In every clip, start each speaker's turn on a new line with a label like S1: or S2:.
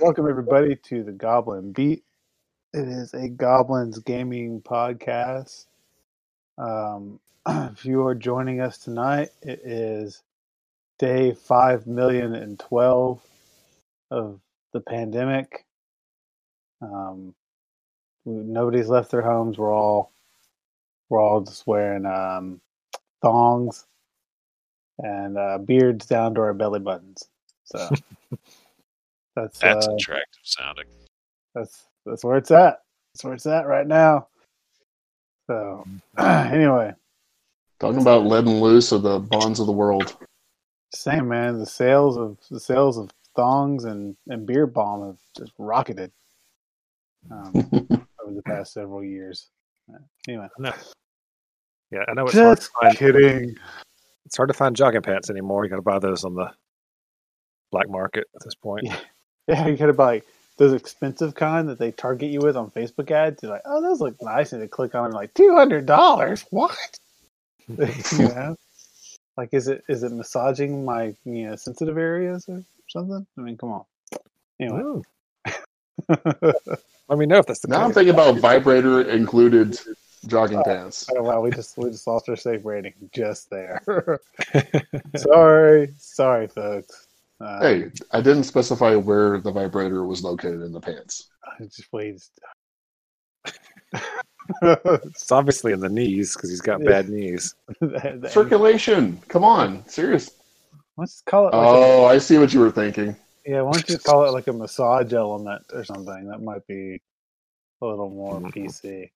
S1: Welcome everybody to the Goblin Beat. It is a Goblins gaming podcast. Um, if you are joining us tonight, it is day five million and twelve of the pandemic. Um, nobody's left their homes. We're all we're all just wearing um, thongs and uh, beards down to our belly buttons. So that's
S2: That's
S1: uh,
S2: attractive sounding.
S1: that's that's where it's at. That's where it's at right now. So anyway,
S3: Talking about lead and loose of the bonds of the world.
S1: same man. The sales of the sales of thongs and and beer bomb have just rocketed um, over the past several years. Anyway,
S4: Yeah, I know it's hard, to
S1: just
S4: find,
S1: kidding.
S4: it's hard to find jogging pants anymore. You got to buy those on the black market at this point.
S1: Yeah. Yeah, you gotta buy those expensive kind that they target you with on Facebook ads. You're like, oh, those look nice, and they click on them like two hundred dollars. What? you know, like is it is it massaging my you know sensitive areas or something? I mean, come on. Anyway,
S4: Ooh. Let me know if that's the
S3: Now I'm
S4: case.
S3: thinking about vibrator included jogging pants.
S1: oh, wow, we just we just lost our safe rating just there. sorry, sorry, folks. Uh,
S3: Hey, I didn't specify where the vibrator was located in the pants.
S1: I just please.
S4: It's obviously in the knees because he's got
S1: Yeah.
S4: bad knees.
S3: Circulation. Come on, serious.
S1: Let's call it. Like a-
S3: Oh, I see what you were thinking.
S1: Yeah, why don't you call it like a massage element or something? That might be a little more PC.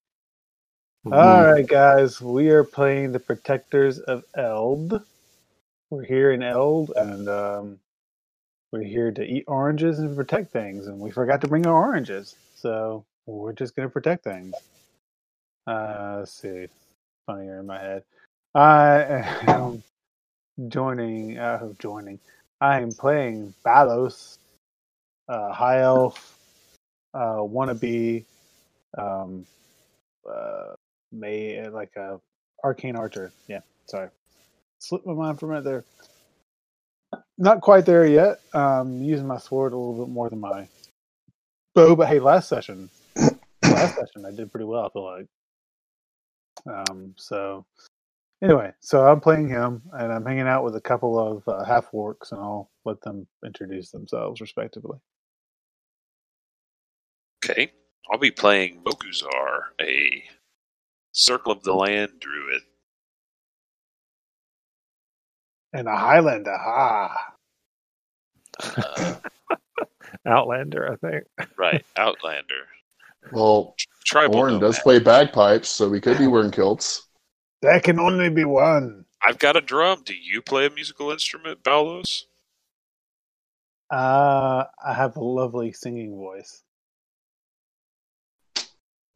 S1: All right, guys, we are playing the Protectors of Eld. We're here in Eld, and um, we're here to eat oranges and protect things. And we forgot to bring our oranges, so we're just going to protect things. Uh, let's see, funnier in my head. I am joining. Uh, joining. I am playing Balos, uh, High Elf, uh, wannabe, um, uh, may like a arcane archer. Yeah, sorry, slipped my mind for a minute there. Not quite there yet. Um, using my sword a little bit more than my bow, but hey, last session, last session I did pretty well. I feel like. Um, so Anyway, so I'm playing him, and I'm hanging out with a couple of uh, half orcs, and I'll let them introduce themselves respectively.
S2: Okay. I'll be playing Mokuzar, a Circle of the Land druid.
S1: And a Highlander, ha!
S2: Uh,
S4: Outlander, I think.
S2: right, Outlander.
S3: Well,
S2: Tribal.
S3: Warren
S2: nomad.
S3: does play bagpipes, so we could be wearing kilts.
S1: There can only be one.
S2: I've got a drum. Do you play a musical instrument, Balos?
S1: Uh, I have a lovely singing voice.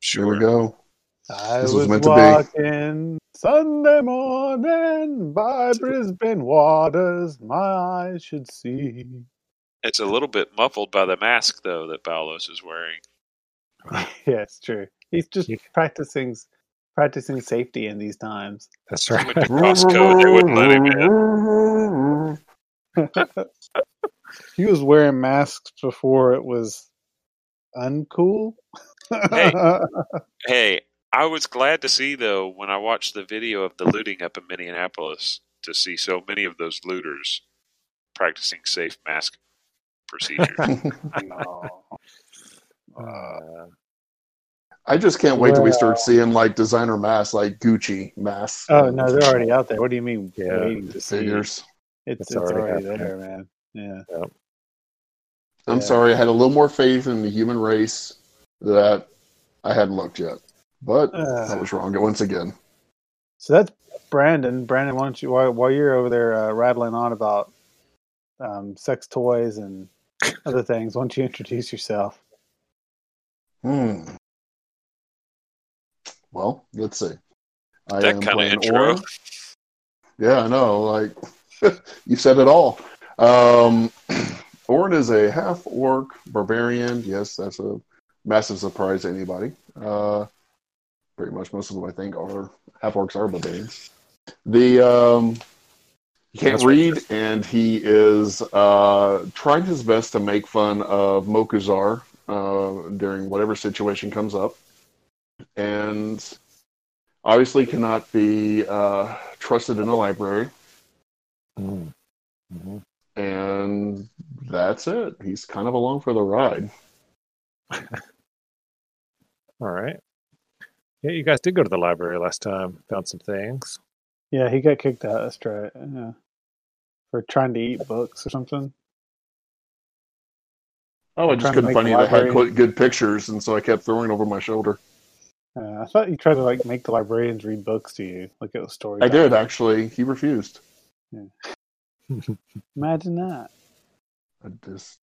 S3: Here we go.
S1: I
S3: This
S1: was,
S3: was meant to be.
S1: walking Sunday morning by Brisbane waters, my eyes should see.
S2: It's a little bit muffled by the mask, though, that Balos is wearing.
S1: yeah, it's true. He's just practicing practicing safety in these times.
S4: That's
S2: Someone
S4: right.
S2: to Costco, they wouldn't let him in.
S1: he was wearing masks before it was uncool.
S2: Hey. Hey, I was glad to see, though, when I watched the video of the looting up in Minneapolis, to see so many of those looters practicing safe mask procedures.
S1: No. Uh,
S4: Uh,
S3: I just can't wait till we
S1: Well-
S3: start seeing like designer masks, like Gucci masks.
S1: oh no, they're already out there. What do you mean
S4: Yeah,
S1: waiting to see? It's,
S3: figures.
S1: it's,
S4: It's
S1: already,
S4: already
S1: there,
S4: happening.
S1: man. Yeah.
S3: I'm
S1: Yeah.
S3: sorry, I had a little more faith in the human race that I hadn't looked yet. But I
S1: Uh,
S3: was wrong once again.
S1: so that's Brandon. Brandon, why don't you while, while you're over there uh, rattling on about um, sex toys and other things, why don't you introduce yourself?
S3: Hmm. Well, let's see. I
S2: That
S3: am
S2: kinda
S3: playing
S2: intro.
S3: Orin. Yeah, I know. Like you said it all. Um, Orin is a half orc barbarian. Yes, that's a massive surprise to anybody. Uh, pretty much most of them, I think, are half orcs are barbarians. The um, He can't
S4: That's right.
S3: read, and he is uh, trying his best to make fun of Mokuzar uh, during whatever situation comes up, and obviously cannot be uh, trusted in the library.
S4: Mm. Mhm.
S3: And that's it. He's kind of along for the ride.
S4: All right. Yeah, you guys did go to the library last time. Found some things.
S1: Yeah, he got kicked out. That's right. Yeah. For trying to eat books or something.
S3: Oh, I
S1: Trying
S3: just
S1: to
S3: couldn't
S1: make
S3: find
S1: the
S3: any that had
S1: library-
S3: quite good pictures, and so I kept throwing over my shoulder.
S1: Uh, I thought you tried to like make the librarians read books to you, like it was story.
S3: I
S1: time.
S3: did actually. He refused.
S1: Imagine that.
S3: I just.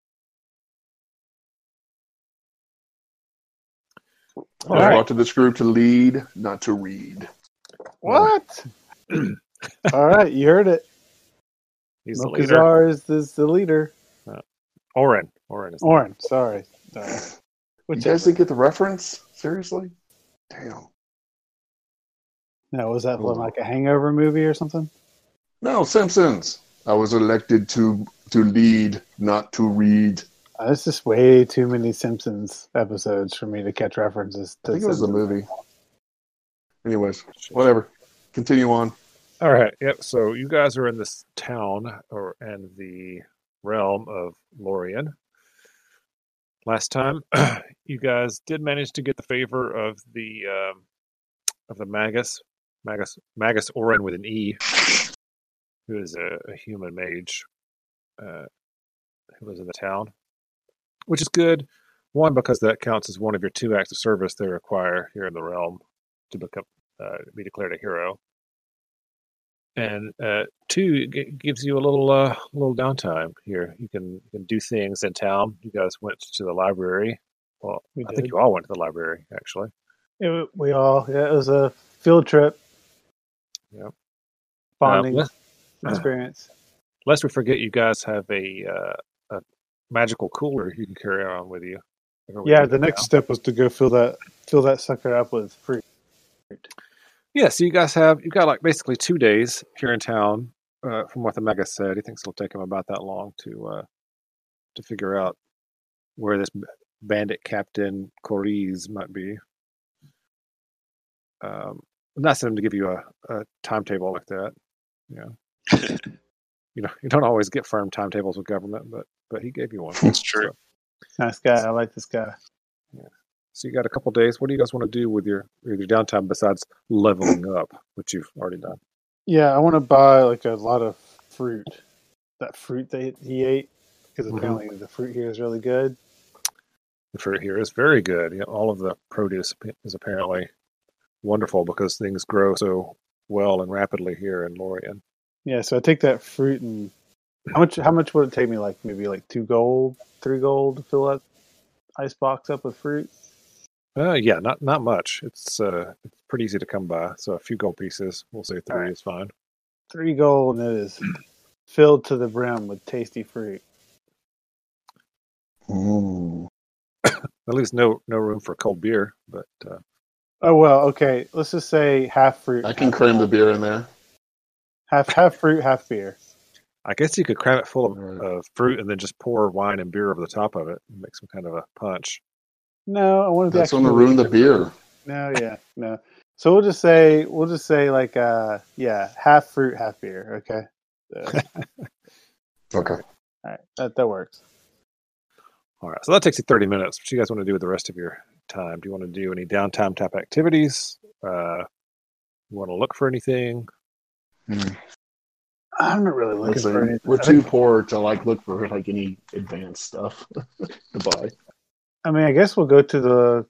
S3: I was
S4: right.
S3: brought to this group to lead, not to read.
S1: What? All right, you heard it.
S4: He's the leader.
S1: Mokuzar is the, is the leader.
S4: Oren. Oren is.
S1: Orin, sorry. sorry.
S3: you guys didn't get the reference? Seriously? Damn.
S1: No, was that from like a hangover movie or something?
S3: No, Simpsons. I was elected to to lead, not to read.
S1: Uh, It's just way too many Simpsons episodes for me to catch references
S3: I
S1: to.
S3: think it was the
S1: Simpsons.
S3: movie. Anyways, whatever. Continue on.
S4: All right. Yep. So you guys are in this town or and the realm of Lorien. Last time, you guys did manage to get the favor of the um, of the Magus, Magus, Magus Oren with an E, who is a, a human mage uh, who lives in the town, which is good. One because that counts as one of your two acts of service they require here in the realm to become uh, be declared a hero and uh, two it gi- gives you a little uh, little downtime here. You can you can do things in town. You guys went to the library. Well,
S1: We
S4: I
S1: did.
S4: think you all went to the library actually.
S1: It wa- we all, yeah, it was a field trip.
S4: Yep.
S1: Bonding
S4: Uh,
S1: experience.
S4: lest we forget, you guys have a uh, a magical cooler you can carry on with you. everywhere
S1: Yeah,
S4: you
S1: the
S4: go
S1: next step was to go fill that fill that sucker up with fruit.
S4: Yeah, so you guys have you've got like basically two days here in town. Uh, from what the mega said, he thinks it'll take him about that long to uh, to figure out where this b- bandit captain Coriz might be. Um, I'm not saying to give you a, a timetable like that. Yeah, you know you don't always get firm timetables with government, but but he gave you one.
S2: That's true.
S1: Nice guy. I like this guy.
S4: So you got a couple days. What do you guys want to do with your with your downtime besides leveling up, which you've already done?
S1: Yeah, I want to buy like a lot of fruit. That fruit that he ate, because
S4: Mhm.
S3: Mm-hmm.
S1: apparently the fruit here is really good.
S4: the fruit here is very good. You know, all of the produce p- is apparently wonderful because things grow so well and rapidly here in Lorien.
S1: Yeah, so I take that fruit and how much? How much would it take me? Like maybe like two gold, three gold to fill that ice box up with fruit.
S4: Uh, yeah, not not much. It's uh, it's pretty easy to come by. So a few gold pieces, we'll say three
S1: Alright.
S4: is fine.
S1: Three gold, and it is filled to the brim with tasty fruit.
S3: Mm.
S4: At least no no room for cold beer, but uh,
S1: Oh well, okay. Let's just say half fruit.
S3: I can
S1: half-
S3: cram the beer in there.
S1: half half fruit, half beer.
S4: I guess you could cram it full of,
S3: Right.
S4: of fruit and then just pour wine and beer over the top of it and make some kind of a punch.
S1: No, I wanted
S3: That's
S1: to
S3: going to ruin the beer.
S1: No, yeah, no. So we'll just say we'll just say like uh yeah, half fruit, half beer. Okay,
S3: Okay.
S1: all right, that that works.
S4: All right, so that takes you 30 minutes. What you guys want to do with the rest of your time? Do you want to do any downtime type activities? Uh, you want to look for anything?
S1: I'm not really looking
S3: Let's see.
S1: for anything.
S3: We're
S1: I think-
S3: too poor to like look for like any advanced stuff to buy.
S1: I mean, I guess we'll go to the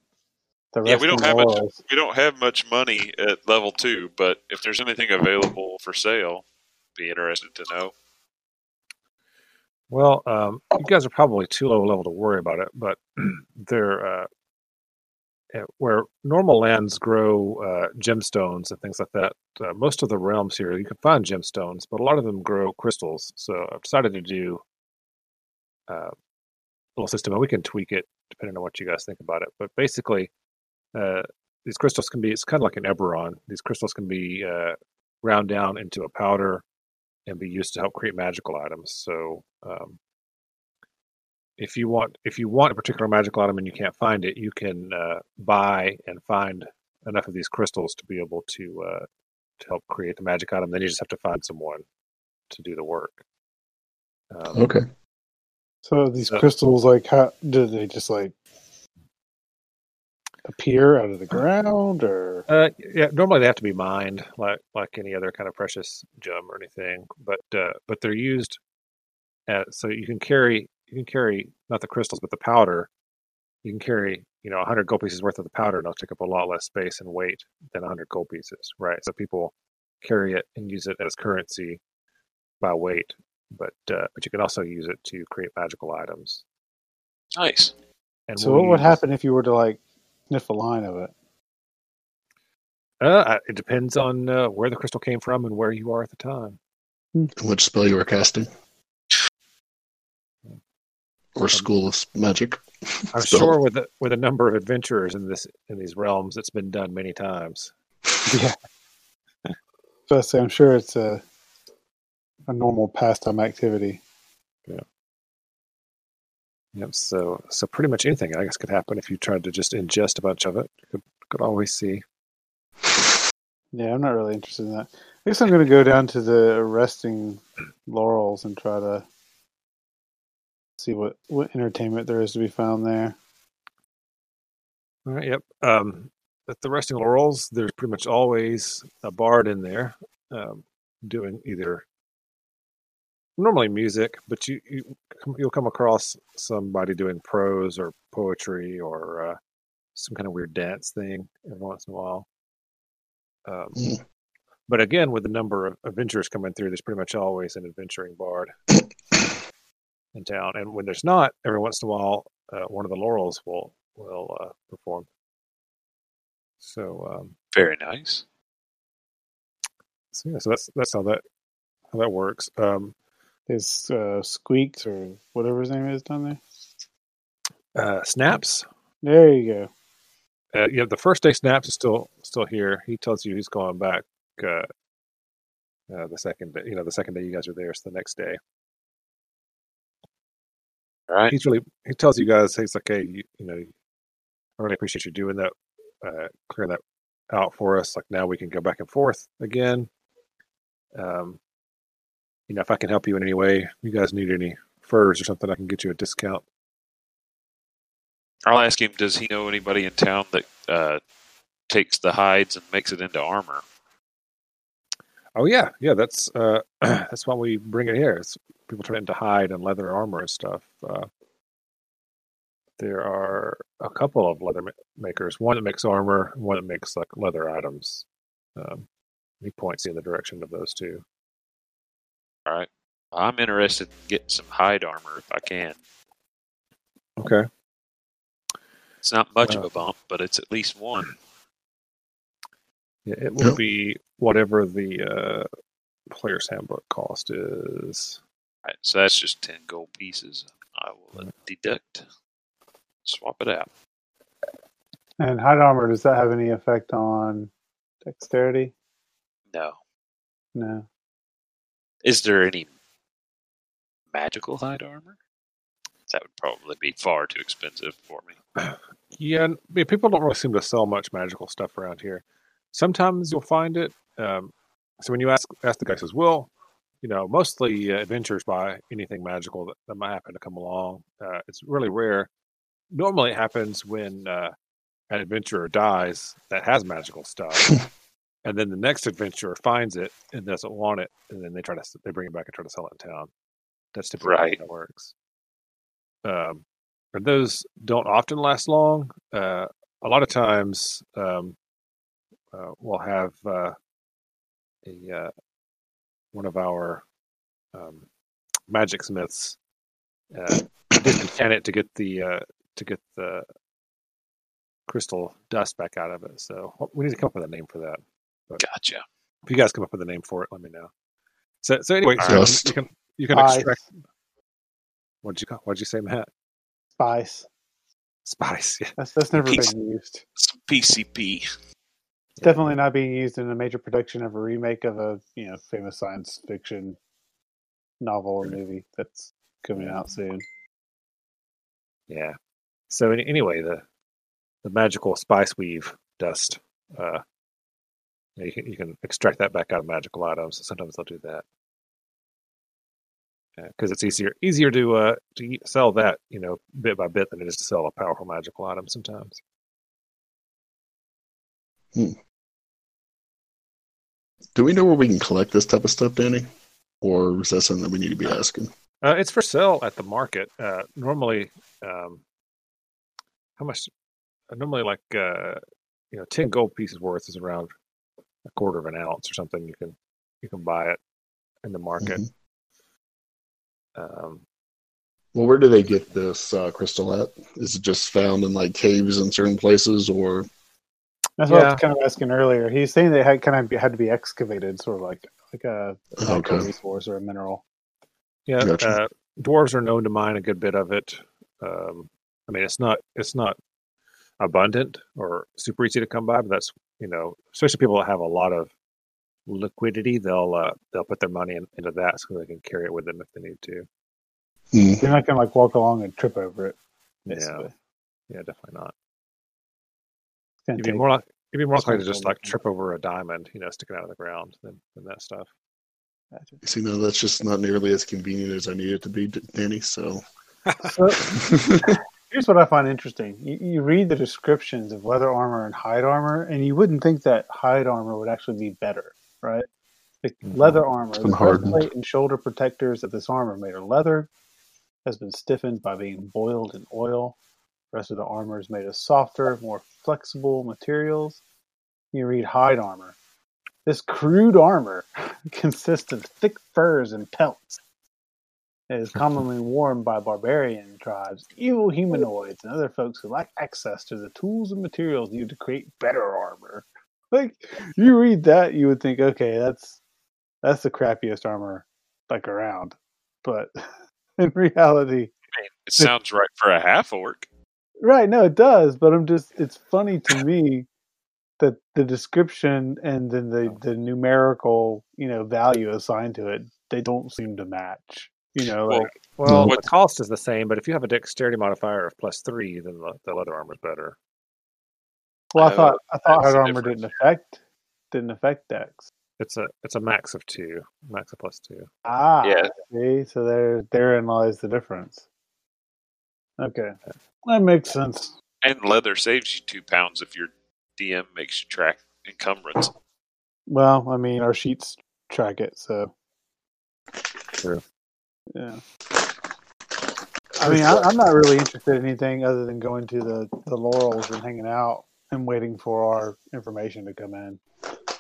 S1: the
S2: Yeah, we don't
S1: Rusty
S2: have much-
S1: Moles.
S2: We don't have much money at level two, but if there's anything available for sale, be interested to know.
S4: Well, um, you guys are probably too low level to worry about it, but they're uh, at- where normal lands grow uh, gemstones and things like that. Uh, most of the realms here, you can find gemstones, but a lot of them grow crystals. So I've decided to do uh, a little system, and we can tweak it depending on what you guys think about it. But basically, uh, these crystals can be, it's kind of like an Eberron. These crystals can be uh, ground down into a powder and be used to help create magical items. So um, if you want if you want a particular magical item and you can't find it, you can uh, buy and find enough of these crystals to be able to uh, to help create the magic item. Then you just have to find someone to do the work. Um,
S3: Okay.
S1: So these
S4: So-
S1: crystals, like, how do they just like appear out of the ground, or
S4: Uh, yeah, normally they have to be mined, like like any other kind of precious gem or anything. But uh, but they're used, uh so you can carry you can carry not the crystals but the powder. You can carry you know 100 gold pieces worth of the powder, and it'll take up a lot less space and weight than 100 gold pieces, right? So people carry it and use it as currency by weight, but uh, but you can also use it to create magical items.
S2: Nice.
S4: And
S1: so?
S4: we'll
S1: What would
S4: use-
S1: happen if you were to like sniff a line of it?
S4: Uh, I- it depends on uh, where the crystal came from and where you are at the time.
S3: Which spell you were casting? Or school of magic?
S4: I'm
S3: So-
S4: sure with the, with a number of adventurers in this in these realms, it's been done many times.
S1: Firstly, I'm sure it's a a normal pastime activity.
S4: Yep. So so pretty much anything I guess could happen if you tried to just ingest a bunch of it. Could, could always see.
S1: Yeah, I'm not really interested in that. I guess I'm going to go down to the resting laurels and try to see what what entertainment there is to be found there.
S4: All right. Yep. Um, at the resting laurels, there's pretty much always a bard in there, um, doing either normally music, but you, you come- you'll come across somebody doing prose or poetry or uh, some kind of weird dance thing every once in a while. Um,
S3: Hmm.
S4: But again, with the number of adventurers coming through, there's pretty much always an adventuring bard in town. And when there's not, every once in a while, uh, one of the laurels will will uh, perform. So, um,
S2: Very nice.
S4: so yeah, so that's that's how that how that works. Um,
S1: There's uh, Squeaks or whatever his name is down there.
S4: uh, snaps.
S1: There you go.
S4: Uh, yeah, the first day snaps is still still here. He tells you he's going back. Uh, uh, the second day, you know, the second day you guys are there, so the next day
S2: All right.
S4: he's really he tells you guys he's like, hey, you, you know, I really appreciate you doing that, uh, clearing that out for us. Like now we can go back and forth again. Um, you know, if I can help you in any way, you guys need any furs or something, I can get you a discount.
S2: I'll ask him. Does he know anybody in town that uh, takes the hides and makes it into armor?
S4: Oh yeah, yeah. That's uh, that's why we bring it here. It's, people turn it into hide and leather armor and stuff. Uh, there are a couple of leather ma- makers. One that makes armor. One that makes like leather items. Um, he points you in the direction of those two.
S2: I'm interested in getting some hide armor if I can.
S4: Okay.
S2: It's not much
S4: Wow.
S2: of a bump, but it's at least one.
S4: Yeah, it will
S3: Yep.
S4: be whatever the uh, player's handbook cost is.
S2: All right, so that's just ten gold pieces. I will uh, deduct. Swap it out.
S1: And hide armor does that have any effect on dexterity?
S2: No.
S1: No.
S2: Is there any magical hide armor? That would probably be far too expensive for me.
S4: Yeah, and- yeah, people don't really seem to sell much magical stuff around here. Sometimes you'll find it. Um, so when you ask ask the guy, he says, "Well, you know, mostly uh, adventures buy anything magical that, that might happen to come along. Uh, it's really rare. Normally, it happens when uh, an adventurer dies that has magical stuff, and then the next adventurer finds it and doesn't want it, and then they try to s- they bring it back and try to sell it in town. That's typically
S2: Right.
S4: how it works. Um, but those don't often last long. Uh, a lot of times, um, uh, we'll have uh, a uh, one of our um, magic smiths uh, disenchant it to get the uh, to get the crystal dust back out of it. So well, we need to come up with a name for that.
S2: Gotcha.
S4: If you guys come up with a name for it, let me know. So so anyway, so
S3: Dust.
S4: you can you can
S1: Spice.
S4: extract. What'd you call- what'd you say, Matt?
S1: Spice.
S4: Spice. Yeah.
S1: That's that's never
S2: Peace.
S1: been used.
S2: Some PCP.
S1: It's definitely not being used in a major production of a remake of a you know famous science fiction novel or movie that's coming out soon.
S4: Yeah. So any- anyway, the the magical spice weave dust. Uh, you can you can extract that back out of magical items. Sometimes they'll do that because it's easier easier to uh to e- sell that you know bit by bit than it is to sell a powerful magical item sometimes.
S3: Do we know where we can collect this type of stuff, Danny? Or is that something that we need to be asking?
S4: Uh, it's for sale at the market. Uh, normally, um, how much? uh, Normally, like uh, you know, ten gold pieces worth is around a quarter of an ounce or something. You can you can buy it in the market.
S3: Mhm.
S4: Um,
S3: Well, where do they get this uh, crystal at? Is it just found in like caves in certain places, or
S1: That's what I
S4: Yeah.
S1: was kind of asking earlier. He's saying they had kind of had to be excavated, sort of like like a, like a
S3: Okay.
S1: resource or a mineral.
S4: Yeah,
S3: Gotcha.
S4: uh, dwarves are known to mine a good bit of it. Um, I mean, it's not it's not abundant or super easy to come by, but that's you know, especially people that have a lot of liquidity, they'll uh, they'll put their money in, into that so they can carry it with them if they need to.
S3: Hmm,
S1: You're not gonna like walk along and trip over it. Basically.
S4: Yeah, yeah, definitely not.
S1: It's gonna
S4: You'd be
S1: take-
S4: more like you'd be more
S1: Just
S4: likely to
S1: gonna
S4: just
S1: hold
S4: like
S1: it.
S4: trip over a diamond, you know, sticking out of the ground than than that stuff.
S3: you see, no, that's just not nearly as convenient as I need it to be, D- Danny. So,
S1: So, here's what I find interesting. You, you read the descriptions of leather armor and hide armor, and you wouldn't think that hide armor would actually be better, right? Like
S4: Mhm.
S1: leather armor, the
S3: been hardened.
S1: breastplate and shoulder protectors of this armor made of leather has been stiffened by being boiled in oil. The rest of the armor is made of softer, more flexible materials. You read hide armor. This crude armor consists of thick furs and pelts. It is commonly worn by barbarian tribes, evil humanoids, and other folks who lack access to the tools and materials needed to create better armor. Like you read that, you would think, okay, that's that's the crappiest armor like around. But in reality,
S2: It sounds right for a half orc.
S1: Right, no, it does, but I'm just it's funny to me that the description and then the, the numerical, you know, value assigned to it, they don't seem to match. You know,
S2: Well,
S1: like
S4: Well,
S2: What-
S4: the cost is the same, but if you have a dexterity modifier of plus three, then the, the leather armor is better.
S1: well, I
S2: uh,
S1: thought I thought
S2: that's
S1: hard
S2: the
S1: armor
S2: difference.
S1: didn't affect didn't affect Dex.
S4: It's a it's a max of two, max of plus two.
S1: Ah
S2: Yeah.
S1: see, so there therein lies the difference. Okay. That makes sense.
S2: And leather saves you two pounds if your DM makes you track encumbrance.
S1: Well, I mean our sheets track it, so
S4: True.
S1: Yeah. I mean, I, I'm not really interested in anything other than going to the, the Laurels and hanging out and waiting for our information to come in. Uh, I-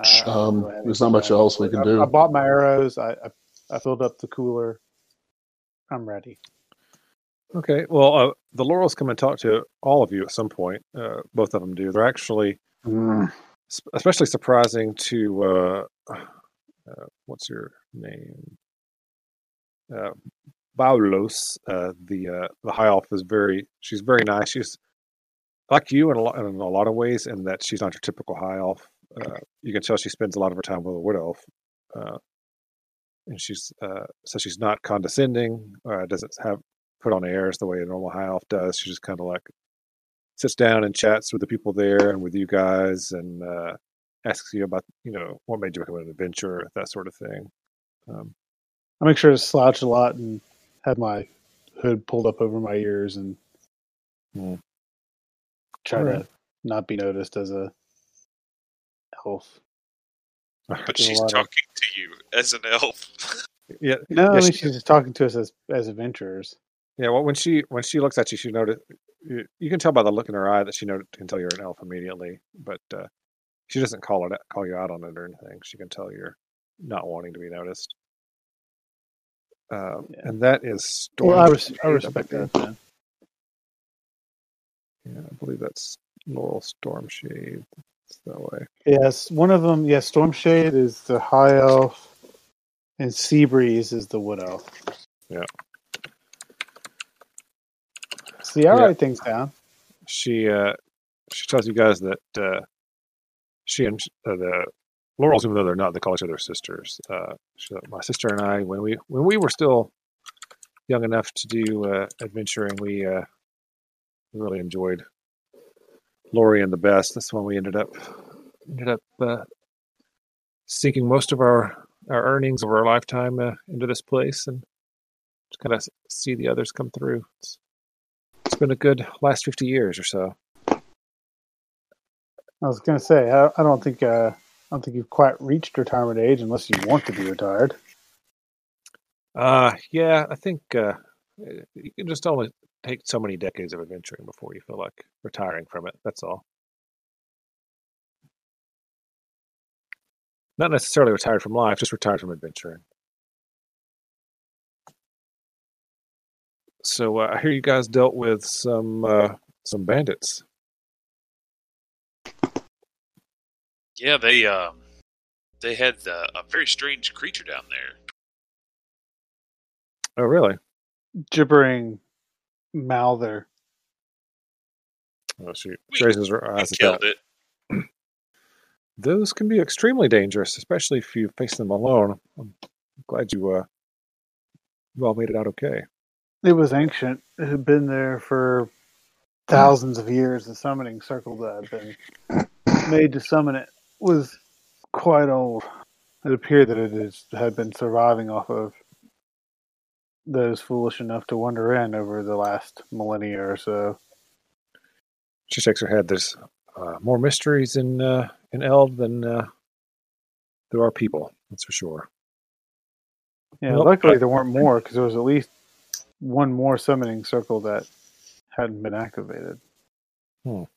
S1: I don't
S3: um,
S1: really have
S3: there's not much else we
S1: anything to
S3: can
S1: add. I, I
S3: do.
S1: bought my arrows. I, I I filled up the cooler. I'm ready.
S4: Okay. Well, uh, the Laurels come and talk to all of you at some point. Uh, both of them do. They're actually
S3: Mm.
S4: s- especially surprising to uh, uh, what's your name? Uh, Baulos, uh, the uh, the high elf is very. She's very nice. She's like you in a lot in a lot of ways, in that she's not your typical high elf. Uh, you can tell she spends a lot of her time with a wood elf, uh, and she's uh, so she's not condescending. Uh, doesn't have put on airs the way a normal high elf does. She just kind of like sits down and chats with the people there and with you guys, and uh, asks you about you know what made you become an adventurer, that sort of thing. Um,
S1: I make sure to slouch a lot and have my hood pulled up over my ears and
S4: Hmm.
S3: Mm.
S1: try
S4: Alright.
S1: to not be noticed as a elf.
S2: But
S1: There's a
S2: she's
S1: lot of-
S2: talking to you as an elf.
S4: yeah,
S1: No, I
S4: Yes,
S1: mean,
S4: she-
S1: she's just talking to us as as adventurers.
S4: yeah. Well, when she when she looks at you, she notice you, you can tell by the look in her eye that she know, can tell you're an elf immediately. But uh, she doesn't call it call you out on it or anything. She can tell you're not wanting to be noticed. Uh,
S1: Yeah.
S4: And that is storm.
S1: Well, I, res- I respect that. Then.
S4: Yeah, I believe that's Laurel Stormshade. It's that way.
S1: Yes, one of them. Yes, Stormshade is the high elf, and Seabreeze is the wood elf.
S4: Yeah.
S1: See, I
S4: Yeah.
S1: write things down.
S4: she uh she tells you guys that uh she and uh, the Laurels, even though they're not, they call each other sisters. Uh, so my sister and I, when we when we were still young enough to do uh, adventuring, we uh, really enjoyed Lori and the best. That's when we ended up ended up uh, sinking most of our our earnings of our lifetime uh, into this place and just kind of see the others come through. It's, it's been a good last fifty years or so.
S1: I was gonna say I, I don't think uh, I don't think you've quite reached retirement age unless you want to be retired.
S4: Uh, yeah, I think uh, you can just only take so many decades of adventuring before you feel like retiring from it. That's all. Not necessarily retired from life, just retired from adventuring. So uh, I hear you guys dealt with some uh, some bandits.
S2: Yeah, they uh, they had uh, a very strange creature down there.
S4: Oh, really?
S1: Gibbering Mouther.
S4: Oh, shoot.
S2: We-
S4: She raises her
S2: We
S4: eyes at
S2: killed
S4: that.
S2: it.
S4: Those can be extremely dangerous, especially if you face them alone. I'm glad you uh, you all made it out okay.
S1: It was ancient. It had been there for thousands of years. The summoning circle that had been made to summon it was quite old. It appeared that it is, had been surviving off of those foolish enough to wander in over the last millennia or so.
S4: She shakes her head. There's uh, more mysteries in uh, in Eld than uh, there are people. That's for sure.
S1: Yeah,
S4: Well,
S1: luckily there weren't more because there was at least one more summoning circle that hadn't been activated.
S4: Well,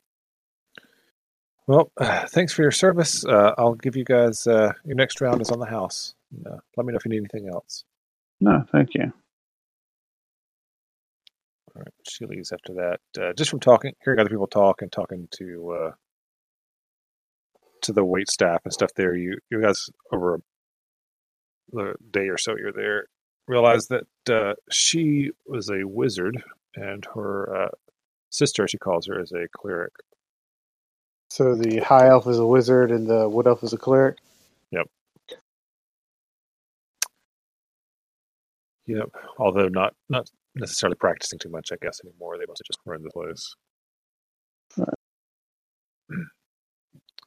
S4: thanks for your service. Uh, I'll give you guys uh, your next round is on the house. Uh, let me know if you need anything else.
S1: No, thank you.
S4: All right, she leaves after that. Uh, just from talking, hearing other people talk and talking to uh, to the wait staff and stuff there, you you guys over a, a day or so you're there realize that uh, she was a wizard and her uh, sister, as she calls her, is a cleric.
S1: So the high elf is a wizard and the wood elf is a cleric.
S4: Yep. Although not not necessarily practicing too much, I guess anymore. They must have just run the place.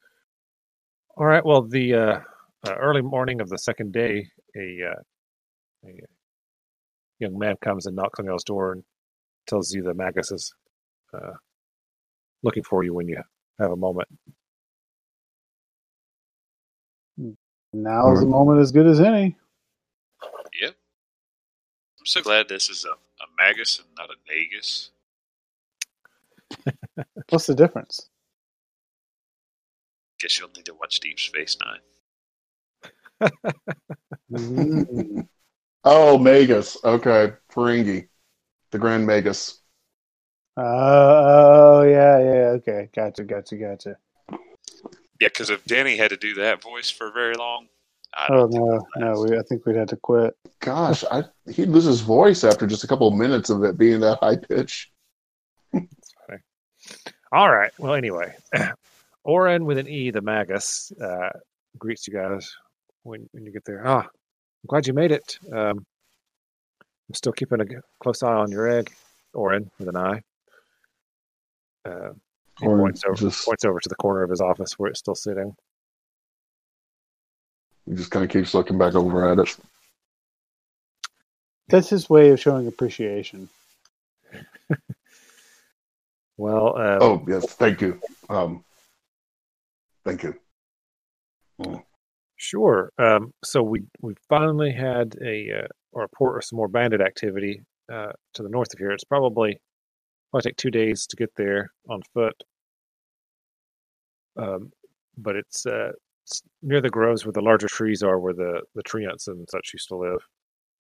S4: All right. Well, the uh, uh, early morning of the second day, a, uh, a young man comes and knocks on y'all's door and tells you that Magus is uh, looking for you when you have a moment.
S1: Now's the moment as good as any.
S2: Yep. I'm so glad this is a, a Magus and not a Nagus.
S1: What's the difference?
S2: Guess you'll need to watch Deep Space Nine. Mm.
S3: oh, Magus. Okay, Ferengi, the Grand Magus.
S1: Oh, oh, yeah, yeah, okay. Gotcha, gotcha, gotcha.
S2: Yeah, because if Danny had to do that voice for very long, I
S1: Oh,
S2: don't think
S1: no,
S2: it
S1: no,
S2: lasts.
S1: we, I think we'd have to quit.
S3: Gosh, I, he'd lose his voice after just a couple of minutes of it being that high pitch.
S4: All right. Well, anyway, Oren with an E, the Magus, uh, greets you guys when, when you get there. Ah, I'm glad you made it. Um, I'm still keeping a g- close eye on your egg, Oren with an I. Uh, he
S3: Oren
S4: points over,
S3: just-
S4: points over to the corner of his office where it's still sitting.
S3: He just kind of keeps looking back over at it.
S1: That's his way of showing appreciation.
S4: Well, uh,
S3: Oh, yes, thank you. Um, thank you.
S4: Sure. Um, so we we finally had a uh, a report of some more bandit activity uh, to the north of here. It's probably probably take two days to get there on foot, um, but it's, uh, it's near the groves where the larger trees are, where the the treants and such used to live.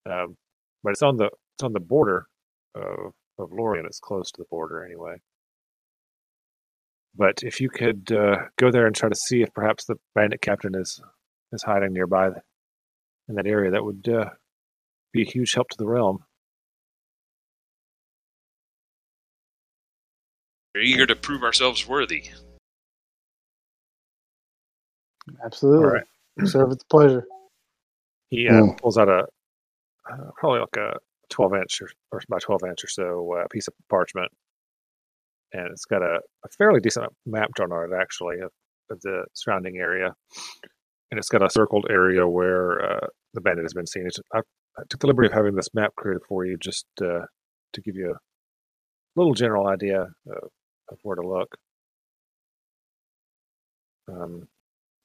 S4: Um, but it's on the it's on the border of of Lorien. It's close to the border anyway. But if you could uh, go there and try to see if perhaps the bandit captain is is hiding nearby th- in that area, that would uh, be a huge help to the realm.
S2: We're eager to prove ourselves worthy.
S1: Absolutely.
S4: All right.
S1: Serve its pleasure.
S4: He uh, pulls out a uh, probably like a 12 inch or, or by 12 inch or so uh, piece of parchment, and it's got a, a fairly decent map drawn on it actually of, of the surrounding area, and it's got a circled area where uh, the bandit has been seen. It's, I, I took the liberty of having this map created for you just uh, to give you a little general idea of, of where to look. Um,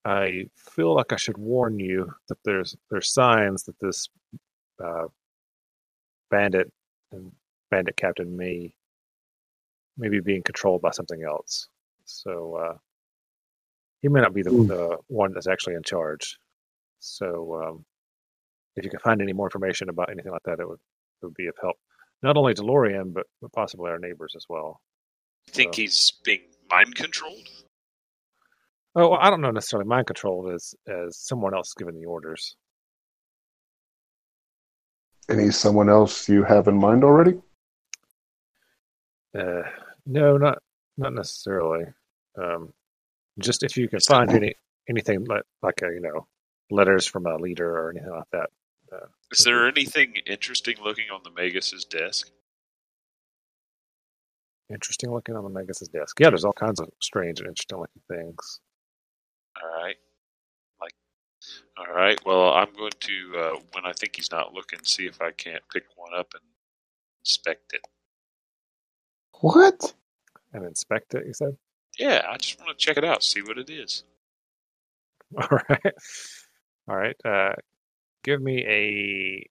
S4: I feel like I should warn you that there's there's signs that this uh, bandit and bandit captain may may be being controlled by something else. So uh, he may not be the,
S3: Hmm.
S4: the one that's actually in charge. So um, if you can find any more information about anything like that, it would it would be of help not only to Lorian but, but possibly our neighbors as well.
S2: You think
S4: So-
S2: he's being mind controlled?
S4: Oh, well, I don't know necessarily mind controlled as as someone else giving the orders.
S3: Any someone else you have in mind already?
S4: Uh, no, not not necessarily. Um, just if you can find any anything like like a, you know letters from a leader or anything like that.
S2: Is there
S1: Mm-hmm.
S2: anything interesting looking on the Magus's desk?
S4: Interesting looking on the Magus' desk. Yeah, there's all kinds of strange and interesting looking things.
S2: All right. Like, all right. Well, I'm going to uh, when I think he's not looking, see if I can't pick one up and inspect it.
S1: What?
S4: And inspect it. You said.
S2: Yeah, I just want to check it out, see what it is.
S4: All right. All right. Uh, give me a.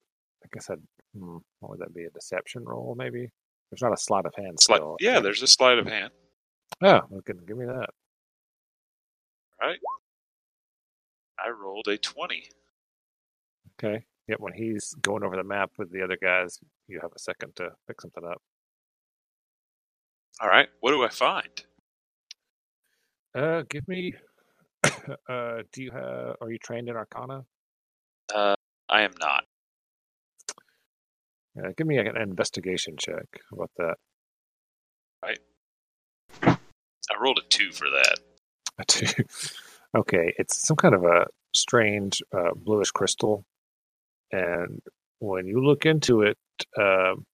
S4: I guess I'd. Hmm, what would that be? A deception roll, maybe? There's not a sleight of hand.
S2: It's like,
S4: skill.
S2: yeah, there's a sleight of hand.
S4: Oh, well, good. Give me that.
S2: I rolled a twenty.
S4: Okay. Yep. When he's going over the map with the other guys, you have a second to pick something up.
S2: All right. What do I find?
S4: Uh, give me. uh, do you have? Are you trained in Arcana?
S2: Uh, I am not.
S4: Uh, give me an investigation check. How about that?
S2: I rolled a two for that.
S4: A two. Okay, it's some kind of a strange uh, bluish crystal, and when you look into it, um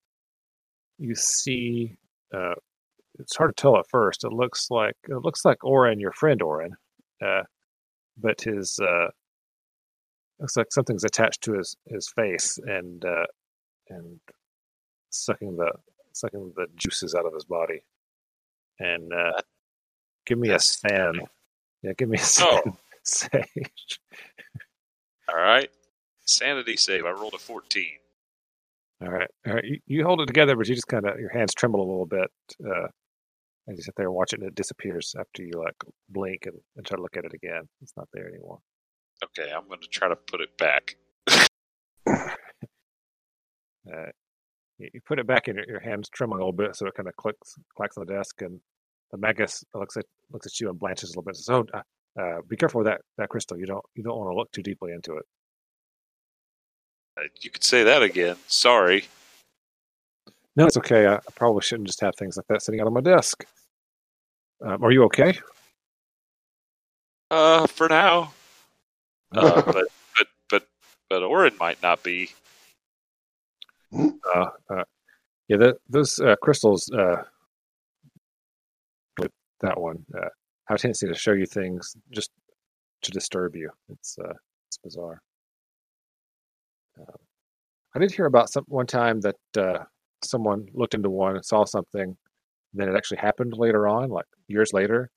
S4: you see. Uh, it's hard to tell at first. It looks like it looks like Oren, your friend Oren, uh, but his uh, looks like something's attached to his his face and uh, and sucking the sucking the juices out of his body. And uh, give me a sand. Yeah, give me a sand.
S2: Oh,
S4: Sage.
S2: all right. Sanity save. I rolled a fourteen.
S4: All right, all right. You, you hold it together, but you just kind of your hands tremble a little bit uh, as you sit there and watch it, and it disappears after you like blink and, and try to look at it again. It's not there anymore.
S2: Okay, I'm going to try to put it back.
S4: Uh, you, you put it back in your, your hands tremble a little bit, so it kind of clicks clacks on the desk, and the magus looks at looks at you and blanches a little bit. And says, "Oh, uh, uh, be careful with that that crystal. You don't you don't want to look too deeply into it."
S2: Uh, You could say that again. Sorry.
S4: No, it's okay. I, I probably shouldn't just have things like that sitting out on my desk. Um, are you okay?
S2: Uh, for now. Uh, but but but but Orin might not be.
S4: uh, uh, yeah, that, those uh, crystals, uh, with that one, uh, have a tendency to show you things just to disturb you. It's uh, it's bizarre. Um, I did hear about some one time that uh, someone looked into one and saw something, then it actually happened later on, like years later,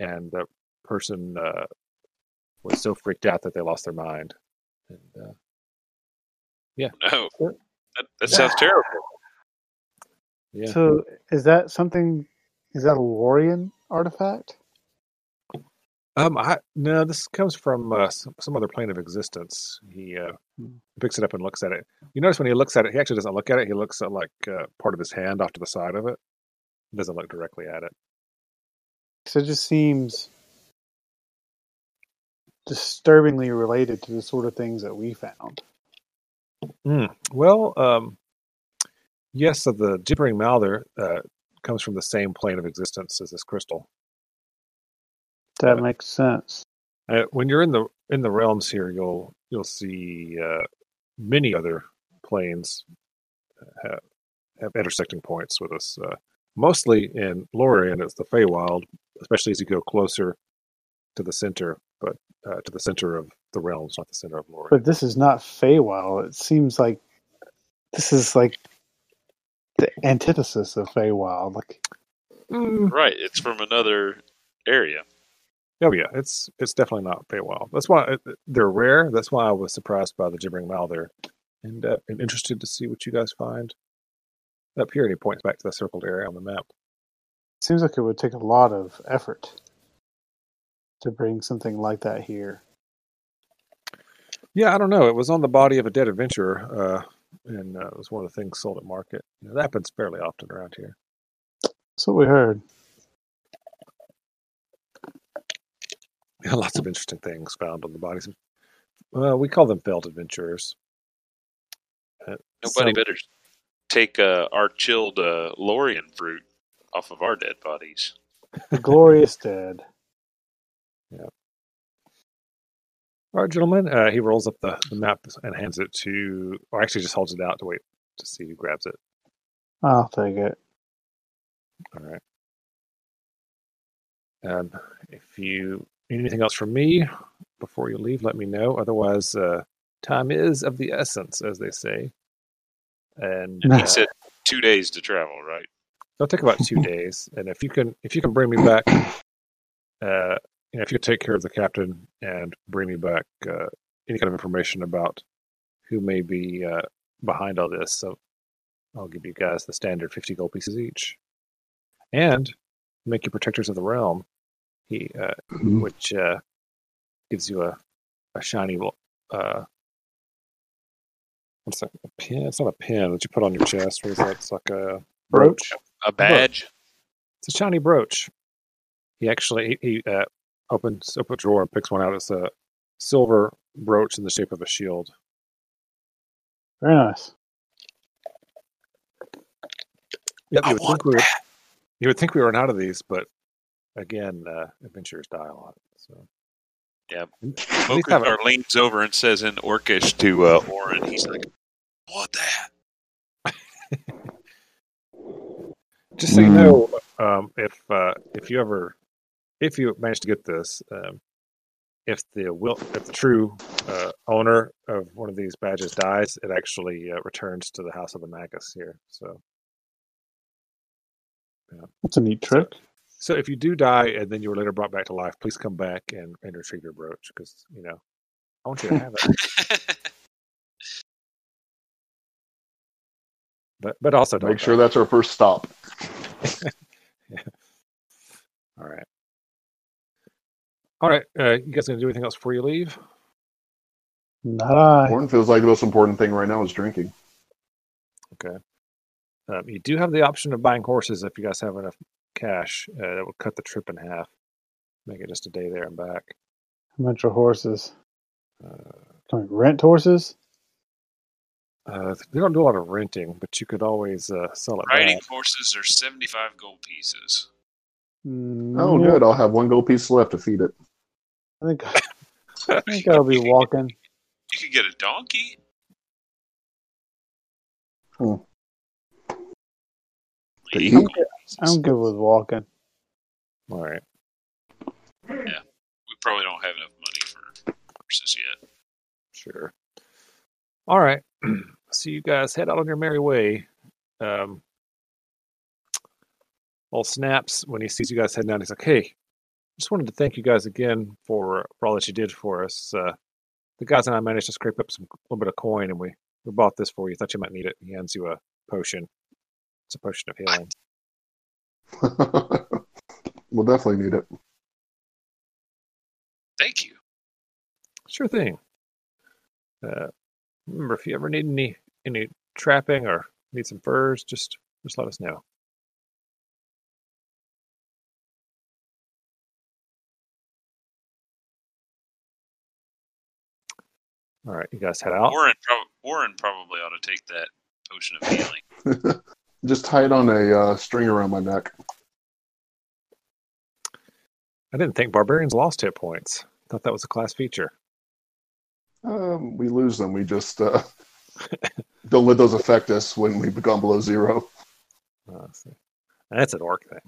S4: and the person uh, was so freaked out that they lost their mind. And, uh,
S2: No. That, that sounds terrible.
S4: yeah.
S1: So is that something? Is that a Lorian artifact?
S4: Um, I no, this comes from uh, some, some other plane of existence. He uh,
S1: Hmm.
S4: picks it up and looks at it. You notice when he looks at it, he actually doesn't look at it. He looks at like uh, part of his hand off to the side of it. He doesn't look directly at it.
S1: So it just seems disturbingly related to the sort of things that we found.
S4: Well, um, yes, so the gibbering mouther uh, comes from the same plane of existence as this crystal.
S1: That makes sense.
S4: Uh, when you're in the in the realms here, you'll you'll see uh, many other planes have, have intersecting points with us. Uh, mostly in Lorien, it's the Feywild, especially as you go closer to the center, but uh, to the center of the realms, not the center of Lorien.
S1: But this is not Feywild. It seems like this is like the antithesis of Feywild. Like,
S2: Right. It's from another area.
S4: Oh yeah, it's it's definitely not Feywild. That's why uh, they're rare. That's why I was surprised by the gibbering mouth there, and uh, and interested to see what you guys find up here. And he points back to the circled area on the map.
S1: seems like it would take a lot of effort to bring something like that here.
S4: Yeah, I don't know. It was on the body of a dead adventurer, uh, and uh, it was one of the things sold at market. You know, that happens fairly often around here.
S1: That's what we heard.
S4: Yeah, lots of interesting things found on the bodies. of- Well, we call them failed adventurers. Uh,
S2: Nobody
S4: some-
S2: better take uh, our chilled uh, Lorien fruit off of our dead bodies.
S1: The glorious dead.
S4: All right, gentlemen. Uh, he rolls up the, the map and hands it to, or actually just holds it out to wait to see who grabs it.
S1: I'll take it.
S4: All right. Um, if you need anything else from me before you leave, let me know. Otherwise, uh, time is of the essence, as they say. And
S2: And
S1: Uh.
S2: he said two days to travel, right?
S4: It'll take about two days, and if you can, if you can bring me back, uh, you know, if you could take care of the captain and bring me back uh, any kind of information about who may be uh, behind all this, so I'll give you guys the standard fifty gold pieces each, and make you protectors of the realm. He, uh,
S3: Mm.
S4: which uh, gives you a a shiny uh, what's that? A pin? It's not a pin that you put on your chest. What is that? It's like a
S1: Brooch?
S2: A badge.
S4: it's a shiny brooch. He actually he he, uh, opens up a drawer and picks one out. It's a silver brooch in the shape of a shield.
S1: Very nice.
S4: Yep,
S2: I
S4: you would
S2: want
S4: think we were, you would think we were out of these, but again, uh, adventurers die a lot. So
S2: Yep.
S4: At least have
S2: Mokatar leans over and says in Orcish to uh, Orin, he's like, "What that?"
S4: a- just so you
S3: Mm.
S4: know, um, if uh, if you ever if you manage to get this, um, if the will if the true uh, owner of one of these badges dies, it actually uh, returns to the house of the Magus here. So.
S1: That's a neat trick.
S4: So if you do die and then you were later brought back to life, please come back and, and retrieve your brooch because you know I want you to have it. But but also don't
S3: Make sure
S4: die.
S3: that's our first stop.
S4: all right. All right, uh, you guys gonna do anything else before you leave?
S1: Not I.
S3: Horn feels like the most important thing right now is drinking.
S4: Um, you do have the option of buying horses if you guys have enough cash. Uh, that will cut the trip in half, make it just a day there and back.
S1: How much are horses?
S4: Uh,
S1: Can we rent horses?
S4: uh, they don't do a lot of renting, but you could always uh, sell it.
S2: Riding
S4: back.
S2: horses are seventy-five gold pieces.
S3: Oh,
S1: no.
S3: good. I'll have one gold piece left to feed it.
S1: I think, I think I'll be walking.
S2: You could get a donkey.
S3: Hmm. Could you?
S2: Eight gold pieces.
S1: I'm good with walking.
S4: All right.
S2: We probably don't have enough money for horses yet.
S4: Sure. All right. so you guys head out on your merry way. Um, old Snaps, when he sees you guys heading out, he's like, "Hey, just wanted to thank you guys again for for all that you did for us. Uh, the guys and I managed to scrape up some a little bit of coin, and we we bought this for you. Thought you might need it." He hands you a potion. It's a potion of healing.
S3: we'll definitely need it.
S2: Thank you.
S4: Sure thing. Uh, remember, if you ever need any any trapping or need some furs, just just let us know. All right, you guys head
S1: Oh.
S4: out.
S2: Warren, prob- Warren probably ought to take that potion of healing.
S3: Just tie it on a uh, string around my neck.
S4: I didn't think barbarians lost hit points. Thought that was a class feature.
S3: Um, we lose them. We just uh, don't let those affect us when we become below zero.
S4: Oh, I see. That's an orc thing,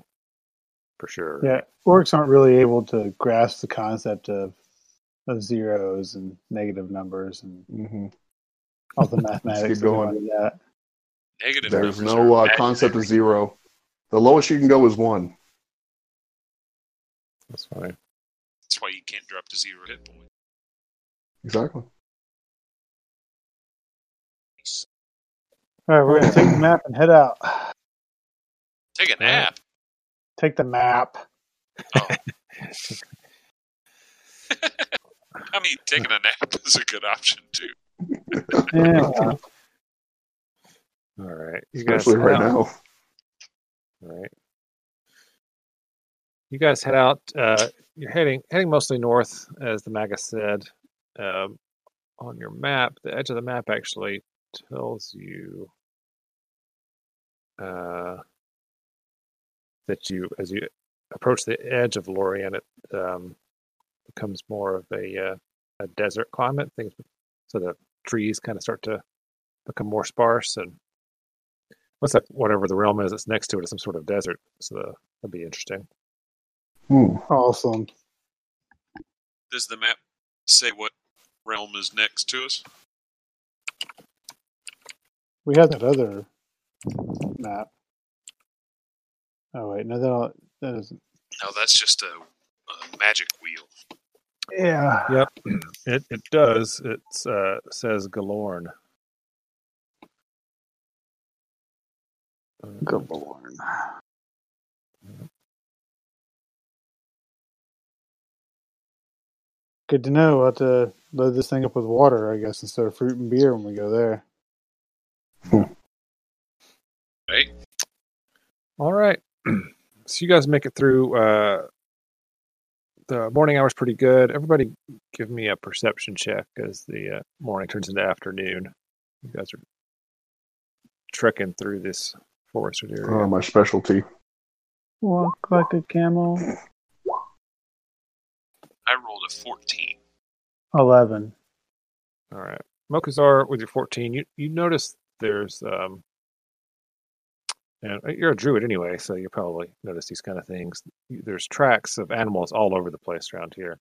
S4: for sure.
S1: Yeah, orcs aren't really able to grasp the concept of of zeros and negative numbers and
S3: Mm-hmm.
S1: all the
S3: Let's
S1: mathematics
S3: keep
S1: that go
S3: going.
S1: into that.
S2: Negative
S3: There's
S2: numbers
S3: no
S2: are
S3: uh,
S2: bad.
S3: concept of zero. The lowest you can go is one.
S4: That's funny.
S2: That's why you can't drop to zero hit points.
S3: Exactly.
S1: All right, we're gonna take the map and head out.
S2: Take a nap.
S1: Take the map.
S2: I mean, taking a nap is a good option too.
S1: Yeah.
S4: All right. You guys
S3: Especially
S4: head
S3: right
S4: out.
S3: now.
S4: All right. You guys head out. Uh, you're heading heading mostly north, as the magus said. Um, on your map, the edge of the map actually tells you uh, that you, as you approach the edge of Lorien, it um, becomes more of a uh, a desert climate. Things so the trees kind of start to become more sparse and what's that whatever the realm is that's next to it is some sort of desert so that'd be interesting
S3: Hmm.
S1: Awesome.
S2: Does the map say what realm is next to us?
S1: We had that other map. Oh wait, no, that, that is
S2: No, that's just a, a magic wheel.
S1: yeah.
S4: Yep. it, it does it uh, says galorn Uh,
S1: Good lord. Good to know. We'll have to load this thing up with water, I guess, instead of fruit and beer when we go there.
S4: all right so you guys make it through uh the morning hours pretty good everybody give me a perception check as the uh, morning turns into afternoon you guys are trekking throrough this forested area
S3: Oh, my specialty.
S1: Walk like a camel.
S2: I rolled a fourteen.
S1: Eleven.
S4: All right. Mokuzar, with your 14, you, you notice there's, um, and uh, you're a druid anyway, so you probably notice these kind of things. There's tracks of animals all over the place around here.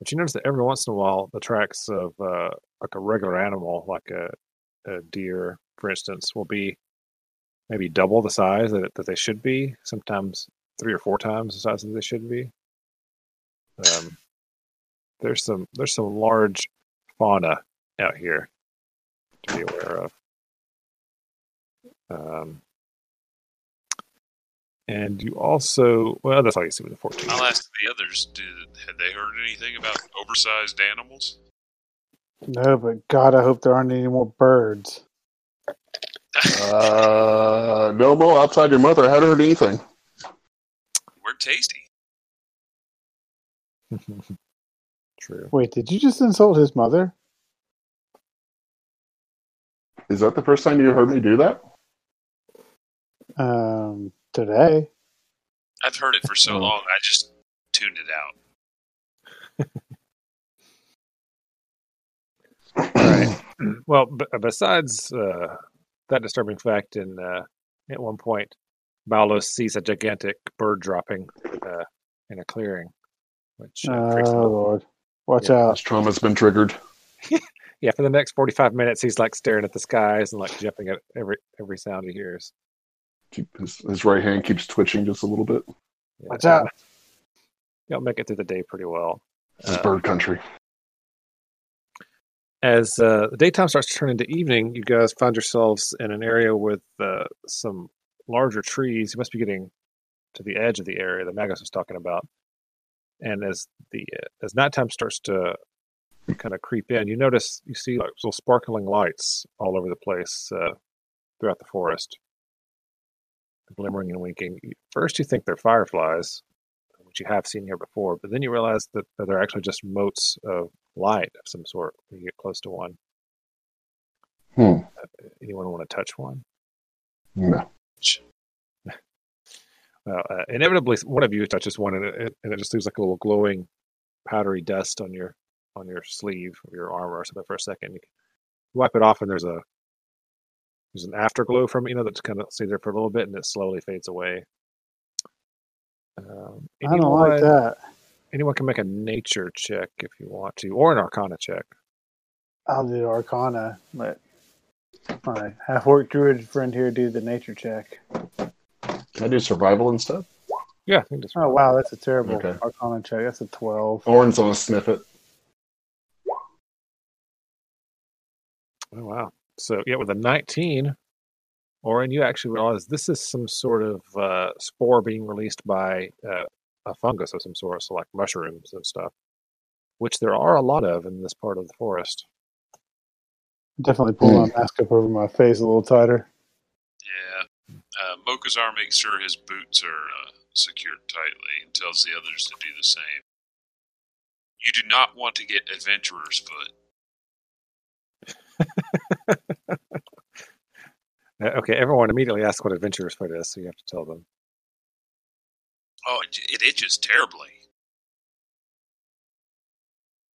S4: But you notice that every once in a while, the tracks of uh, like a regular animal, like a, a deer, for instance, will be maybe double the size that, that they should be, sometimes three or four times the size that they should be. Um, there's some there's some large fauna out here to be aware of. Um, and you also, well, that's all you see with the 14.
S2: I'll ask the others. Did had they heard anything about oversized animals?
S1: No, but God, I hope there aren't any more birds.
S3: Uh, Nomo, outside your mother, I hadn't heard anything.
S2: We're tasty.
S4: True.
S1: Wait, did you just insult his mother?
S3: Is that the first time you heard me do that?
S1: Um, today.
S2: I've heard it for so
S4: Oh.
S2: long. I just tuned it out.
S4: Well, b- besides uh, that disturbing fact, in uh, at one point, Balos sees a gigantic bird dropping uh, in a clearing, which uh, freaks him
S1: oh
S4: out.
S1: Lord, watch
S4: Yeah.
S1: out!
S3: His trauma's been triggered.
S4: yeah, for the next forty-five minutes, he's like staring at the skies and like jumping at every every sound he hears.
S3: Keep- His, his right hand keeps twitching just a little bit.
S4: Yeah,
S1: Watch
S4: so
S1: out!
S4: Y'all make it through the day pretty well.
S3: This is
S4: Uh,
S3: bird country.
S4: as uh, the daytime starts to turn into evening, you guys find yourselves in an area with uh, some larger trees. You must be getting to the edge of the area that Magus was talking about. And as the uh, as nighttime starts to kind of creep in, you notice you see like little sparkling lights all over the place uh, throughout the forest, glimmering and winking. First, you think they're fireflies, which you have seen here before, but then you realize that, that they're actually just motes of light of some sort when you get close to one. Uh,
S3: Hmm.
S4: Anyone want to touch one?
S3: No.
S4: Well, uh, inevitably, one of you touches one, and it, and it just leaves like a little glowing, powdery dust on your on your sleeve or your armor or something for a second. You wipe it off, and there's a there's an afterglow from it, you know that's kind of stays there for a little bit, and it slowly fades away. Um,
S1: I don't like that.
S4: Anyone can make a nature check if you want to, or an arcana check.
S1: I'll do Arcana, but my half orc druid friend here do the nature check.
S3: Can I do survival and stuff?
S4: Yeah, I think that's
S1: Oh wow, that's a terrible
S3: Okay.
S1: Arcana check. That's a twelve.
S3: Orin's gonna sniff it.
S4: Oh wow! So yeah, with a nineteen, Oren, you actually realize this is some sort of uh, spore being released by uh, a fungus of some sort, so like mushrooms and stuff, which there are a lot of in this part of the forest.
S1: Definitely pull my mask up over my face a little tighter.
S2: Yeah. Uh, Mokazar makes sure his boots are uh, secured tightly and tells the others to do the same. You do not want to get adventurer's foot.
S4: Uh, okay, everyone immediately asks what adventurer's foot is, so you have to tell them.
S2: Oh, it, it itches terribly.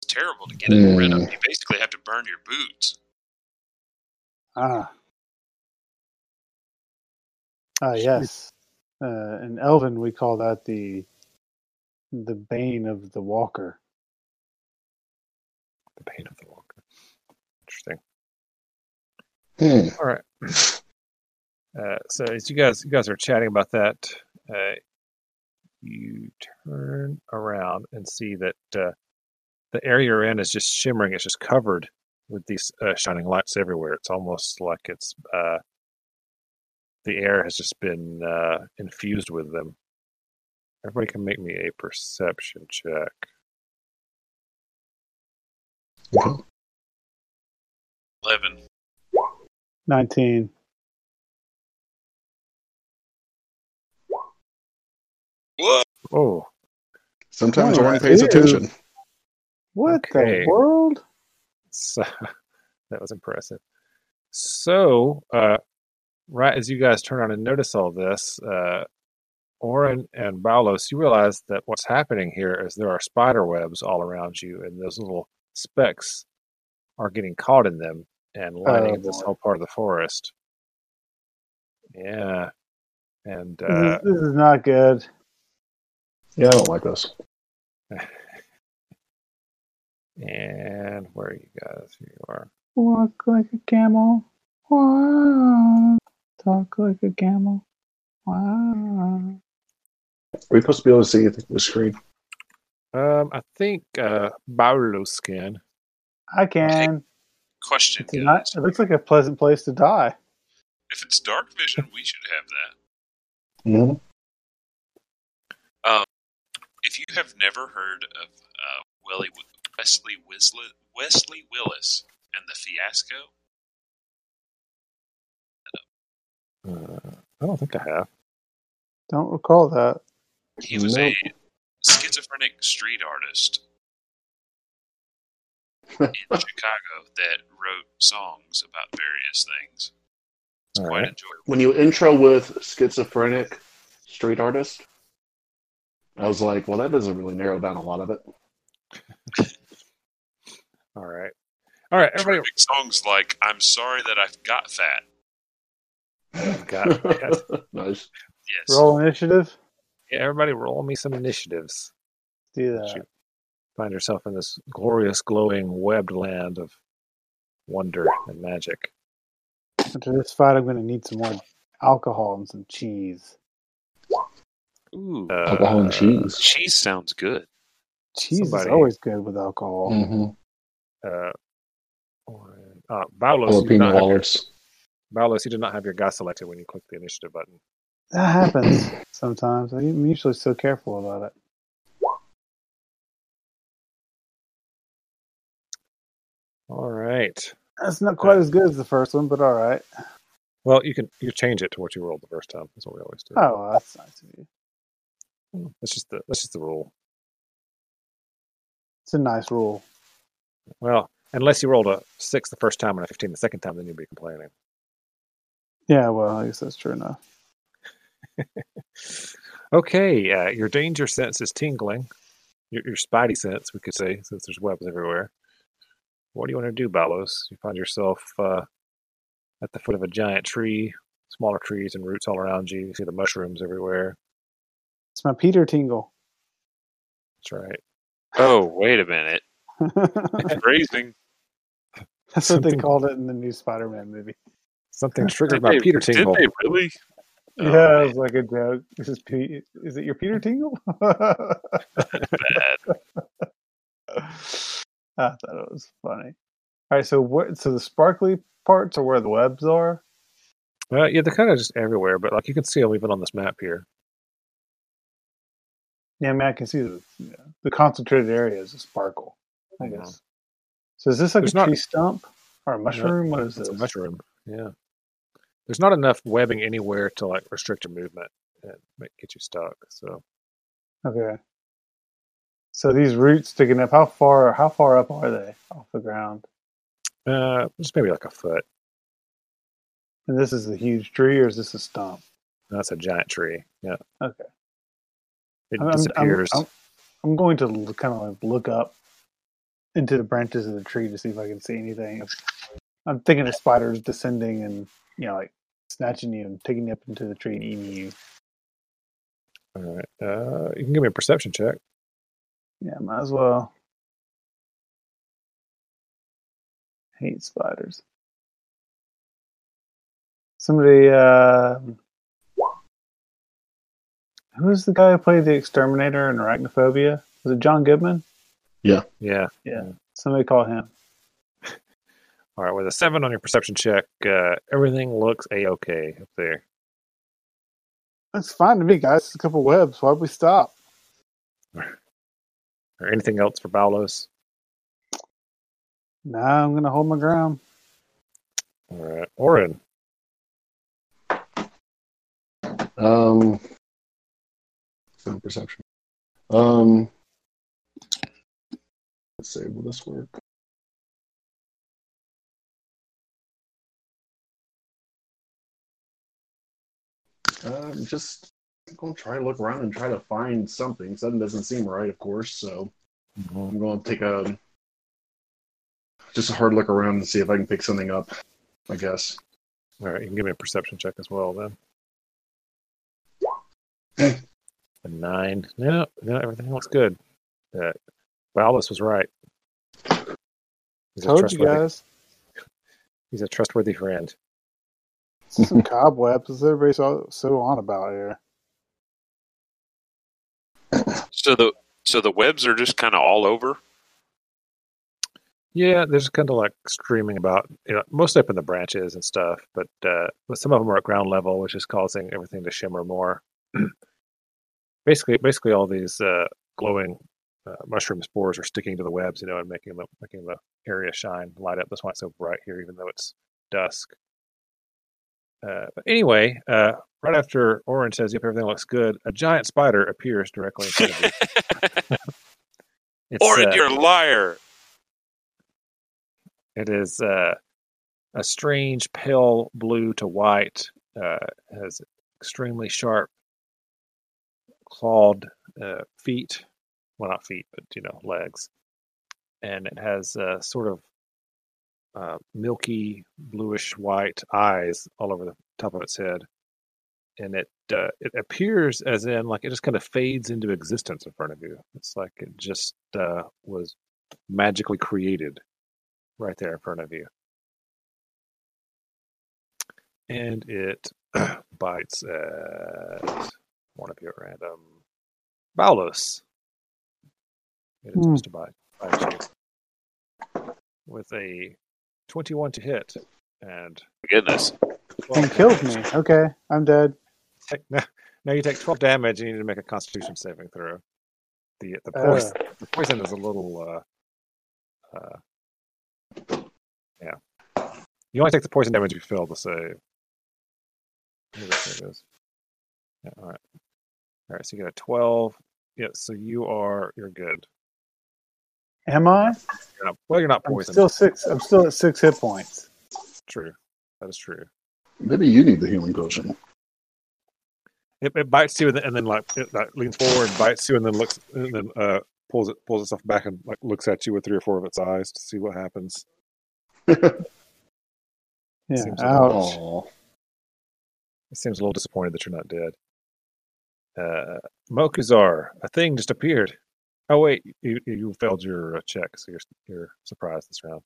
S2: It's terrible to get
S3: Hmm.
S2: it rid of. You basically have to burn your boots.
S1: Ah. Ah yes. Uh, in Elven we call that the the bane of the walker.
S4: The pain of the walker. Interesting.
S3: Hmm.
S4: All right. Uh, so as you guys you guys are chatting about that, uh, you turn around and see that uh, the area you're in is just shimmering. It's just covered with these uh, shining lights everywhere. It's almost like it's uh, the air has just been uh, infused with them. Everybody can make me a perception check.
S2: Eleven.
S1: Nineteen.
S2: Whoa!
S4: Oh,
S3: Sometimes
S1: Oh,
S3: Orin pays
S1: ew.
S3: attention.
S1: What
S4: Okay.
S1: the world?
S4: So that was impressive. So, uh, right as you guys turn on and notice all this, uh, Oren and Baulos, you realize that what's happening here is there are spider webs all around you, and those little specks are getting caught in them and lining
S1: Oh,
S4: this
S1: boy.
S4: whole part of the forest. Yeah. And
S1: This,
S4: uh,
S1: is, this is not good.
S3: Yeah, I don't like this.
S1: Mm-hmm.
S4: and where are you guys? Here you are.
S1: Walk like a camel. Wow. Talk like a camel. Wow.
S3: Are we supposed to be able to see anything on the screen?
S4: Um, I think uh, Baulos can.
S1: I can.
S2: Question.
S1: It's not, it looks like a pleasant place to die.
S2: If it's dark vision, we should have that.
S3: Mm-hmm.
S2: If you have never heard of uh, Welly, Wesley, Wisley, Wesley Willis and the Fiasco,
S4: Uh, I don't think I have.
S1: Don't recall that.
S2: he was a schizophrenic street artist in Chicago that wrote songs about various things. It's
S4: All
S2: quite
S4: right.
S2: enjoyable.
S3: When you intro with schizophrenic street artist, I was like, well, that doesn't really narrow down a lot of it.
S4: All right. All right, everybody.
S2: Terrific songs like "I'm Sorry That I've Got Fat."
S4: Got, yes.
S3: nice.
S2: Yes,
S1: Roll initiative.
S4: Yeah, everybody, roll me some initiatives.
S1: Do
S4: As
S1: that.
S4: you find yourself in this glorious, glowing, webbed land of wonder and magic.
S1: After this fight, I'm going to need some more alcohol and some cheese.
S2: Ooh,
S3: Alcohol and
S4: Uh,
S3: cheese.
S2: cheese sounds good.
S1: Cheese
S4: Somebody-
S1: is always good with alcohol.
S3: Mm-hmm.
S4: Uh, or, uh, Baulos, you did
S3: Jalapeno
S4: not have your,
S3: wallets.
S4: Baulos, you did not have your guy selected when you clicked the initiative button.
S1: That happens sometimes. I'm usually so careful about it.
S4: All right.
S1: That's not quite as good as the first one, but all right.
S4: Well, you can you change it to what you rolled the first time. That's what we always do.
S1: Oh, well, that's nice of you.
S4: That's just the that's just the rule.
S1: It's a nice rule.
S4: Well, unless you rolled a six the first time and a fifteen the second time, then you'd be complaining.
S1: Yeah, well, I guess that's true enough.
S4: Okay, uh, your danger sense is tingling. your, your spidey sense, we could say, since there's webs everywhere. What do you want to do, Balos? You find yourself uh, at the foot of a giant tree, smaller trees and roots all around you. You see the mushrooms everywhere.
S1: It's my Peter tingle.
S4: That's right.
S2: Oh, wait a minute.
S1: That's
S2: Raising.
S1: what they
S4: Something-
S1: called it in the new Spider Man movie.
S4: Something triggered
S2: Did
S4: my
S2: they-
S4: Peter tingle.
S2: Did they really? Oh,
S1: yeah, it was like a joke. This is P- is it your Peter Tingle? I thought it was funny. All right, so what? So the sparkly parts are where the webs are.
S4: Uh, yeah, they're kind of just everywhere, but like you can see them even on this map here.
S1: Yeah, I mean, I can see the, yeah, the concentrated areas of sparkle. I
S4: Mhm.
S1: guess. So is this like
S4: There's
S1: a
S4: not-
S1: tree stump or a mushroom? What is
S4: It's
S1: this?
S4: Uh, a mushroom. Yeah. There's not enough webbing anywhere to like restrict your movement and make, get you stuck. So
S1: Okay. So these roots sticking up. How far? How far up are they off the ground?
S4: uh, just maybe like a foot.
S1: And this is a huge tree, or is this a stump?
S4: That's a giant tree. Yeah.
S1: Okay.
S4: It
S1: I'm- I'm- I'm-
S4: disappears.
S1: I'm, I'm going to kind of like look up into the branches of the tree to see if I can see anything. I'm thinking of spiders descending and you know like snatching you and taking you up into the tree and eating you.
S4: All right. Uh, you can give me a perception check.
S1: Yeah, might as well. Hate spiders. Somebody, uh, who was the guy who played the exterminator in Arachnophobia? Was it John Goodman?
S4: Yeah.
S1: Somebody call him.
S4: All right. With a seven on your perception check, uh, everything looks a okay up there.
S1: That's fine to me, guys. It's a couple webs. Why'd we stop?
S4: Or anything else for Balos?
S1: Nah, I'm gonna hold my ground.
S4: All right. Orin.
S3: Um, so perception. Um, let's see. Will this work? Um, just gonna try to look around and try to find something. Something doesn't seem right, of course. So I'm gonna take a just a hard look around and see if I can pick something up. I guess.
S4: All right. You can give me a perception check as well then. a nine. No, no, everything looks good. Uh, Balos was right. He's a,
S1: Told you
S4: trustworthy,
S1: guys.
S4: he's a trustworthy friend.
S1: Some cobwebs. Is everybody so, so on about here?
S2: Oh. So the so the webs are just kind of all over.
S4: Yeah, they're just kind of like streaming about, you know, mostly up in the branches and stuff, but uh, but some of them are at ground level, which is causing everything to shimmer more. basically, basically, all these uh, glowing uh, mushroom spores are sticking to the webs, you know, and making the making the area shine, light up. That's why it's so bright here, even though it's dusk. Uh, but anyway, uh, right after Oren says, "Yep, everything looks good," a giant spider appears directly in front of you. It's,
S2: Or
S4: uh,
S2: you're a liar.
S4: It is uh, a strange pale blue to white, uh, has extremely sharp clawed uh, feet. Well, not feet, but you know, legs. And it has uh, sort of uh, milky bluish white eyes all over the top of its head. And it uh, it appears as in like it just kind of fades into existence in front of you. It's like it just uh, was magically created right there in front of you. And it bites at one of your random Balos. It is
S1: Hmm.
S4: just a bite. bite you. With a 21 to hit and
S2: Goodness.
S1: And killed me. Okay, I'm dead.
S4: Take- now, now you take 12 damage and you need to make a constitution saving throw. The
S1: Uh.
S4: the poison, the poison is a little uh, uh yeah. You only take the poison damage if you fail the save. I think that's what it is. Yeah, all right. All right, so you get a 12. Yeah, so you are you're good.
S1: Am I?
S4: You're not- well, you're not
S1: I'm
S4: poisoned.
S1: still six. I'm still at six hit points.
S4: True. That is true.
S3: Maybe you need the healing potion.
S4: It, it bites you and then, and then like it like, leans forward, bites you, and then looks and then uh, pulls it pulls itself back and like looks at you with three or four of its eyes to see what happens.
S1: Yeah.
S4: Seems like-
S1: Ouch.
S3: Aw.
S4: It seems a little disappointed that you're not dead. Uh, Mokuzar, a thing just appeared. Oh wait, you, you failed your uh, check, so you're you're surprised this round.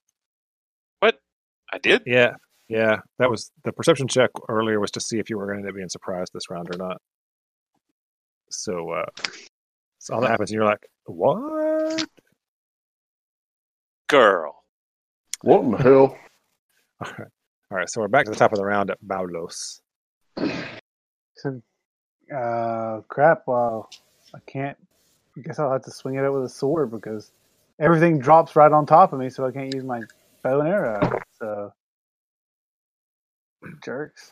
S2: I did.
S4: Yeah, yeah, that was the perception check earlier was to see if you were going to end up being surprised this round or not. So, uh, so all that happens, and you're like, what?
S2: Girl.
S3: What in the hell?
S4: All right, all right. So we're back to the top of the round at Baulos.
S1: So, uh, crap. Well, I can't. I guess I'll have to swing it out with a sword because everything drops right on top of me, so I can't use my bow and arrow. So, jerks.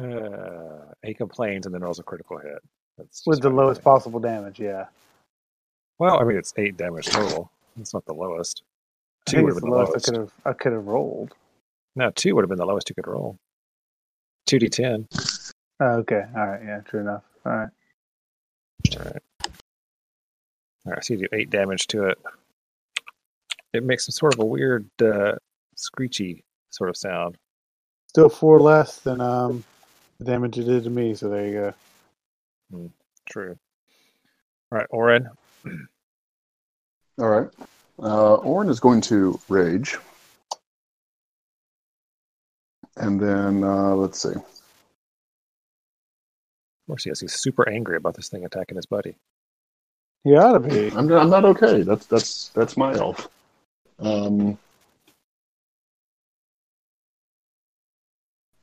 S4: Uh, he complains and then rolls a critical hit. That's
S1: With
S4: just
S1: the
S4: fine.
S1: lowest possible damage, yeah.
S4: Well, I mean, it's eight damage total. It's not the lowest.
S1: I
S4: Two
S1: think
S4: would have
S1: it's the
S4: been the
S1: lowest,
S4: lowest.
S1: I could have. I could have rolled.
S4: No, two would have been the lowest you could roll. Two d ten.
S1: Oh, okay, all right, yeah, true enough. All right,
S4: All right. All right. So you do eight damage to it. It makes some sort of a weird uh, screechy sort of sound.
S1: still four less than um the damage it did to me. So there you go.
S4: True. All right, Oren.
S3: All right. Uh, Orin is going to rage. And then uh, let's see.
S4: Of course, he is. He's super angry about this thing attacking his buddy.
S1: You ought to be.
S3: I'm I'm not okay. That's that's that's my elf. Um.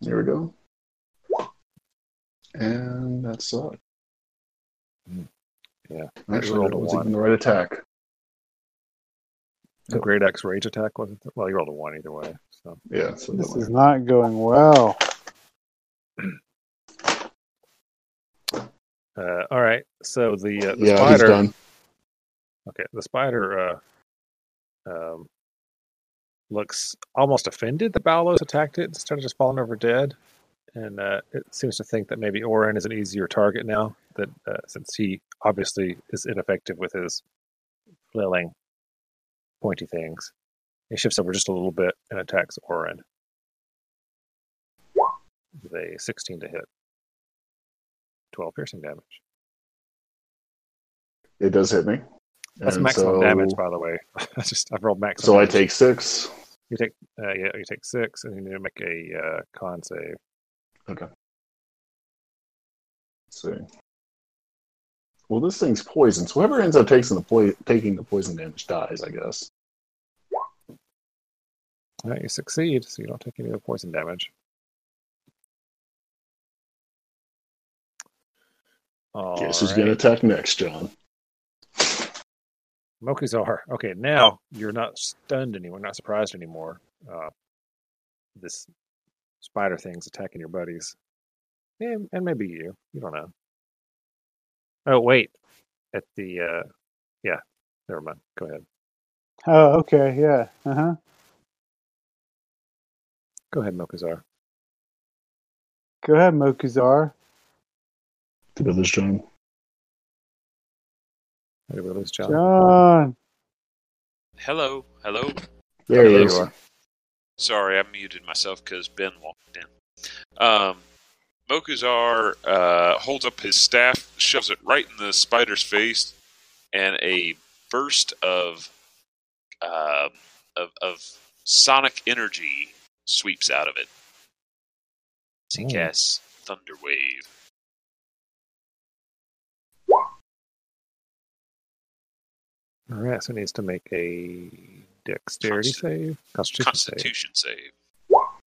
S3: There we go. And that's uh,
S4: Yeah.
S3: Actually,
S4: rolled
S3: that
S4: a
S3: was
S4: one.
S3: even the right attack.
S4: The Great X rage attack was well, he rolled a one either way. So
S3: Yeah. So that
S1: This
S3: one.
S1: is not going well.
S4: uh, all right. So the, uh, the
S3: yeah, he's
S4: spider
S3: done.
S4: Okay, the spider uh, um, looks almost offended that Balos attacked it instead of just falling over dead, and uh, it seems to think that maybe Oren is an easier target now. That uh, since he obviously is ineffective with his flailing, pointy things, he shifts over just a little bit and attacks Oren with a 16 to hit, 12 piercing damage.
S3: It does hit me.
S4: That's
S3: And
S4: maximum
S3: so-
S4: damage, by the way. I just I've rolled maximum.
S3: So I
S4: damage.
S3: take six.
S4: You take uh, yeah, you take six, and you need to make a uh, con save.
S3: Let's see. Well, this thing's poison, so whoever ends up taking the poi- taking the poison damage dies, I guess.
S4: All right, you succeed, so you don't take any of the poison damage. All
S3: Guess who's gonna
S4: right.
S3: attack next, John?
S4: Mokuzar. Okay,
S3: Oh.
S4: now you're not stunned anymore, not surprised anymore. Uh, this spider thing's attacking your buddies, and, and maybe you. You don't know. Oh wait, at the uh, yeah, never mind. Go ahead.
S1: Oh, okay, yeah, uh huh.
S4: Go ahead, Mokuzar.
S1: Go ahead, Mokuzar.
S3: The village, John.
S4: Did we lose John?
S1: John.
S2: Hello. Hello.
S3: There
S4: There
S3: it
S4: you
S3: is.
S4: are.
S2: Sorry, I muted myself because Ben walked in. Um, Mokuzar uh, holds up his staff, shoves it right in the spider's face, and a burst of uh, of, of sonic energy sweeps out of it. He
S4: Hmm.
S2: casts Thunder Wave.
S4: All right, so it needs to make a dexterity
S2: Consti-
S4: save, constitution,
S2: Constitution save.
S4: save. All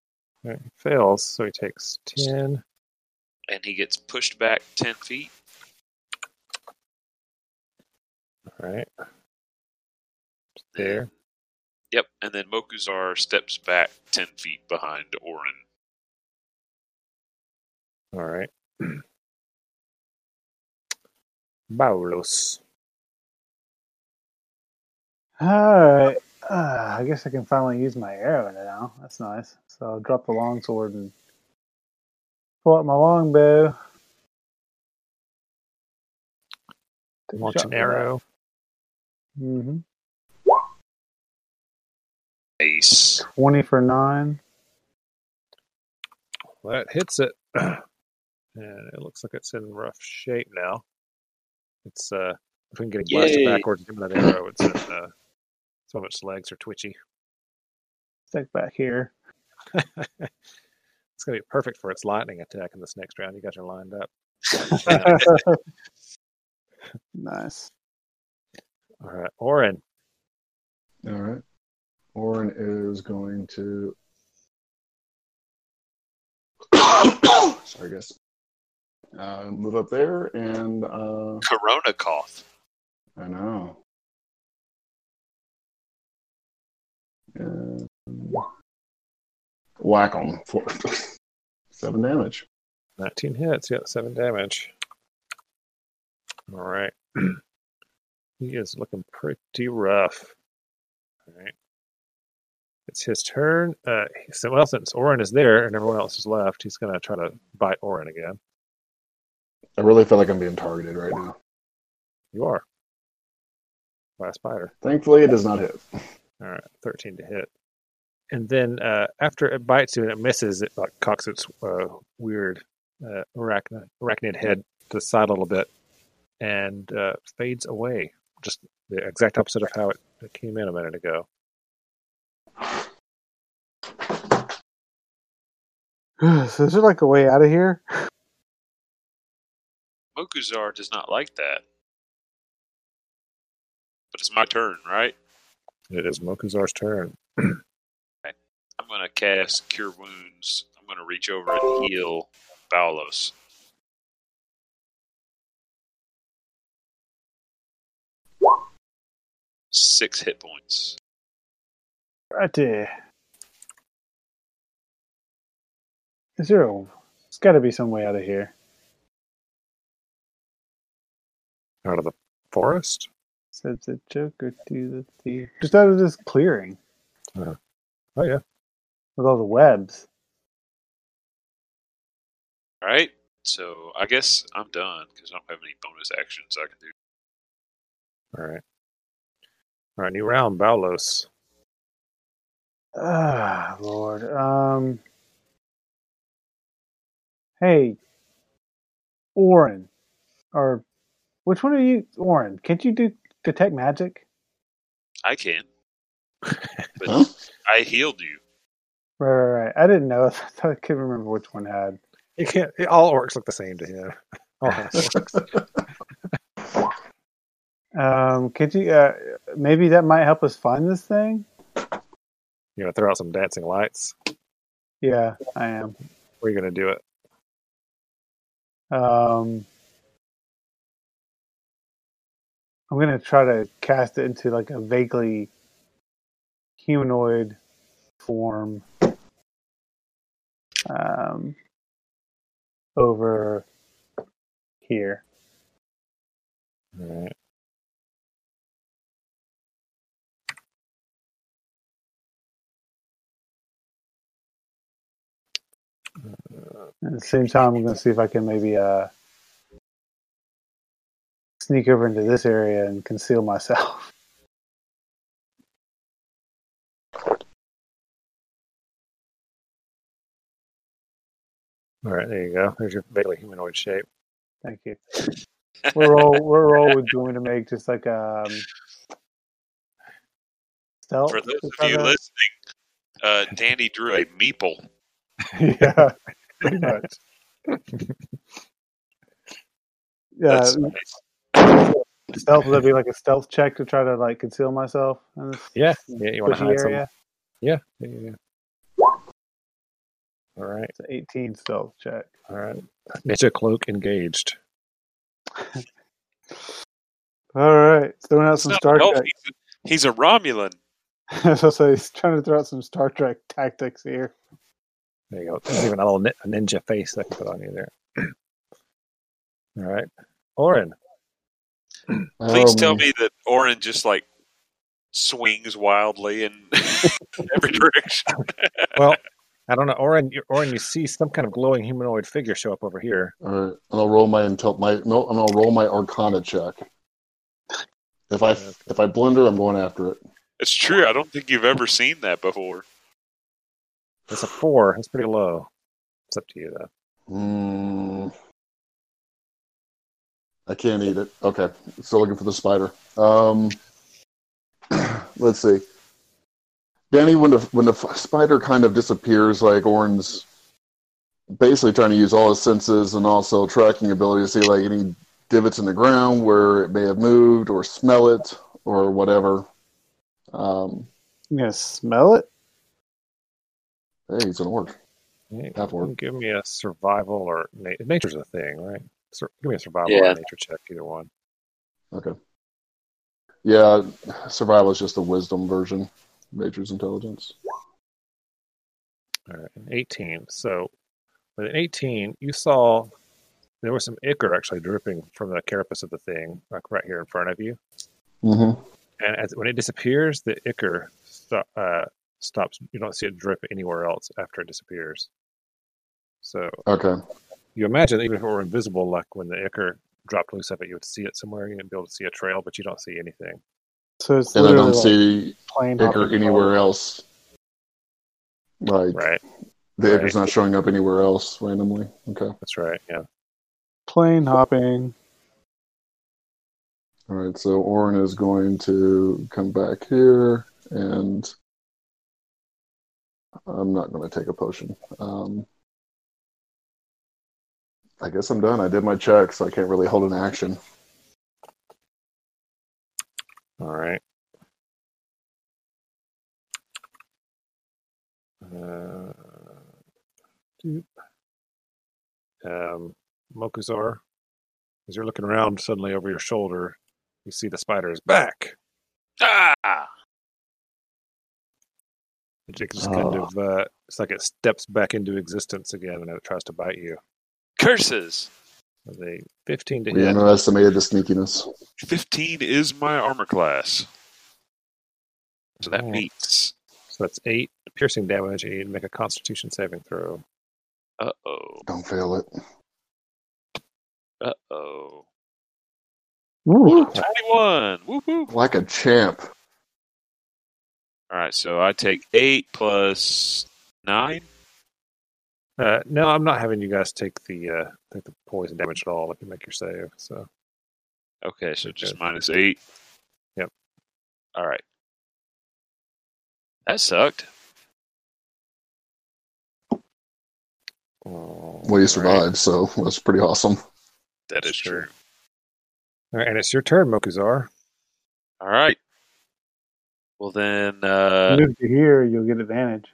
S4: right, he fails, so he takes ten.
S2: And he gets pushed back 10 feet.
S4: All right, there.
S2: Yep. And then Mokuzar steps back 10 feet behind Orin.
S4: All right. Baulos.
S1: Alright. Uh, I guess I can finally use my arrow now. That's nice. So I'll drop the longsword and Pull out my longbow. Take a
S4: Launch
S1: shot
S4: an
S1: with
S4: arrow.
S1: that. Mhm.
S2: Ace.
S1: 20 for 9.
S4: That hits it. and it looks like it's in rough shape now. It's uh between getting blasted
S2: Yay.
S4: backwards and giving that arrow, it's in uh so much legs are twitchy.
S1: Stick back here.
S4: It's gonna be perfect for its lightning attack in this next round. You guys are lined up.
S1: Nice.
S4: All right, Oren.
S3: All right. Orin is going to. Sorry, guys. Uh, move up there, and uh,
S2: Corona cough.
S3: I know. And whack him for seven damage.
S4: 19 hits, yeah, seven damage. All right. he is looking pretty rough. All right. It's his turn. Uh, so, well, since Oren is there and everyone else is left, he's going to try to bite Oren again.
S3: I really feel like I'm being targeted right now.
S4: You are. By a spider.
S3: Thankfully, it does not hit.
S4: All right, 13 uh, to hit. And then uh, after it bites you and it misses, it like cocks its uh, weird uh, arachn- arachnid head to the side a little bit and uh, fades away. Just the exact opposite of how it, it came in a minute ago.
S1: so is there like a way out of here?
S2: Mokuzar does not like that. But it's my turn, right?
S4: It is Mokuzar's turn.
S2: I'm going to cast Cure Wounds. I'm going to reach over and heal Balos. Six hit points.
S1: Right there. Is there a. There's got to be some way out of here.
S4: Out of the forest?
S1: Said the Joker to the thief. Just out of this clearing
S4: Oh, yeah.
S1: with all the webs.
S2: All right. So I guess I'm done because I don't have any bonus actions I can do.
S4: All right. All right, new round, Balos.
S1: Ah, Lord. Um. Hey, Oren, or which one are you, Oren? Can't you do detect magic?
S2: I can. But
S3: Huh?
S2: I healed you.
S1: Right, right, right. I didn't know. I thought I couldn't remember which one had.
S4: He can't, all orcs look the same to him. All orcs.
S1: Um, could you? Uh, maybe that might help us find this thing.
S4: You're going to throw out some dancing lights.
S1: Yeah, I am.
S4: We're going to do it.
S1: Um, I'm gonna try to cast it into like a vaguely humanoid form. Um, over here.
S4: All right.
S1: At the same time, I'm gonna see if I can maybe uh sneak over into this area and conceal myself.
S4: All right, there you go. There's your vaguely humanoid shape.
S1: Thank you. We're all we're all would you want me to make just like um stealth
S2: For those
S1: or
S2: of
S1: something?
S2: you listening, uh, Danny drew a meeple.
S1: yeah, pretty much. Yeah,
S2: That's nice.
S1: stealth would that be like a stealth check to try to like conceal myself in this
S4: Yeah, yeah. You want to
S1: bushy
S4: hide some?
S1: area?
S4: Yeah, yeah, yeah. All right,
S1: It's an eighteen stealth check.
S4: all right. Ninja cloak engaged.
S1: All right, throwing out some
S2: It's
S1: Star
S2: not healthy.
S1: Trek.
S2: He's a Romulan.
S1: As I say, he's trying to throw out some Star Trek tactics here.
S4: There you go. There's even a little nin- a ninja face I can put on you there. all right, Oren.
S2: Please
S3: Um,
S2: tell me that Orin just like swings wildly in every direction.
S4: Well, I don't know, Orin. you- Orin, you see some kind of glowing humanoid figure show up over here.
S3: All right, and I'll roll my intel. My no, and I'll roll my Arcana check. If I if I blunder, I'm going after it.
S2: It's true. I don't think you've ever seen that before.
S4: It's a four. It's pretty low. It's up to you though.
S3: Mm, I can't eat it. Okay, still looking for the spider. Um, let's see. Danny, when the when the f- spider kind of disappears, like Orin's basically trying to use all his senses and also tracking ability to see like any divots in the ground where it may have moved or smell it or whatever. Um,
S1: You gonna smell it?
S3: hey, he's an orc.
S4: Yeah,
S3: That worked.
S4: Give me a survival or na- nature's a thing, right? Sur- give me a survival or
S2: Yeah.
S4: a nature check, either one.
S3: Okay. Yeah, survival is just the wisdom version. Nature's intelligence.
S4: All right, an eighteen. So with an eighteen, you saw there was some ichor actually dripping from the carapace of the thing, like right here in front of you.
S3: Mm-hmm.
S4: and as, when it disappears, the ichor sto- uh, stops. You don't see it drip anywhere else after it disappears. So
S3: Okay.
S4: you imagine that even if it were invisible, like when the ichor dropped loose of it, you would see it somewhere. You'd be able to see a trail, but you don't see anything.
S1: So it's
S3: And I
S1: literally
S3: don't
S1: like
S3: see
S1: plane
S3: Icker
S1: hopping
S3: anywhere else. Like
S4: Right?
S3: the Icker's
S4: right.
S3: not showing up anywhere else randomly. Okay.
S4: That's right. Yeah.
S1: Plane hopping.
S3: All right. So Orin is going to come back here, and I'm not going to take a potion. Um, I guess I'm done. I did my check, so I can't really hold an action.
S4: All right. Uh, doop. um, Mokuzar, as you're looking around suddenly over your shoulder, you see the spider is back.
S2: Ah!
S4: It just kind
S3: Oh.
S4: of uh, it's like it steps back into existence again and it tries to bite you.
S2: Curses!
S4: With a 15 to
S3: We
S4: hit.
S3: underestimated the sneakiness.
S2: 15 is my armor class. So that
S4: Oh.
S2: beats.
S4: So that's eight piercing damage. and You need to make a Constitution saving throw.
S2: Uh oh.
S3: Don't fail it.
S2: Uh oh.
S1: Ooh,
S2: 21! Woo woo!
S3: Like a champ.
S2: Alright, so I take 8 plus 9.
S4: Uh, no, I'm not having you guys take the uh, take the poison damage at all if you make your save. So
S2: Okay, so just
S4: Okay.
S2: minus 8.
S4: Yep.
S2: Alright. That sucked.
S3: Well,
S4: Well,
S3: you survived, so that's pretty awesome.
S2: That is
S4: Sure.
S2: true.
S4: All right, and it's your turn, Mokuzar.
S2: Alright. Well, then, uh,
S1: move to here, you'll get advantage.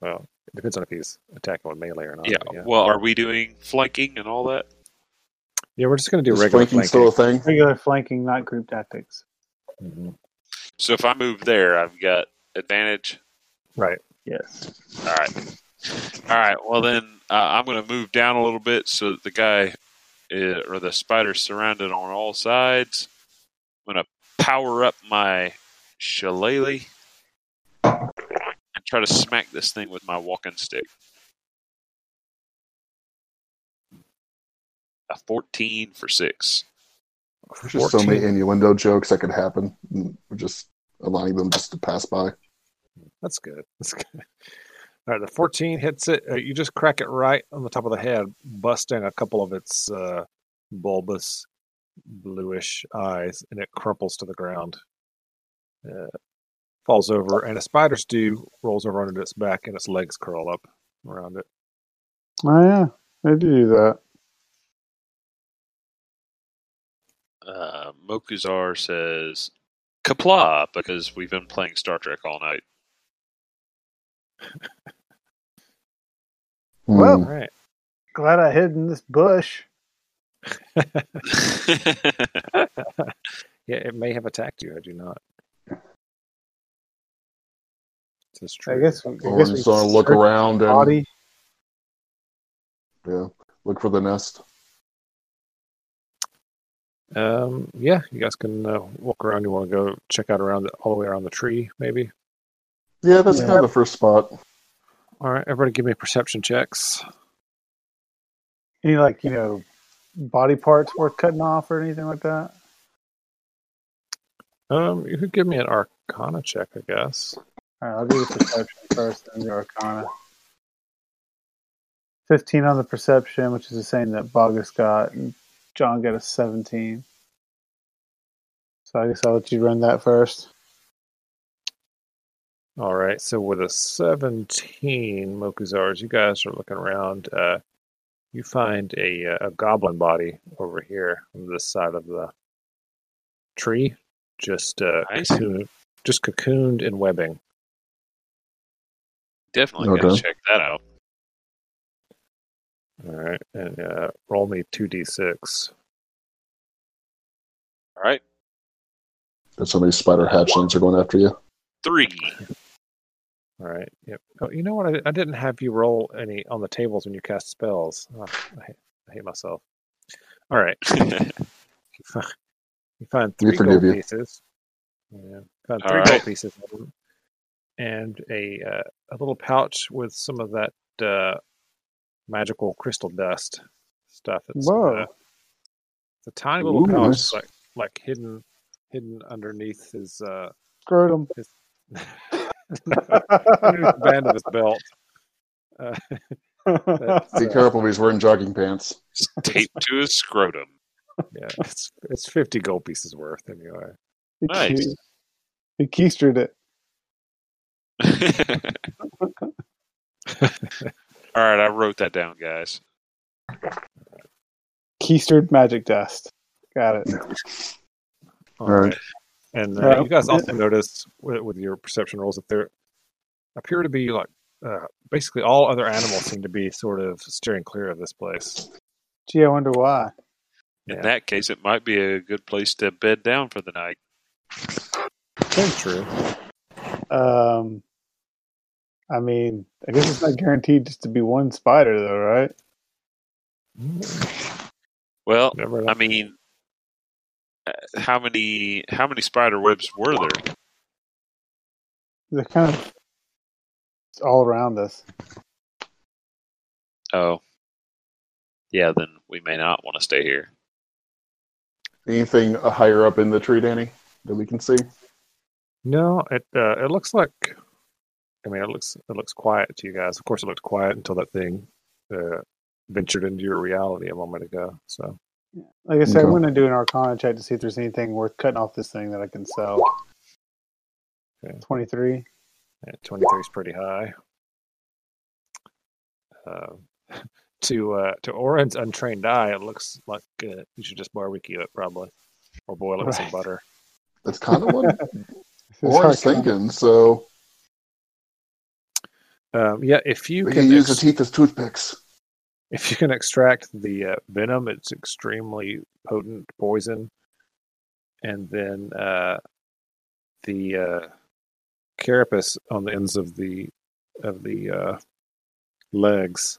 S4: Well, it depends on if he's attacking with melee or not.
S2: yeah,
S4: but yeah.
S2: well, are we doing flanking and all that?
S4: Yeah, we're just going to do
S3: Is
S4: regular
S3: flanking still a
S4: flanking.
S3: thing?
S1: Regular flanking, not group tactics.
S4: Mhm.
S2: So if I move there, I've got advantage.
S4: Right.
S1: Yes.
S2: All right. All right. Well, then uh, I'm going to move down a little bit so that the guy uh or the spider's surrounded on all sides. I'm going to power up my shillelagh and try to smack this thing with my walking stick. A 14 for 6.
S3: There's just so
S4: 14.
S3: many innuendo jokes that could happen. We're just allowing them just to pass by.
S4: That's good. That's good. All right, the 14 hits it. Uh, you just crack it right on the top of the head, busting a couple of its uh, bulbous, bluish eyes, and it crumples to the ground. Uh, falls over, and a spider's dew rolls over onto its back, and its legs curl up around it.
S1: Oh yeah, I do do that.
S2: Uh, Mokuzar says, Kapla, because we've been playing Star Trek all night.
S1: Well-
S4: All
S3: Hmm.
S4: right.
S1: Glad I hid in this bush.
S4: Yeah, it may have attacked you. I do not. This is
S1: I
S4: true.
S1: guess. I guess we
S3: Orin's gonna look
S1: search
S3: around
S1: the
S3: and
S1: Body.
S3: yeah, look for the nest.
S4: Um, yeah, you guys can uh, walk around. You want to go check out around the, all the way around the tree, maybe?
S3: Yeah, that's kind of the first spot.
S4: All right, everybody, give me perception checks.
S1: Any like you know body parts worth cutting off or anything like that?
S4: Um, you could give me an Arcana check, I guess.
S1: All right, I'll do the perception first, then the Arcana. Fifteen on the perception, which is the same that Bogus got, and John got a seventeen. So I guess I'll let you run that first.
S4: All right, so with a 17 Mokuzars, you guys are looking around. Uh, you find a, uh, a goblin body over here on this side of the tree, just uh,
S2: Nice.
S4: cocoon, just cocooned in webbing.
S2: Definitely
S3: Okay.
S2: gotta check that out.
S4: All right, and uh, roll me 2d6.
S2: All right,
S3: There's so many spider hatchlings are going after you.
S2: three.
S4: All right, yep. Oh, you know what? I, I didn't have you roll any on the tables when you cast spells. Oh, I, hate, I hate myself. All right, you find, you find
S3: We
S4: three
S3: forgive
S4: gold
S3: you.
S4: pieces. Yeah, found
S2: All
S4: three gold
S2: right.
S4: pieces of them, and a uh, a little pouch with some of that uh, magical crystal dust stuff. It's,
S1: Whoa.
S4: uh, it's a tiny little
S3: Ooh,
S4: pouch,
S3: nice.
S4: like like hidden hidden underneath his uh,
S1: Scrotum.
S4: underneath the band of his belt. That's,
S3: Be
S4: uh,
S3: careful, he's wearing jogging pants.
S2: Taped to his scrotum.
S4: yeah, it's it's fifty gold pieces worth anyway.
S1: He
S2: Nice.
S1: key- He keistered it.
S2: All right, I wrote that down, guys.
S1: Keistered magic dust. Got it.
S4: All
S3: All right.
S4: Um, And uh,
S1: Yeah.
S4: you guys also noticed with, with your perception rolls that there appear to be like uh, basically all other animals seem to be sort of steering clear of this place.
S1: Gee, I wonder why.
S2: In
S4: Yeah.
S2: that case, it might be a good place to bed down for the night.
S4: Very true.
S1: Um, I mean, I guess it's not guaranteed just to be one spider, though, right?
S2: Well,
S4: Mm, Never
S2: I
S4: know.
S2: mean, uh, how many how many spider webs were there?
S1: They're kind of it's all around us.
S2: Oh, yeah. Then we may not want to stay here.
S3: Anything higher up in the tree, Danny, that we can see?
S4: No, it uh, it looks like. I mean, it looks it looks quiet to you guys. Of course, it looked quiet until that thing uh, ventured into your reality a moment ago. So
S1: Like I said,
S3: Okay.
S1: I'm going to do an Arcana check to see if there's anything worth cutting off this thing that I can sell.
S4: Okay.
S1: 23.
S4: twenty three is pretty high. Um, to uh, to Oren's untrained eye, it looks like uh, you should just barbecue it probably, or boil it with some
S1: Right.
S4: butter.
S3: That's kind of what
S1: This is
S3: I was
S1: Arcana.
S3: thinking. So
S4: Um, yeah, if you
S3: we
S4: can
S3: can use the
S4: ex-
S3: teeth as toothpicks.
S4: if you can extract the uh, venom, it's extremely potent poison, and then uh, the uh, carapace on the ends of the of the uh, legs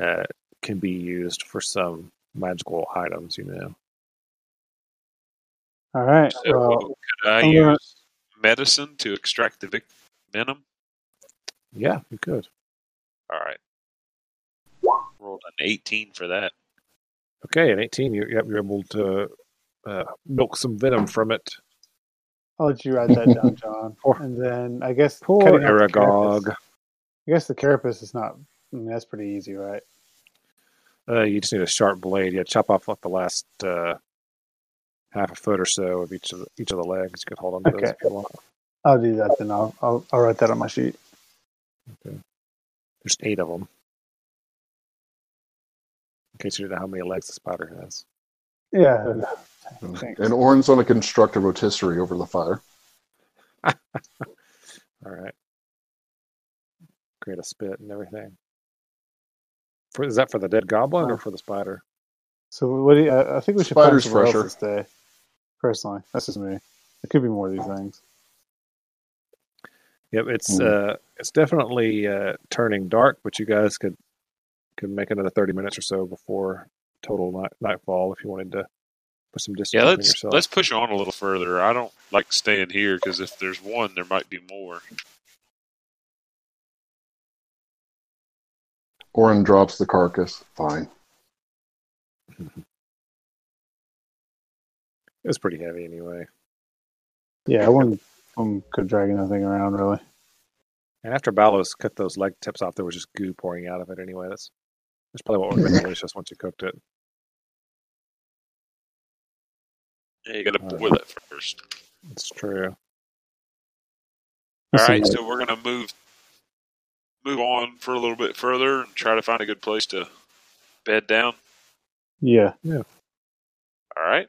S4: uh, can be used for some magical items. You know,
S1: All right.
S2: So,
S1: Well,
S2: could I
S1: I'm
S2: use
S1: gonna-
S2: medicine to extract the vic- venom?
S4: yeah, you could.
S2: All right. Rolled an eighteen for that.
S4: Okay, at eighteen, you yep, you're able to uh, milk some venom from it.
S1: I'll let you write that down, John.
S4: Poor-
S1: and then I guess cutting
S4: Poor
S1: off the
S4: Aragog.
S1: carapace- I guess the carapace is not. I mean, that's pretty easy, right?
S4: Uh, you just need a sharp blade. Yeah, chop off like the last uh, half a foot or so of each of the, each of the legs. You could hold on to those
S1: Okay.
S4: if you want.
S1: I'll do that then. I'll I'll, I'll write that on my sheet.
S4: There's eight of them. In case you didn't know how many legs the spider has.
S1: Yeah. Thanks.
S3: And Orin's going to construct a rotisserie over the fire.
S4: All right. Create a spit and everything. For, is that for the dead goblin or for the spider?
S1: So what do you, I I think we should
S3: Spider's
S1: find somewhere
S3: fresher.
S1: else to stay. Personally, that's just me. There could be more of these things.
S4: Yep, it's
S3: Hmm.
S4: uh, it's definitely uh, turning dark, but you guys could could make another thirty minutes or so before total night, nightfall if you wanted to with some distance
S2: Yeah,
S4: between
S2: let's
S4: yourself.
S2: let's push on a little further. I don't like staying here because if there's one, there might be more.
S3: Orin drops the carcass. Fine.
S4: It was pretty heavy anyway.
S1: Yeah, I wouldn't, I wouldn't go dragging that thing around really.
S4: And after Balos cut those leg tips off, there was just goo pouring out of it anyway. That's that's probably what would have been delicious once you cooked it.
S2: Yeah, you got to
S4: All right.
S2: boil it first.
S4: It's true.
S2: All
S1: Let's see
S2: right,
S1: what-
S2: so we're gonna move move on for a little bit further and try to find a good place to bed down.
S1: yeah,
S2: All right,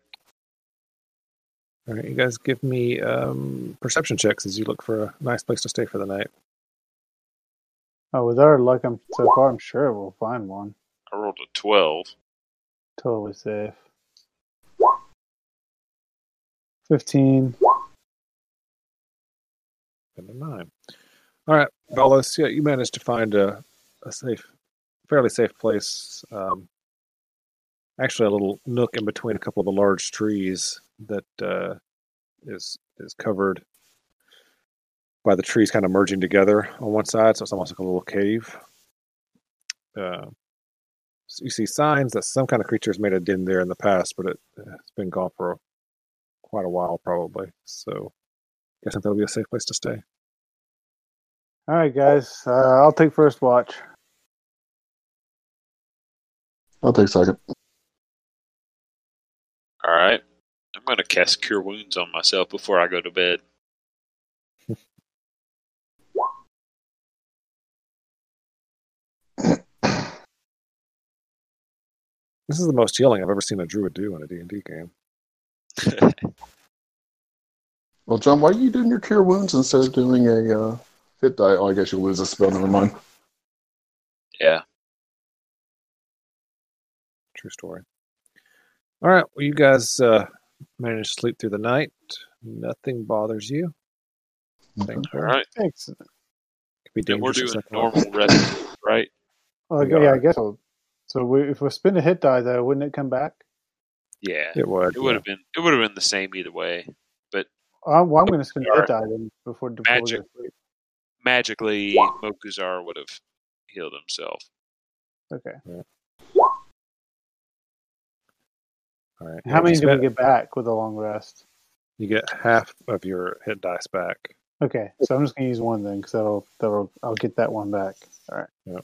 S4: All right, you guys give me um, perception checks as you look for a nice place to stay for the night.
S1: oh, with our luck, I'm so far. I'm sure we'll find one.
S2: I rolled a twelve.
S1: Totally safe. Fifteen.
S4: Number nine. All right, Balos, yeah, you managed to find a, a safe, fairly safe place. Um, actually, a little nook in between a couple of the large trees that uh, is is covered by the trees kind of merging together on one side, so it's almost like a little cave. Uh, so you see signs that some kind of creature has made a den there in the past, but it, it's been gone for quite a while, probably. So, I think that'll be a safe place to stay.
S1: All right, guys. Uh, I'll take first watch.
S3: I'll take second.
S2: All right, I'm gonna cast Cure Wounds on myself before I go to bed.
S4: This is the most healing I've ever seen a druid do in a D&D game.
S3: Well, John, why are you doing your cure wounds instead of doing a uh, fit die? Oh, I guess you'll lose a spell. Never mind.
S2: yeah,
S4: True story. All right, well, you guys uh, managed to sleep through the night. Nothing bothers you. Thank you.
S2: all right.
S1: Thanks.
S4: Could be
S2: Then we're
S4: dangerous or
S2: doing
S4: something like
S2: normal rest, right?
S1: Well,
S4: We
S1: yeah,
S4: are.
S1: I guess. uh, So, so we, if we spin a hit die, though, wouldn't it come back?
S2: Yeah,
S4: that. It would.
S2: it would have been it would have been the same either way.
S1: Uh, well, I'm going to spin a
S2: Sure.
S1: hit die then before, before we go
S2: Magic.
S1: to sleep.
S2: Magically, Mokuzar would have healed himself.
S1: Okay.
S4: yeah. All right.
S1: How many
S4: you
S1: do we
S4: spent-
S1: get back with a long rest?
S4: You get half of your hit dice back.
S1: Okay, so I'm just going to use one then because that'll that'll I'll get that one back.
S4: All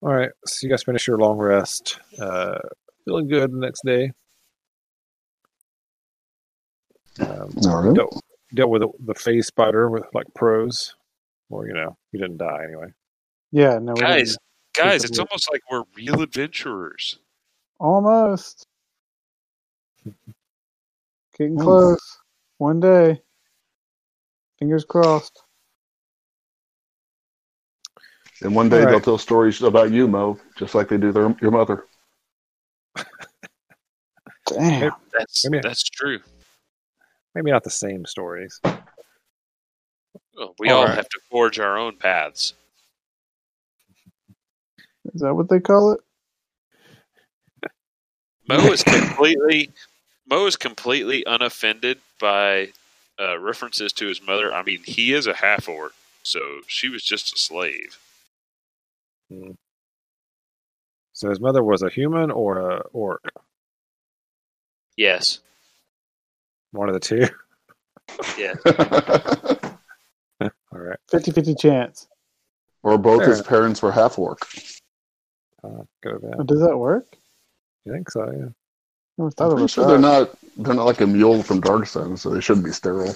S4: right, so you guys finish your long rest. Uh, feeling good the next day. Um,
S3: All right.
S4: Nope. dealt with the, the phase spider with like pros. Or, you know, you didn't die anyway.
S1: Yeah, no, we
S2: Guys,
S1: didn't.
S2: guys, it's almost like we're real adventurers.
S1: almost getting
S3: Hmm.
S1: close. One day, fingers crossed.
S3: And one day
S4: All right.
S3: they'll tell stories about you, Mo, just like they do their, your mother.
S1: Damn.
S2: That's
S4: Come here.
S2: that's true.
S4: Maybe not the same stories.
S2: Well, we
S4: All
S2: all
S4: right.
S2: have to forge our own paths.
S1: Is that what they call it?
S2: Mo is completely Mo is completely unoffended by uh, references to his mother. I mean, he is a half orc, so she was just a slave.
S4: So his mother was a human or a orc,
S2: Yes.
S4: one of the two. All right.
S1: 50 50 chance.
S3: or both
S4: Fair
S3: his parents were half orc.
S4: Uh, go with that.
S1: Oh, Does that work?
S4: You think so? Yeah.
S1: I never thought of
S3: I'm pretty
S1: it.
S3: sure they're not they're not like a mule from Darkstone, so they shouldn't be sterile.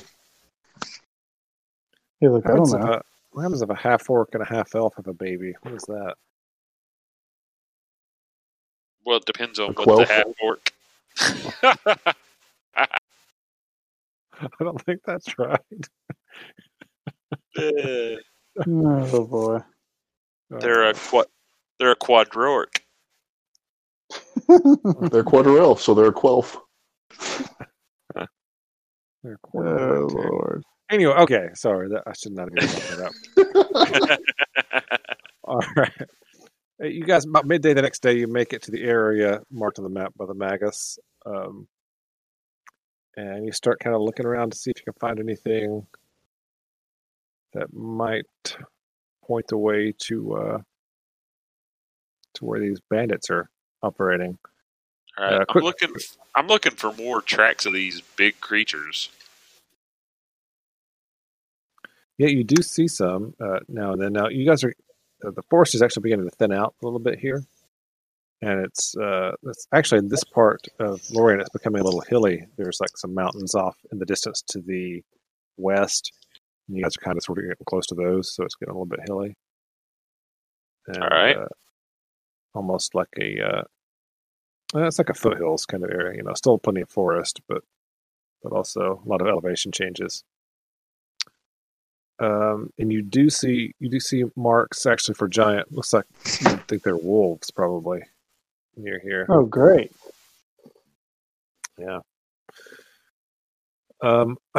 S1: Hey, look,
S4: What
S1: I don't
S4: happens,
S1: know.
S4: If a, what happens if a half orc and a half elf have a baby? What is that?
S2: Well, it depends on
S3: A
S2: what the
S3: quelf?
S2: half orc.
S4: I don't think that's right.
S1: Oh boy.
S2: they're a qua they're a quadrorc.
S3: They're quarter elf, so they're a quelf.
S4: They're
S1: Oh
S4: quarter orc, too.
S1: lord.
S4: Anyway, okay. Sorry, that, I should not have even brought that up. All right. Uh, You guys, about midday the next day, you make it to the area marked on the map by the Magus, um, and you start kind of looking around to see if you can find anything that might point the way to uh, to where these bandits are operating.
S2: All right,
S4: Uh,
S2: I'm
S4: quick-
S2: looking. I'm looking for more tracks of these big creatures.
S4: Yeah, you do see some uh, now and then. Now you guys are uh, the forest is actually beginning to thin out a little bit here, and it's uh, it's actually in this part of Lorien it's becoming a little hilly. There's like some mountains off in the distance to the west, and you guys are kind of sort of getting close to those, so it's getting a little bit hilly. And,
S2: All right.
S4: uh, almost like a uh, uh, it's like a foothills kind of area. You know, still plenty of forest, but but also a lot of elevation changes um, and you do see you do see marks actually for giant. Looks like I think they're wolves probably near here.
S1: Oh, great.
S4: Um,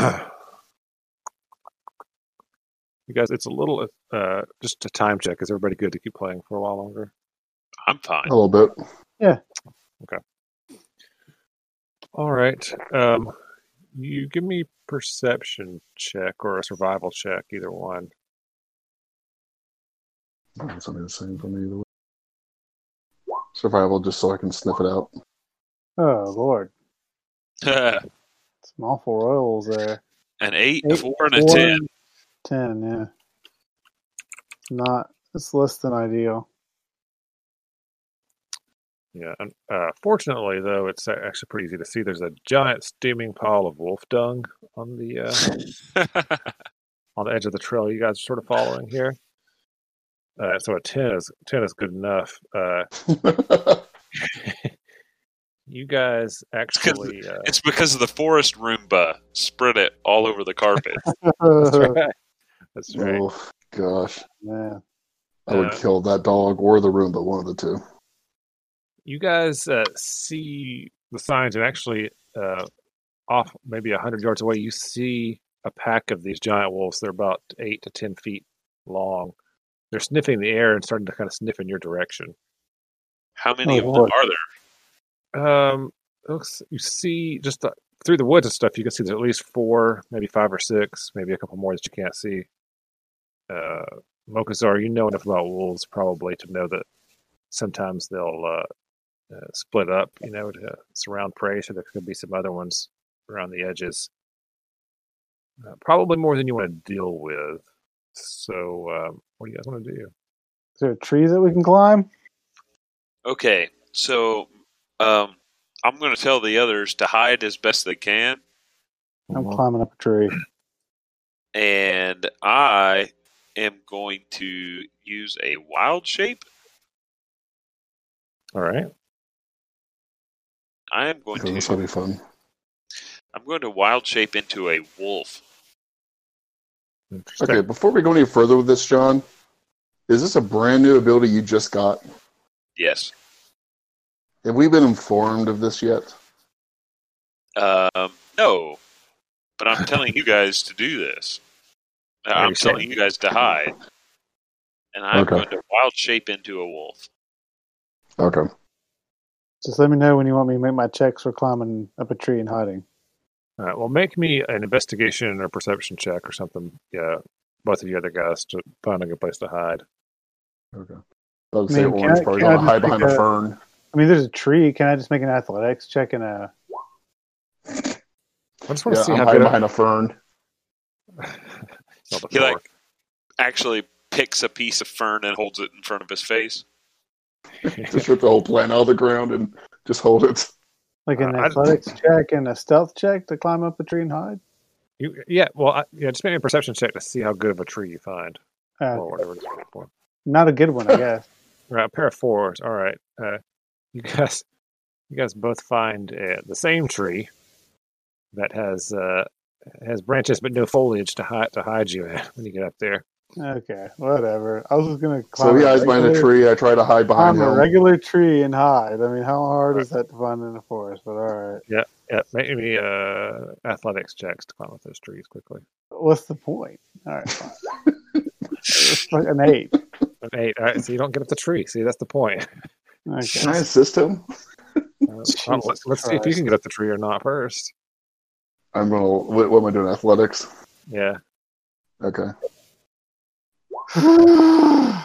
S4: you guys, it's a little uh, just a time check. Is everybody good to keep playing for a while longer?
S2: I'm fine.
S3: A little bit.
S4: All right. Um, you give me perception check or a survival check, either one.
S3: Oh, It's something the same for me either way. Survival, just so I can sniff it out.
S1: Oh, Lord.
S2: An
S1: Some awful rolls there.
S2: eight, a
S1: Eight,
S2: four, and a
S1: Four,
S2: ten.
S1: Ten, yeah. Not, it's less than ideal.
S4: Yeah. and, Uh, fortunately, though, it's a- actually pretty easy to see. There's a giant steaming pile of wolf dung on the uh, on the edge of the trail you guys are sort of following here. Uh, so a ten is ten is good enough. Uh, you guys actually, uh,
S2: it's because of the forest Roomba spread it all over the carpet.
S4: that's right. That's right.
S3: oh gosh,
S1: man.
S3: I would
S4: Uh,
S3: kill that dog or the Roomba, one of the two.
S4: You guys uh, see the signs, and actually, uh, off maybe a hundred yards away, you see a pack of these giant wolves. They're about eight to ten feet long. They're sniffing the air and starting to kind of sniff in your direction.
S2: How many
S1: Oh,
S2: of them
S1: Lord.
S2: are there?
S4: Um, it looks you see just the, through the woods and stuff. You can see there's at least four, maybe five or six, maybe a couple more that you can't see. Uh, Mokazar, you know enough about wolves probably to know that sometimes they'll uh, uh, split up, you know, to surround prey. So there could be some other ones around the edges. Uh, probably more than you want to deal with. So, um, what do you guys want to do?
S1: Is there trees that we can climb?
S2: Okay, so um, I'm going to tell the others to hide as best they can,
S1: I'm climbing up a tree.
S2: and I am going to use a wild shape.
S4: All right.
S2: I am going
S3: Yeah, this will
S2: to
S3: be fun.
S2: I'm going to wild shape into a wolf.
S4: Interesting.
S3: Okay, before we go any further with this, John, is this a brand new ability you just got?
S2: Yes.
S3: Have we been informed of this yet?
S2: Um, no, but I'm telling you guys to do this. Uh,
S4: Are
S2: I'm
S4: you
S2: telling
S4: saying-
S2: you guys to hide, and I'm
S3: Okay.
S2: going to wild shape into a wolf.
S3: Okay.
S1: Just let me know when you want me to make my checks for climbing up a tree and hiding.
S4: All right. Uh, Well, make me an investigation or perception check or something. Yeah, both of you other guys to find a good place to hide.
S3: Okay. I would say
S1: Man, can
S3: orange
S1: I-
S3: probably
S1: can I
S3: gonna hide
S1: just make
S3: behind a
S1: a-
S3: fern.
S1: I mean, there's a tree. Can I just make an athletics check and a.
S4: I just want
S3: Yeah,
S4: to see
S3: I'm
S4: how good.
S3: hiding
S4: I-
S3: behind a fern.
S4: Not the
S2: He
S4: floor.
S2: like actually picks a piece of fern and holds it in front of his face.
S3: Just rip the whole plant out of the ground and just hold it.
S1: Like an
S4: Uh, I-
S1: athletics check and a stealth check to climb up a tree and hide?
S4: You- yeah. Well, I, yeah. Just make me a perception check to see how good of a tree you find
S3: Ah,
S1: Uh,
S4: or whatever. it's looking for.
S1: Not a good one, I guess.
S4: All right, a pair of fours. All right. Uh, you guys, you guys both find uh, the same tree that has uh, has branches but no foliage to hide to hide you in when you get up there.
S1: Okay, whatever. I was just gonna
S3: So
S1: climb.
S3: he
S1: a
S3: hides behind a
S1: regular-
S3: tree. I try to hide behind
S1: Climb a
S3: him.
S1: regular tree and hide. I mean, how hard is that to find in the forest? But all right,
S4: Yeah, make me uh, athletics checks to climb up those trees quickly.
S1: what's the point? All right, fine. It's like an eight.
S4: An an eight. All right, uh, so you don't get up the tree. See, that's the point.
S3: Can I assist him?
S4: Uh, well, let's, let's see if you can get up the tree or not first.
S3: I'm gonna. What, what am I doing? Athletics.
S4: Yeah,
S3: Okay.
S2: Uh,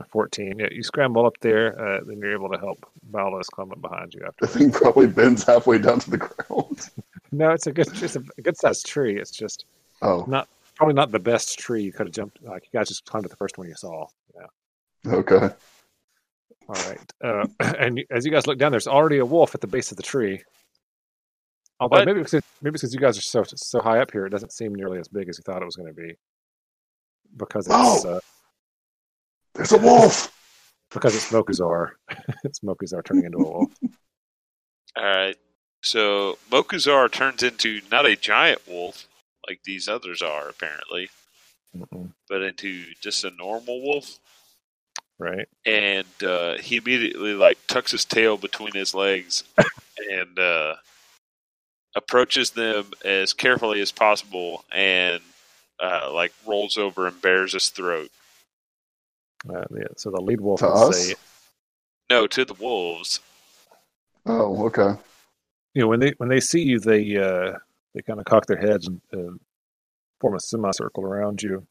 S4: a fourteen. Yeah, you scramble up there, uh, then you're able to help Baldos climb up behind you after.
S3: The thing probably bends halfway down to the ground.
S4: No, it's a good, it's a good sized tree. It's just
S3: Oh,
S4: probably not the best tree you could have jumped. Like you guys just climbed to the first one you saw. Yeah.
S3: okay.
S4: All right. Uh, and as you guys look down, there's already a wolf at the base of the tree. Although
S2: What?
S4: maybe because maybe because you guys are so so high up here, it doesn't seem nearly as big as you thought it was going to be. Because it's uh,
S3: There's a wolf.
S4: because it's Mokuzar. it's Mokuzar turning into a wolf.
S2: All right. So Mokuzar turns into not a giant wolf like these others are apparently, but into just a normal wolf.
S4: Right.
S2: And uh, he immediately like tucks his tail between his legs and uh, approaches them as carefully as possible, and uh, like rolls over and bares his throat.
S4: Uh, yeah, so the lead wolf
S3: To
S4: will
S3: us?
S4: say,
S2: No, to the wolves.
S3: Oh, okay.
S4: you know, when they when they see you, they uh, they kind of cock their heads and, and form a semicircle around you.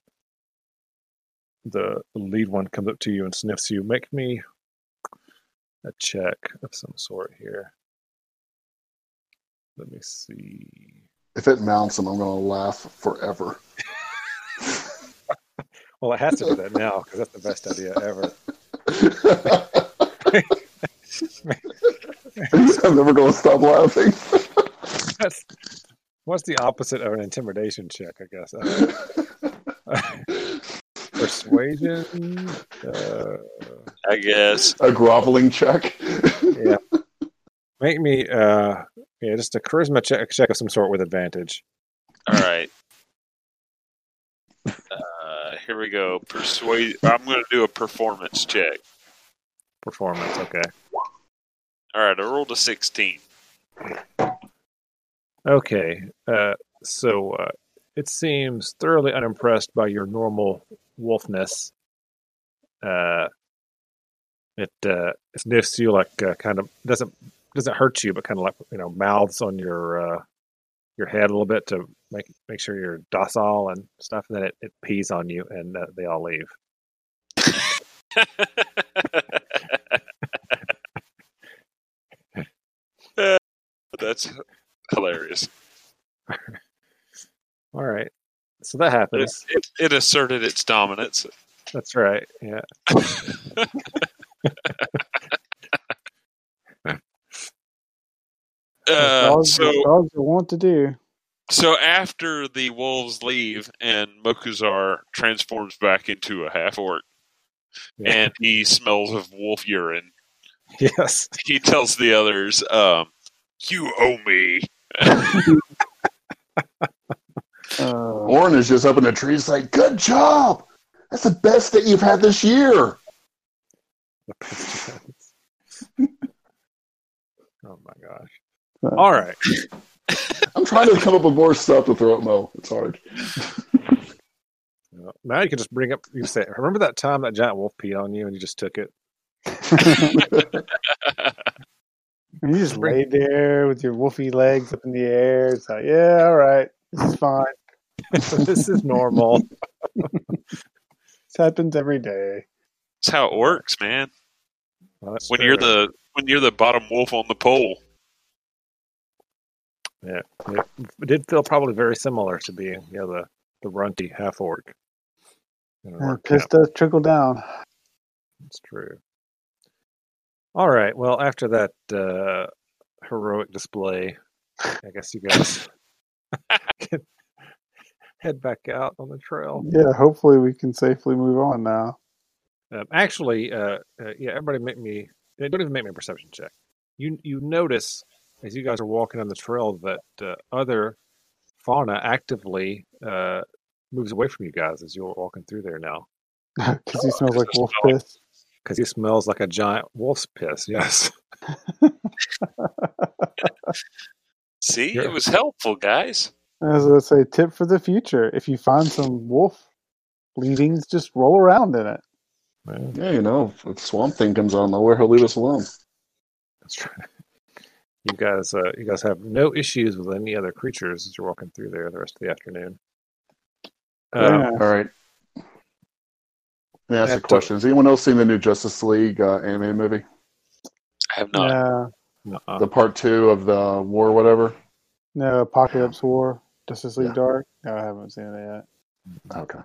S4: The lead one comes up to you and sniffs you. Make me a check of some sort here. Let me see.
S3: If it mounts him, I'm gonna laugh forever.
S4: Well, it has to do that now because that's the best idea ever.
S3: I'm never gonna stop laughing.
S4: That's, what's the opposite of an intimidation check? I guess Uh, persuasion. Uh,
S2: I guess.
S3: a groveling check.
S4: yeah. Make me uh yeah, just a charisma check check of some sort with advantage.
S2: All right. Uh, here we go. Persuade. I'm going to do a performance check.
S4: Performance, okay.
S2: All right, I rolled a 16.
S4: Okay. Uh so uh it seems thoroughly unimpressed by your normal wolfness. Uh it uh it sniffs you like uh, kind of doesn't doesn't hurt you but kind of like you know mouths on your uh your head a little bit to make make sure you're docile and stuff and then it, it pees on you and uh, they all leave.
S2: Uh, That's hilarious.
S4: All right. So that happens.
S2: It, it, it asserted its dominance.
S4: That's right. Yeah.
S1: That's
S2: Uh,
S1: all-
S2: so,
S1: that's all you want to do.
S2: so after the wolves leave and Mokuzar transforms back into a half orc
S4: Yeah.
S2: and he smells of wolf urine,
S4: yes.
S2: he tells the others, um, "You owe me."
S1: Uh,
S3: Orin is just up in the trees, like, "Good job! That's the best that you've had this year."
S4: The pestilence. oh my gosh.
S1: Well.
S4: All right.
S3: I'm trying to come up with more stuff to throw at Mo. It's hard.
S4: Well, Now you can just bring up. You can say, "Remember that time that giant wolf peed on you, and you just took it."
S1: and you just lay there with your wolfy legs up in the air. It's like, yeah, all right, this is fine.
S4: So this is normal.
S1: This happens every day.
S2: That's how it works, man.
S4: Well, that's
S2: When you're
S4: fair.
S2: the when you're the bottom wolf on the pole.
S4: it did feel probably very similar to being, you know, the the runty half orc. in an
S1: And
S4: orc
S1: piss
S4: camp.
S1: does trickle down.
S4: It's true. All right. Well, after that uh, heroic display, I guess you guys can head back out on the trail.
S1: Yeah, hopefully we can safely move on now.
S4: Um, actually, uh, uh, yeah, everybody make me eh, don't even make me a perception check. You you notice as you guys are walking on the trail that uh, other fauna actively uh, moves away from you guys as you're walking through there now
S1: Because he smells like
S2: Oh, This is
S1: wolf
S2: not-
S1: piss.
S4: because he smells like a giant wolf's piss. Yes.
S2: See,
S4: You're-
S2: it was helpful, guys.
S1: As I say, tip for the future: if you find some wolf leavings, just roll around in it.
S4: Man,
S3: Yeah, you know, if Swamp Thing comes out of nowhere, he'll leave us alone.
S4: that's true. You guys, uh, you guys have no issues with any other creatures as you're walking through there the rest of the afternoon. Um,
S1: Yeah.
S3: All right. Let me ask
S4: Yeah,
S3: a question. Has anyone else seen the new Justice League uh, anime movie?
S2: I have not.
S1: No,
S4: nuh-uh.
S3: The part two of the war, whatever?
S1: no Apocalypse War, Justice League
S3: Yeah.
S1: Dark. No, I haven't seen it yet.
S3: Okay.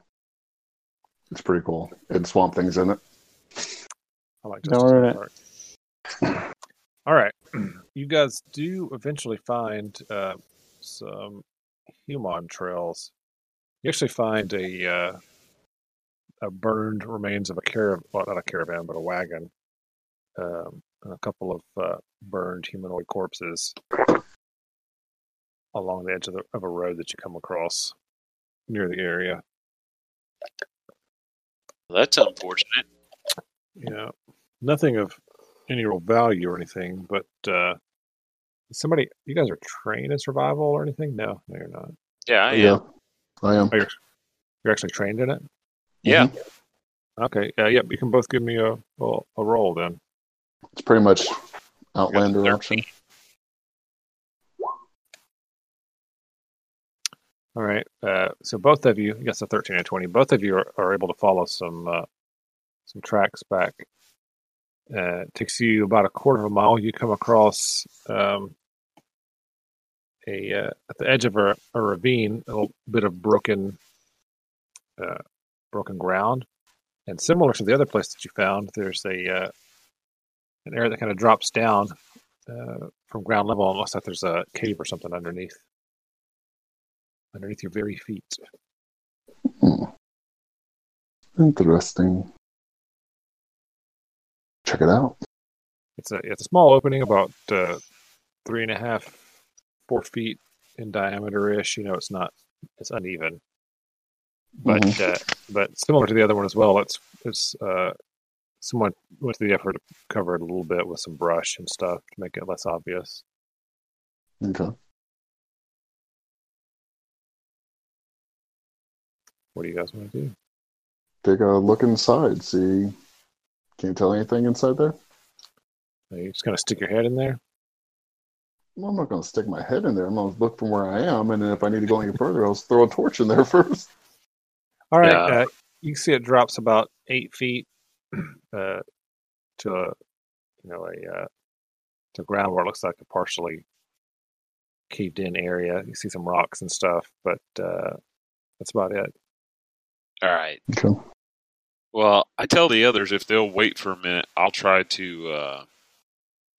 S3: It's pretty cool. And Swamp Thing's in it.
S4: I like
S1: Don't
S4: Justice
S1: ruin it.
S4: Park. All right, you guys do eventually find uh, some human trails. You actually find a uh, a burned remains of a caravan, well, not a caravan, but a wagon, um, and a couple of uh, burned humanoid corpses along the edge of, the, of a road that you come across near the area.
S2: That's unfortunate.
S4: Yeah, nothing of any real value or anything, but uh somebody, you guys are trained in survival or anything? No, no, you're not.
S2: Yeah, I am.
S3: I am.
S4: You're actually trained in it.
S2: Yeah.
S3: Mhm.
S4: Okay, uh, yep. You can both give me a a, a roll then.
S3: It's pretty much Outlander
S2: Thirteen.
S3: option.
S4: All right. Uh, so both of you, yes, a thirteen and twenty. Both of you are, are able to follow some uh, some tracks back. Uh, it takes you about a quarter of a mile. You come across um, a uh, at the edge of a, a ravine, a little bit of broken uh, broken ground, and similar to the other place that you found, there's a uh, an area that kind of drops down uh, from ground level, almost like there's a cave or something underneath underneath your very feet.
S3: Interesting. Check it out.
S4: It's a it's a small opening, about uh, three and a half, four feet in diameter ish. You know, it's not it's uneven, but
S3: Mhm.
S4: uh, but similar to the other one as well. It's it's uh, someone went to the effort to cover it a little bit with some brush and stuff to make it less obvious.
S3: Okay.
S4: What do you guys want to do?
S3: Take a look inside. See. Can't tell anything inside there?
S4: Are you just gonna stick your head in there?
S3: Well, I'm not going to stick my head in there. I'm going to look from where I am. And then if I need to go any further, I'll just throw a torch in there first.
S4: All right.
S2: Yeah.
S4: Uh, you can see it drops about eight feet uh, to a, you know, a uh, to ground where it looks like a partially caved in area. You see some rocks and stuff, but uh, that's about it.
S2: All right.
S3: Okay.
S2: Well, I tell the others if they'll wait for a minute, I'll try to uh,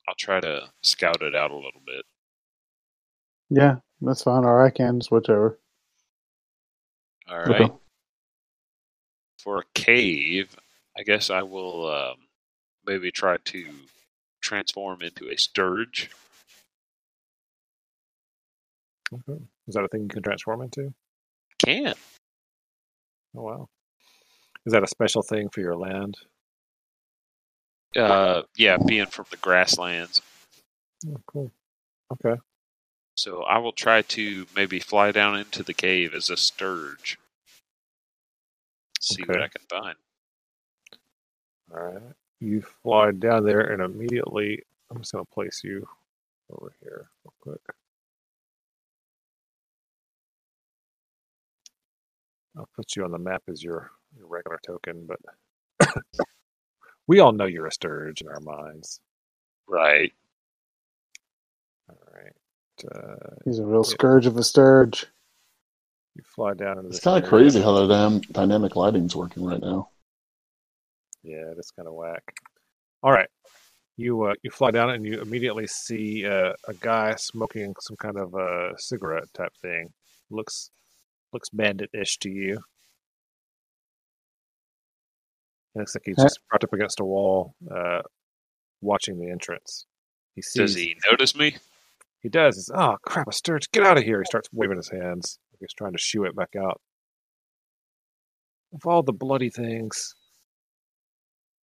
S2: I'll try to scout it out a little bit.
S1: Yeah, that's fine. Or I can switch over.
S2: All
S3: Okay.
S2: right. For a cave, I guess I will um, maybe try to transform into a sturge.
S4: Okay. Is that a thing you can transform into?
S2: Can
S4: Oh wow! Is that a special thing for your land?
S2: uh, yeah, being from the grasslands,
S4: Oh, cool. Okay.
S2: so I will try to maybe fly down into the cave as a sturge. See what
S4: Okay.
S2: I can find.
S4: All right. You fly down there and immediately I'm just gonna place you over here real quick. I'll put you on the map as your, your regular token, but we all know you're a sturge in our minds.
S2: Right.
S4: All right. Uh,
S1: He's a real scourge of a sturge.
S4: you fly down into
S3: It's
S4: this
S3: kind of
S4: area.
S3: crazy how the damn dynamic lighting's working right now.
S4: Yeah, that's kind of whack. All right, you uh, you fly down and you immediately see uh, a guy smoking some kind of uh, cigarette type thing. Looks looks bandit-ish to you. Looks like he's
S1: Huh?
S4: just propped up against a wall, uh, watching the entrance. He sees.
S2: Does he notice me?
S4: He does. He's oh crap! A sturge, get out of here! He starts waving his hands. like He's trying to shoo it back out. Of all the bloody things,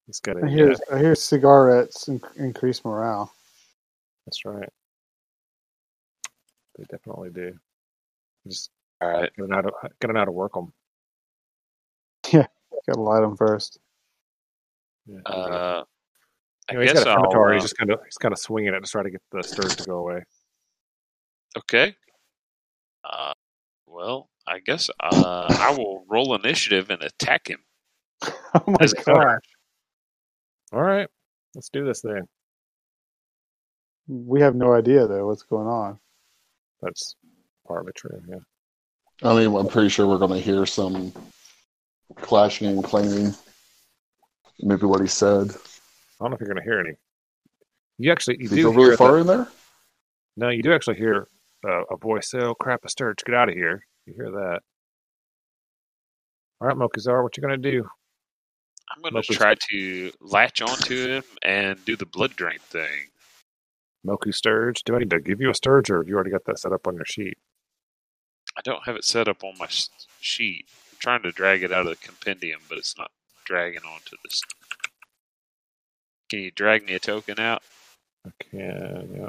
S4: he's got a.
S1: I hear
S4: yeah,
S1: I hear cigarettes in, increase morale.
S4: that's right. They definitely do. Just
S2: All right.
S4: gotta know how to, gotta know how to work them.
S1: Gotta light them first.
S4: Yeah.
S2: Uh, I
S4: Anyway, he's
S2: guess
S4: got a
S2: I'll.
S4: scimitar.
S2: Uh,
S4: he's just kind of he's kind of swinging it to try to get the stirs to go away.
S2: okay. Uh, well, I guess uh, I will roll initiative and attack him.
S1: Oh my
S2: As a
S1: god.
S4: All right, let's do this thing.
S1: We have no idea though what's going on.
S4: That's partly true. Yeah.
S3: I mean, I'm pretty sure we're going to hear some clashing and clanging. Maybe what he said.
S4: I don't know if you're going to hear any. You actually you
S3: Did he
S4: do
S3: go
S4: hear
S3: really
S4: the-
S3: far in there?
S4: No, you do actually hear uh, a voice say, "Oh crap, a sturge, get out of here!" You hear that. All right, Mokuzar, what you gonna do?
S2: I'm going to
S4: Mostly-
S2: try to latch onto him and do the blood drain thing.
S4: Moku Sturge? Do I need to give you a sturge, or have you already got that set up on your sheet?
S2: I don't have it set up on my s- sheet. I'm trying to drag it out of the compendium, but it's not dragging onto this. Can you drag me a token out?
S4: I can. Yeah.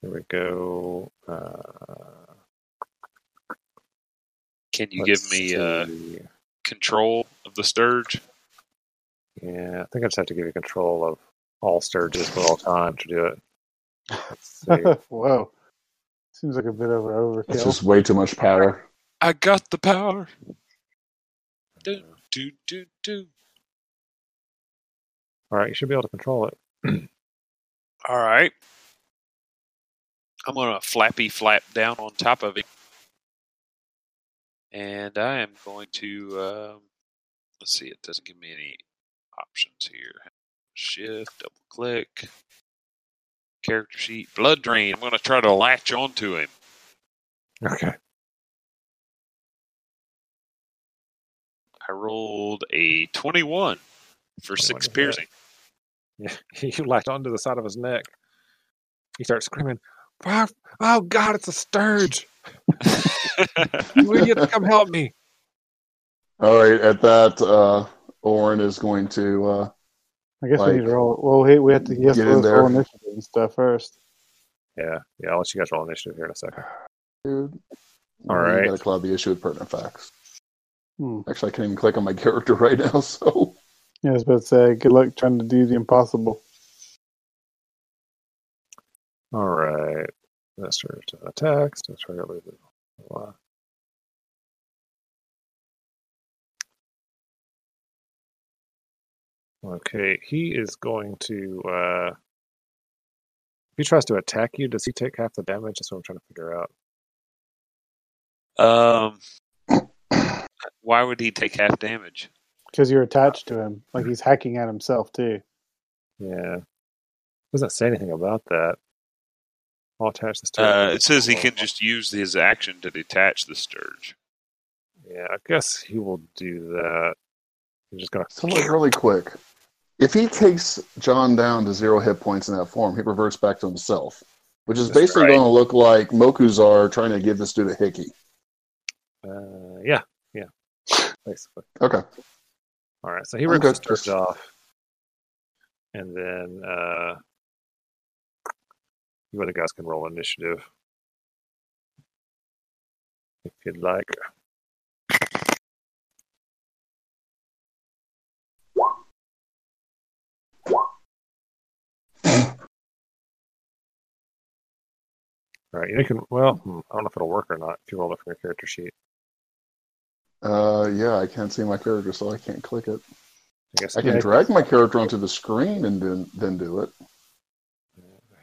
S4: Here we go. Uh,
S2: Can you
S4: let's
S2: give me uh,
S4: see.
S2: control of the Sturge?
S4: Yeah, I think I just have to give you control of all sturges for all time to do it. Let's see.
S1: Whoa. Seems like a bit of an overkill.
S3: It's just way too much power.
S2: I got the power.
S4: Uh,
S2: Do, do, do, do.
S4: all right, you should be able to control it.
S2: All right. I'm going to flappy flap down on top of it. And I am going to, um, let's see, it doesn't give me any options here. Shift, double click, character sheet, blood drain. I'm going to try to latch onto him.
S4: Okay.
S2: I rolled a 21
S4: 21
S2: for six
S4: to hit.
S2: piercing.
S4: Yeah, you latch onto the side of his neck. He starts screaming, "Wow, "Oh God, it's a sturge! Will you come help me?"
S3: All right, at that, uh, Orin is going to. Uh,
S1: I guess we
S3: Like,
S1: need to roll. Well, hey, we have to. Yes,
S3: get in
S1: let's
S3: there.
S1: roll initiative and stuff first.
S4: Yeah, yeah. I'll let you guys roll initiative here in a second.
S3: dude,
S4: All
S3: You
S4: right.
S3: gotta cloud the issue with pertinent facts.
S1: Hmm.
S3: Actually, I can't even click on my character right now, so.
S1: Yeah, I was about to say, good luck trying to do the impossible.
S4: All right. That's sturge attacks. That's regularly. Okay, he is going to. uh If he tries to attack you, does he take half the damage? That's what I'm trying to figure out.
S2: Um, why would he take half damage?
S1: Because you're attached to him. Like he's hacking at himself, too.
S4: Yeah. Doesn't say anything about that. I'll attach this to
S2: Uh, it says he can just use his action to detach the Sturge.
S4: Yeah, I guess he will do that. He's just gonna
S3: So, look really quick. If he takes John down to zero hit points in that form, he reverts back to himself, which is
S4: That's
S3: basically
S2: right.
S3: going to look like Mokuzar trying to give this dude a hickey.
S4: uh yeah, yeah. Basically.
S3: Okay.
S4: Alright, so he
S3: I'm
S4: rips
S3: good.
S4: his turret off. And then uh you other guys can roll initiative. If you'd like. All right, you can. Well, hmm, I don't know if it'll work or not. If you roll it from your character sheet,
S3: Uh, yeah, I can't see my character, so I can't click it.
S4: I guess.
S3: I can drag my character onto the screen and then, then do it.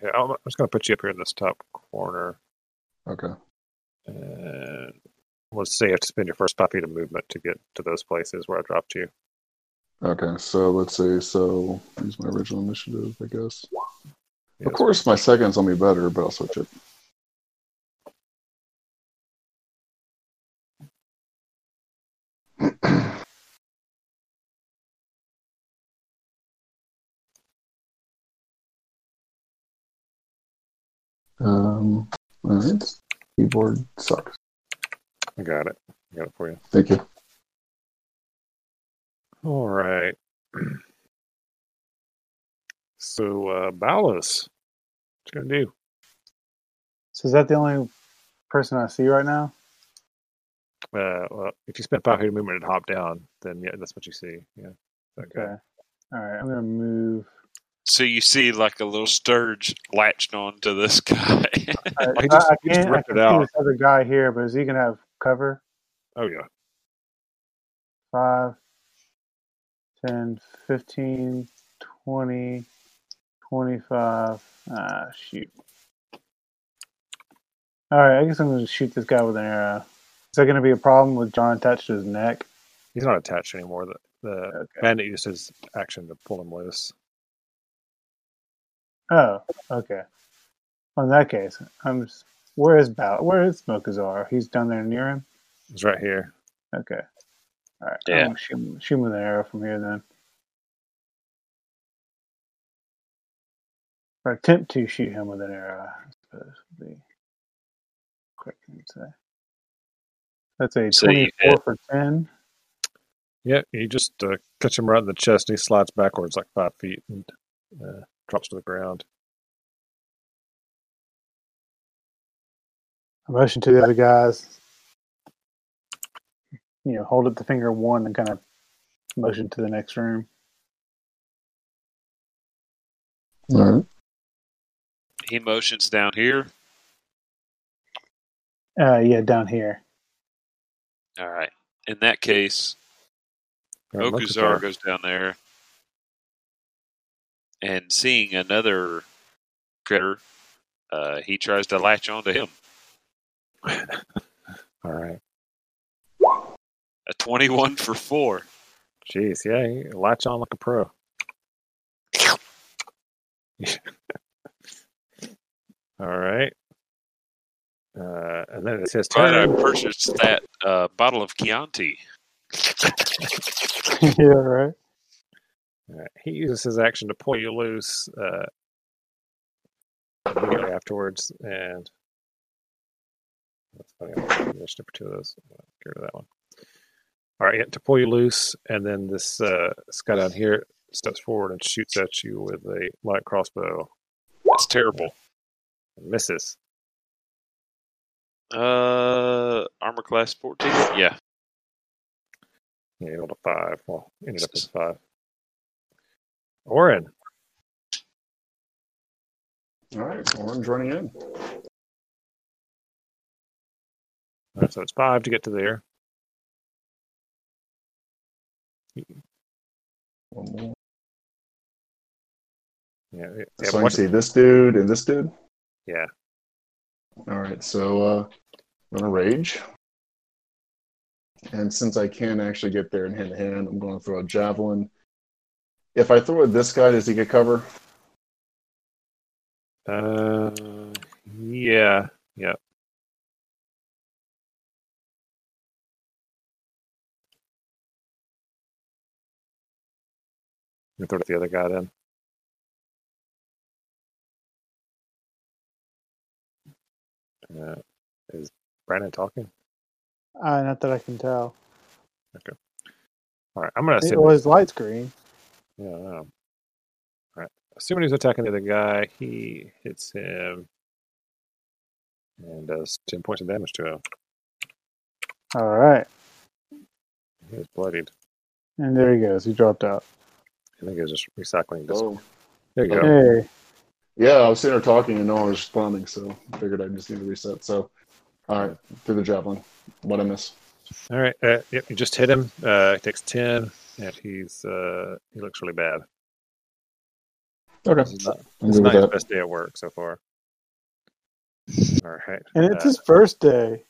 S4: Here, I'm I'm just going to put you up here in this top corner,
S3: Okay.
S4: and let's say you have to spend your first five feet of movement to get to those places where I dropped you.
S3: Okay, so let's see. So use my original initiative, I guess.
S4: Yes.
S3: Of course, my second's gonna be better, but I'll switch it. um, all right. Keyboard sucks.
S4: I got it. I got it for you.
S3: Thank you.
S4: All right. So, uh, Ballas, what you gonna do?
S1: So is that the only person I see right now?
S4: Uh, well, if you spend five hundred movement and hop down, then yeah, that's what you see. Yeah.
S1: Okay. All right. I'm gonna move.
S2: So you see like a little sturge latched onto this guy.
S1: I,
S4: he
S1: I-
S4: just-
S1: I
S4: he just
S1: can't. I
S4: ripped it
S1: can see
S4: out.
S1: this other guy here, but is he gonna have cover?
S4: Oh yeah.
S1: Five, ten, fifteen, twenty, twenty-five. Ah, shoot. All right. I guess I'm gonna shoot this guy with an arrow. Is that gonna be a problem with John attached to his neck?
S4: He's not attached anymore. The the
S1: Okay.
S4: bandit used his action to pull him loose.
S1: Oh, okay. Well, in that case, I'm. s- Where is Bow? Where is Mokazar? He's down there near him.
S4: He's right here.
S1: Okay. All right.
S2: Yeah.
S1: I'm gonna shoot, him- shoot him with an arrow from here then. Or attempt to shoot him with an arrow, I suppose would be quick and say. That's a
S2: So you
S1: twenty-four for ten.
S4: Yeah, you just uh, catch him right in the chest, and he slides backwards like five feet and uh, drops to the ground.
S1: I motion to the other guys. You know, hold up the finger one and kind of motion to the next room.
S3: All right.
S2: He motions down here.
S1: Uh, yeah, down here.
S2: All right. In that case,
S4: All right,
S2: Okuzar
S4: Mokuzar.
S2: goes down there and seeing another critter, uh, he tries to latch onto him.
S4: All right.
S2: A 21 for 4.
S4: Jeez, yeah, he latch on like a pro. All right. Uh, and then it says
S2: But I
S4: turn.
S2: purchased that uh, bottle of Chianti.
S1: yeah, right.
S4: Uh, he uses his action to pull you loose uh, immediately afterwards, and that's funny. I'll finish number two of those. Get rid of that one. All right, yeah, to pull you loose, and then this uh, this guy down here steps forward and shoots at you with a light crossbow.
S2: It's terrible.
S4: and misses.
S2: Uh, armor class 14? Yeah.
S4: Yeah, he rolled a five. Well, ended up with a five. Oren,
S3: All right. Orange running in.
S4: All right, so it's five to get to there.
S3: One more.
S4: Yeah,
S3: so
S4: yeah,
S3: I can
S4: watch-
S3: see this dude and this dude.
S4: Yeah.
S3: All right. So uh, I'm gonna rage, and since I can actually get there in hand to hand, I'm going to throw a javelin. If I throw it this guy, does he get cover?
S4: Uh, yeah, yeah. You throw it at the other guy then. Uh, is Brandon talking?
S1: Uh, not that I can tell.
S4: All right, I'm gonna
S1: It
S4: assume.
S1: was light screen.
S4: Yeah, I know. All right. Assuming he's attacking the other guy, he hits him and does ten points of damage to him.
S1: All right.
S4: He was bloodied.
S1: And there he goes. He dropped out.
S4: I think he was just recycling this.
S3: Oh.
S4: There you go.
S1: Hey.
S3: Yeah, I was sitting there talking and no one was responding, so I figured I just need to reset. So, all right, through the javelin. What I miss?
S4: All right. Uh, yep, you just hit him. Uh, he takes ten, and he's uh, he looks really bad.
S3: Okay,
S4: This is not,
S3: I'm
S4: this is
S3: good with
S4: not his
S3: that.
S4: best day at work so far. All right.
S1: And it's
S4: Uh,
S1: his first day.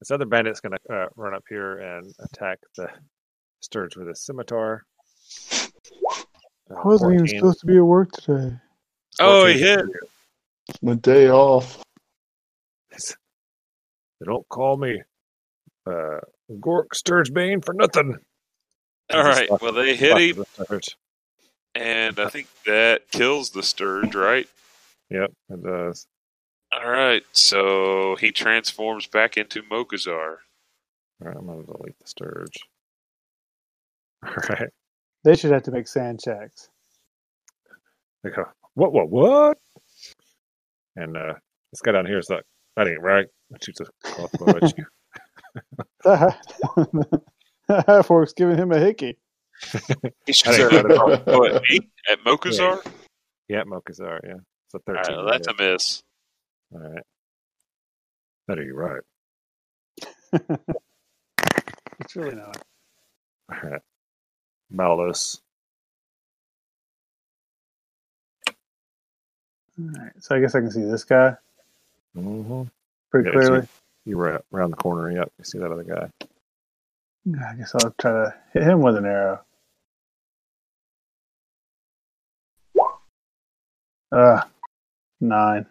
S4: this other bandit's going to uh, run up here and attack the Sturge with a scimitar. Uh,
S1: I wasn't even
S4: 14
S1: supposed to be at work today.
S2: Oh,
S4: 14
S2: he hit.
S3: My day off.
S4: They don't call me uh, Gork Sturgebane for nothing.
S2: All right. Well, they hit him,
S4: Sturge.
S2: and I think that kills the Sturge, right?
S4: Yep, uh, it does.
S2: All right. So he transforms back into
S4: All
S2: Mokuzar.
S4: right, I'm going to delete the Sturge. All right.
S1: They should have to make sand checks.
S4: They go, what, what, what? And uh, this guy down here is like, that ain't right. And shoots a crossbow at you.
S1: half orc's giving him a hickey.
S2: He's just a, oh, at, eight, at Mokuzar?
S4: Yeah, Mokuzar, yeah. It's a
S2: All
S4: 13.
S2: right, well, that's a miss.
S4: All right. That are you right.
S1: It's really not.
S4: All right. Malus.
S1: All right, so I guess I can see this guy
S4: Mm-hmm.
S1: pretty
S4: Yeah, it's
S1: clearly.
S4: You were around the corner. Yep. You see that other guy.
S1: I guess I'll try to hit him with an arrow. Uh, nine.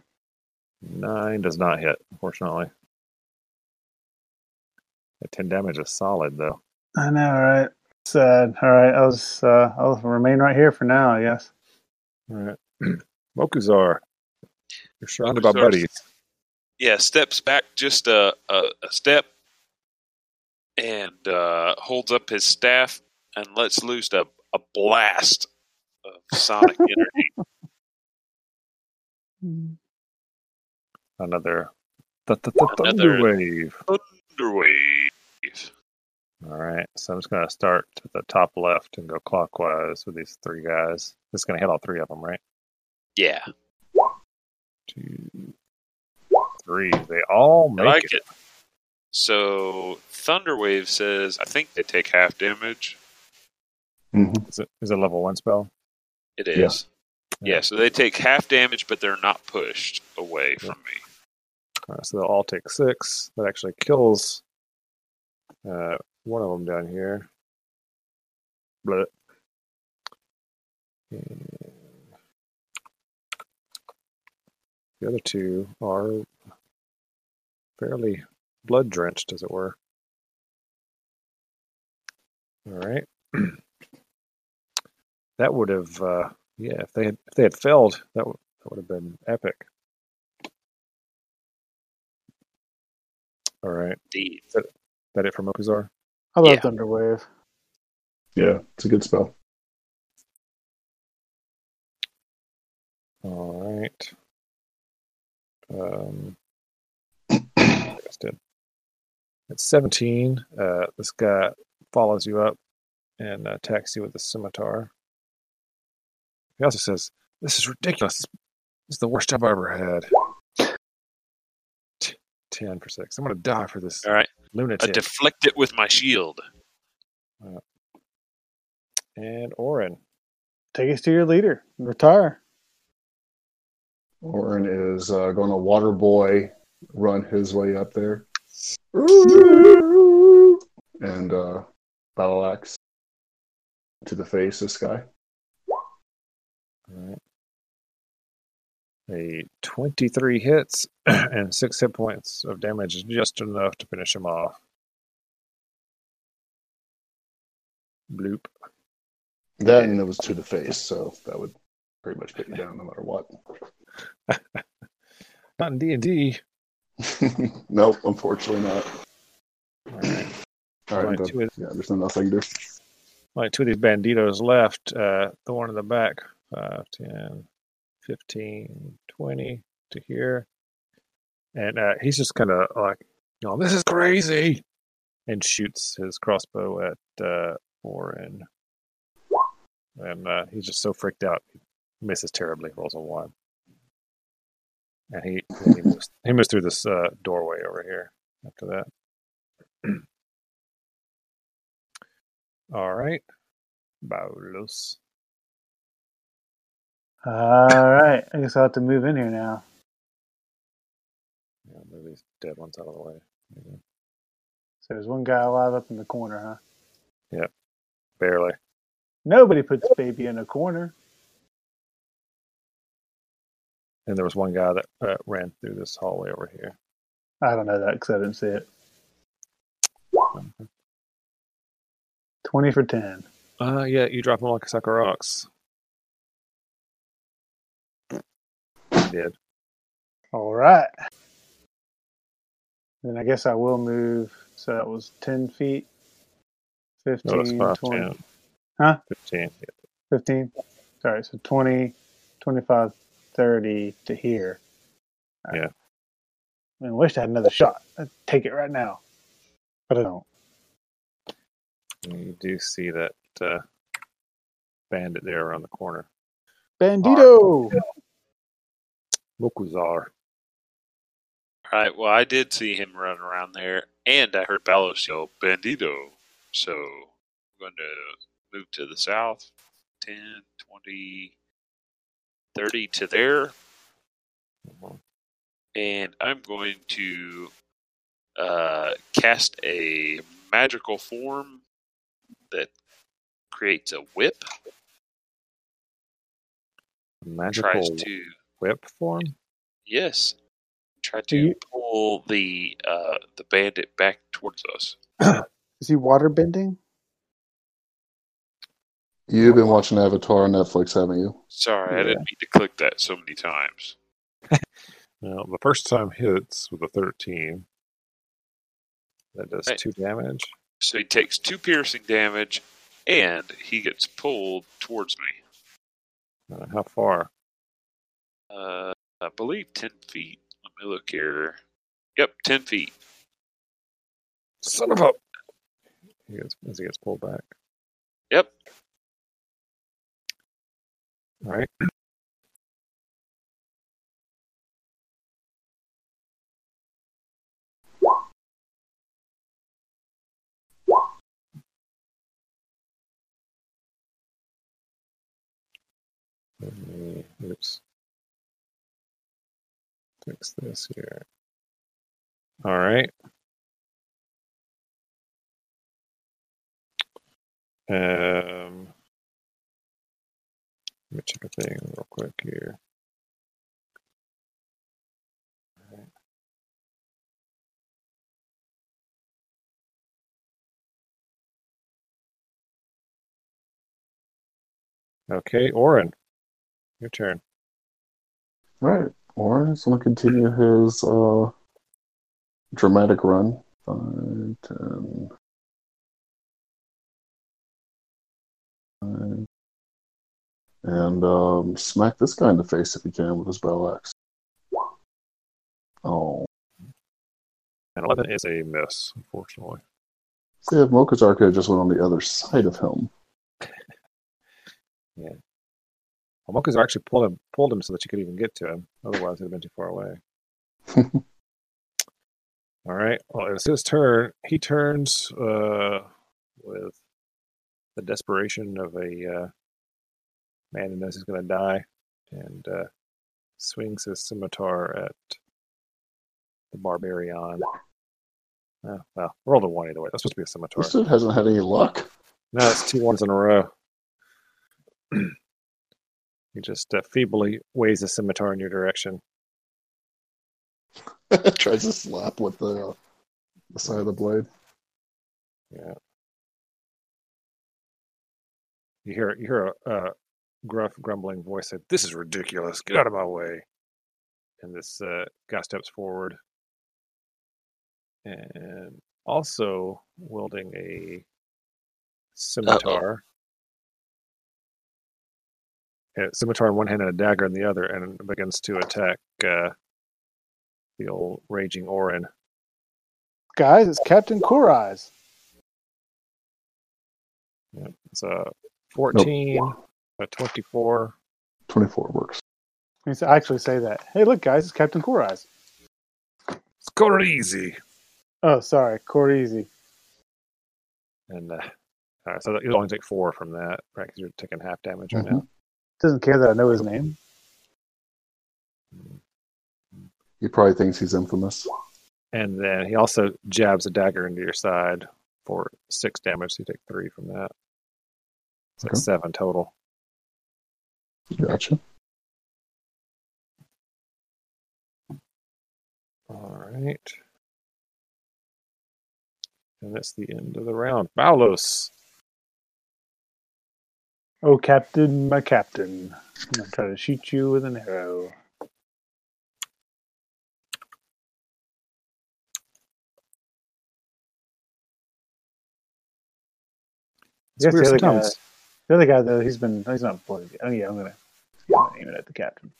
S4: Nine does not hit, unfortunately. That 10 damage is solid, though.
S1: I know, right? Sad. All right, I was. Uh, I'll remain right here for now. I guess.
S4: All right. Mokuzar. You're surrounded by
S2: Mokuzar's-
S4: buddies.
S2: Yeah, steps back just a, a, a step and uh, holds up his staff and lets loose a, a blast of sonic energy.
S4: Another th- th- th- thunder
S2: Another-
S4: wave.
S2: Thunderwave.
S4: All right. So I'm just going to start at the top left and go clockwise with these three guys. It's going to hit all three of them, right?
S2: Yeah,
S4: Two, three. They all
S2: I
S4: make
S2: like
S4: it.
S2: it. So Thunderwave says, I think they take half damage.
S3: Mhm.
S4: Is it. Is it a level one spell?
S2: It
S3: Yeah.
S2: is. Yeah, so they take half damage, but they're not pushed away from me.
S4: All right, Uh, so they'll all take six. That actually kills uh, one of them down here. But the other two are fairly blood drenched, as it were. All right. that would have, uh, yeah. If they had, if they had failed, that w- that would have been epic. All right.
S2: Indeed.
S4: that it for Mokuzar?
S1: How about
S2: Yeah.
S1: Thunderwave?
S3: Yeah, it's a good spell.
S4: All right. Um, I guess did. At 17, uh, this guy follows you up and uh, attacks you with a scimitar. He also says, This is ridiculous. This is the worst job I've ever had. T- 10 for 6. I'm going to die for this
S2: All right, I
S4: lunatic.
S2: deflect it with my shield.
S4: and Orin.
S1: Take us to your leader. and Retire.
S3: Orin is uh, going to water boy run his way up there. And uh, battle axe to the face, this guy.
S4: All right. A 23 hits and six hit points of damage is just enough to finish him off. Bloop.
S3: That and it was to the face, so that would pretty much put you down no matter what.
S4: Not in D&D.
S3: nope, unfortunately not.
S4: All right.
S3: All right,
S4: Only
S3: I'm done.
S4: two, of-
S3: yeah, there's nothing else I can do.
S4: only two of these banditos left. Uh, the one in the back. uh, 5, 10, 15, 20 to here. And uh, he's just kind of like, you know, this is crazy. And shoots his crossbow at uh, Warren. and uh, he's just so freaked out. He misses terribly, rolls a one, and he he moves, he moves through this uh, doorway over here. After that, all right, Baulus.
S1: All right. I guess I'll have to move in here now.
S4: Yeah, move these dead ones out of the way. There you go.
S1: So there's one guy alive up in the corner, huh?
S4: Barely.
S1: Nobody puts baby in a corner.
S4: And there was one guy that uh, ran through this hallway over here.
S1: I don't know that because I didn't see it. 20 for 10.
S4: Uh, yeah, you drop him like a sack of rocks. You did.
S1: All right. Then I guess I will move. So that was 10 feet,
S4: No, that's
S1: 15,
S4: five,
S1: 20,
S4: 10,
S1: Huh?
S4: 15.
S1: 15. Sorry. So 20, 25, 30 to here. All right.
S4: Yeah.
S1: I mean, I wish I had another shot. I'd take it right now. but I don't.
S4: You do see that uh, bandit there around the corner.
S1: Bandito.
S4: Mokuzar.
S2: All right. Well, I did see him run around there, and I heard Bellows yell "Bandito." So I'm going to move to the south, 10, 20, 30 to there,
S4: Uh-huh.
S2: and I'm going to uh, cast a magical form that creates a whip.
S4: Magical
S2: tries to
S4: whip form?
S2: yes, try to
S1: you-
S2: pull the uh, the bandit back towards us.
S1: Is he water bending?
S3: You've been watching Avatar on Netflix, haven't you?
S2: Sorry, I
S3: Yeah.
S2: didn't mean to click that so many times.
S4: Now, the first time hits with a 13. That does
S2: Right.
S4: two damage.
S2: So he takes two piercing damage, and he gets pulled towards me.
S4: Uh, how far?
S2: Uh, I believe ten feet. Let me look here. Yep, ten feet.
S4: Son of a. He gets, as he gets pulled back.
S2: Yep.
S4: All right. Let me, oops. Fix this here. All right. Um, let me check a thing real quick here. Alright. Okay, Oren, your turn.
S3: Right. Orange going to continue his uh, dramatic run. um, 5, 10, 5, and um, smack this guy in the face if he can with his bow axe. Oh.
S4: And 11 is a miss, unfortunately.
S3: See if Mokuzar could have just went on the other side of him.
S4: Well, Moku's actually pulled him, pulled him so that you could even get to him. Otherwise, he'd have been too far away. All right. Well, it's his turn. He turns uh, with the desperation of a uh, man who knows he's going to die and uh, swings his scimitar at the barbarian. Oh, well, rolled a one either way. That's supposed to be a scimitar.
S3: This dude hasn't had any luck.
S4: No, it's two ones in a row. he just uh, feebly waves a scimitar in your direction.
S3: Tries to slap with the, uh, the side of the blade.
S4: Yeah. You hear you hear a, a gruff, grumbling voice say, "This is ridiculous. Get out of my way." And this uh, guy steps forward, and also wielding a scimitar. A scimitar in one hand and a dagger in the other, and begins to attack uh, the old raging Orin.
S1: Guys, it's Captain Coraz.
S4: It's a 14, a 24,
S3: 24 works.
S1: I mean, to actually say that. Hey, look, guys, it's Captain Coraz.
S4: It's going easy.
S1: Oh, sorry, Coreezy.
S4: And uh, all right, so that- you'll only take four from that, right? Because you're taking half damage right
S1: Mm-hmm.
S4: now.
S1: Doesn't care that I know his name.
S3: He probably thinks he's infamous.
S4: And then he also jabs a dagger into your side for six damage. So you take three from that. It's like
S3: Okay.
S4: seven total.
S3: Gotcha.
S4: All right. And that's the end of the round. Balos.
S1: Oh, Captain, my Captain. I'm going to try to shoot you with an arrow.
S4: It's
S1: Yes,
S4: weird
S1: the other guy-
S4: sometimes.
S1: The other guy, though, he's been, he's not bloody. Oh, yeah, I'm going to aim it at the Captain.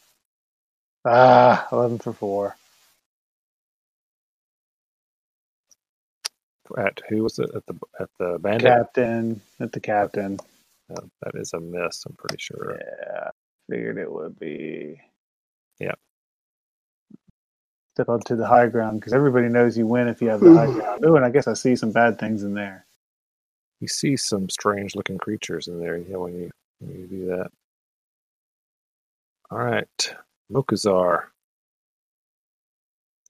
S1: Ah, 11 for 4.
S4: at who was it at the at the bandit?
S1: Captain at the captain.
S4: Uh, that is a miss. I'm pretty sure.
S1: Yeah, figured it would be.
S4: Yeah.
S1: Step onto the high ground because everybody knows you win if you have the high ground. Oh, and I guess I see some bad things in there.
S4: You see some strange looking creatures in there. Yeah, when you when you do that. All right, Mokuzar.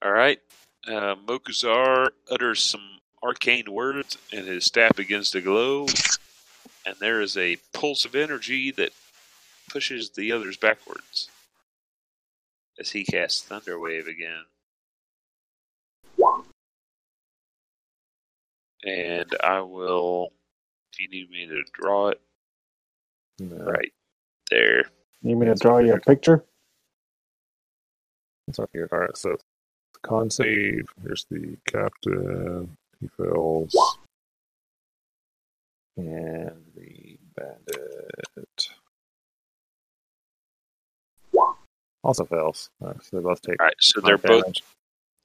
S2: All right. Uh, Mokuzar utters some arcane words, and his staff begins to glow. And there is a pulse of energy that pushes the others backwards as he casts Thunderwave again. And I will. Do you need me to draw it? Right there.
S1: You mean to draw you a picture?
S4: It's up here. All right, so con save. Here's the captain. He fails. And the bandit also fails. All right, so they both take.
S2: All right, so
S4: five
S2: they're both
S4: damage.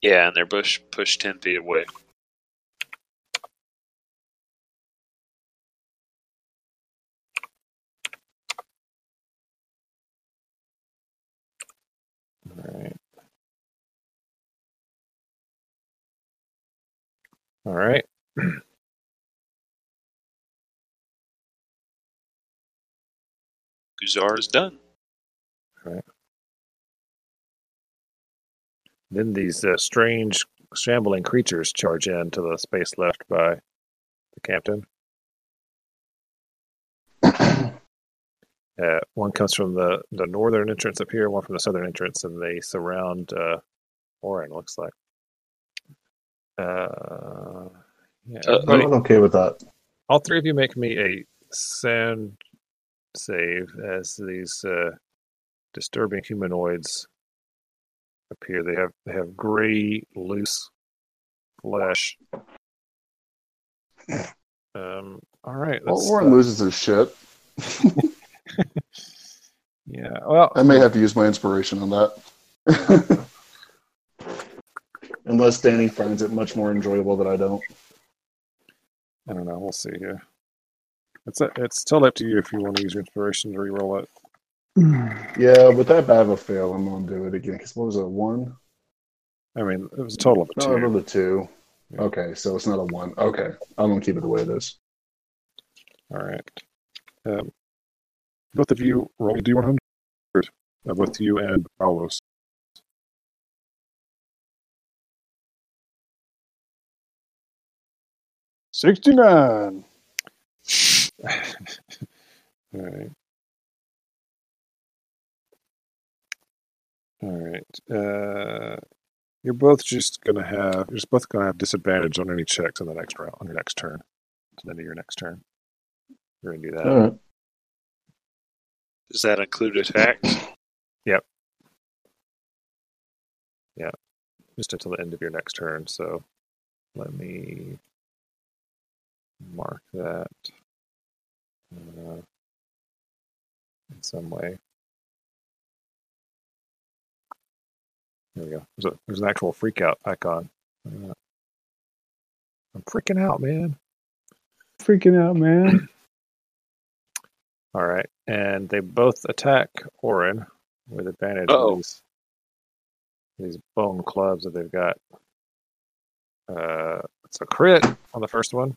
S2: yeah, and they're bush pushed ten feet away.
S4: All right. All right.
S2: Guzar is done.
S4: Then these uh, strange, shambling creatures charge into the space left by the captain. Uh, one comes from the, the northern entrance up here, one from the southern entrance, and they surround uh, Orin, looks like. Uh, yeah,
S2: Uh,
S4: everybody-
S3: I'm okay with that.
S4: all three of you make me a sound save as these uh, disturbing humanoids appear. They have they have gray, loose flesh. Um. All right.
S3: Well,
S4: let's,
S3: Warren
S4: uh,
S3: loses his shit.
S4: yeah. Well,
S3: I may have to use my inspiration on that. Unless Danny finds it much more enjoyable that I don't.
S4: I don't know. We'll see here. It's it's still up to you if you want to use your inspiration to reroll it.
S3: Yeah, with that bad of a fail, I'm gonna do it again. Because what was it, one?
S4: I mean, it was a total of a
S3: No,
S4: two.
S3: I rolled a two.
S4: Yeah.
S3: Okay, so it's not a one. Okay, I'm gonna keep it the way it is.
S4: All right. Um, both of you roll a d100. Uh, both you and Paulos.
S1: Sixty nine.
S4: All right. All right. Uh, you're both just gonna have you're just both gonna have disadvantage on any checks on the next round on your next turn. To the end of your next turn, you're gonna do that.
S3: All right.
S2: Does that include attacks?
S4: just until the end of your next turn. So let me mark that uh, in some way. There we go. There's, a, there's an actual freak out icon. Look at that. I'm freaking out, man.
S1: Freaking out, man.
S4: All right. And they both attack Orin with advantage
S2: Uh-oh.
S4: of these, these bone clubs that they've got. Uh, it's a crit on the first one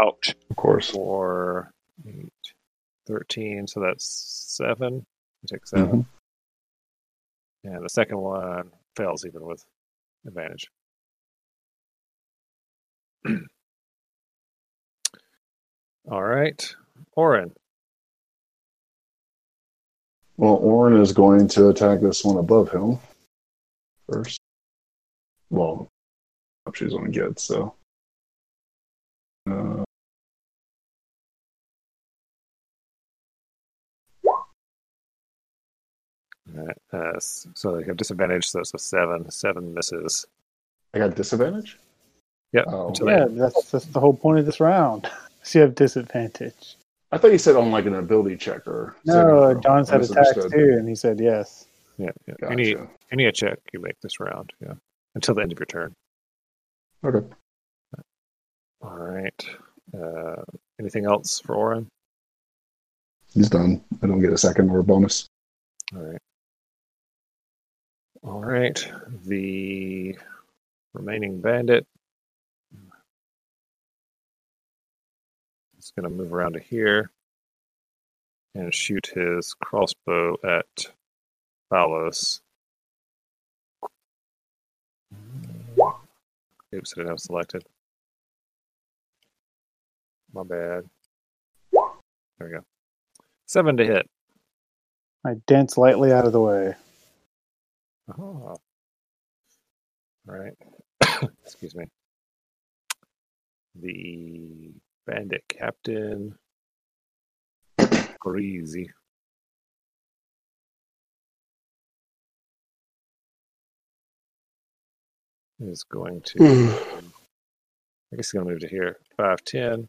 S2: Ouch.
S3: Of course.
S4: for eight, 13. So that's seven. You take 7 And the second one fails even with advantage. All right. Orin.
S3: Well, Orin is going to attack this one above him first. Well, she's gonna get so. Uh,
S4: Alright, Uh, s- so they have disadvantage, so it's a seven. Seven misses.
S3: I got disadvantage.
S4: Yep.
S3: Oh.
S4: until
S1: yeah,
S4: they-
S1: that's that's the whole point of this round. So you have disadvantage.
S3: I thought you said on like an ability check or
S1: No,
S3: saving
S1: uh,
S3: throw.
S1: John
S3: I
S1: said attack
S3: misunderstood.
S1: too, and he said yes.
S4: yeah, yeah.
S3: Gotcha.
S4: Any any check you make this round, yeah, until the end of your turn.
S3: Okay.
S4: All right. Uh, anything else for Oren?
S3: He's done. I don't get a second or a bonus.
S4: All right. All right. The remaining bandit is going to move around to here and shoot his crossbow at Balos. Oops, I didn't have selected. My bad. There we go. Seven to hit.
S1: I dance lightly out of the way.
S4: Oh. All right. Excuse me. The bandit captain. Greasy. Is going to. I guess he's going to move to here. 5'10.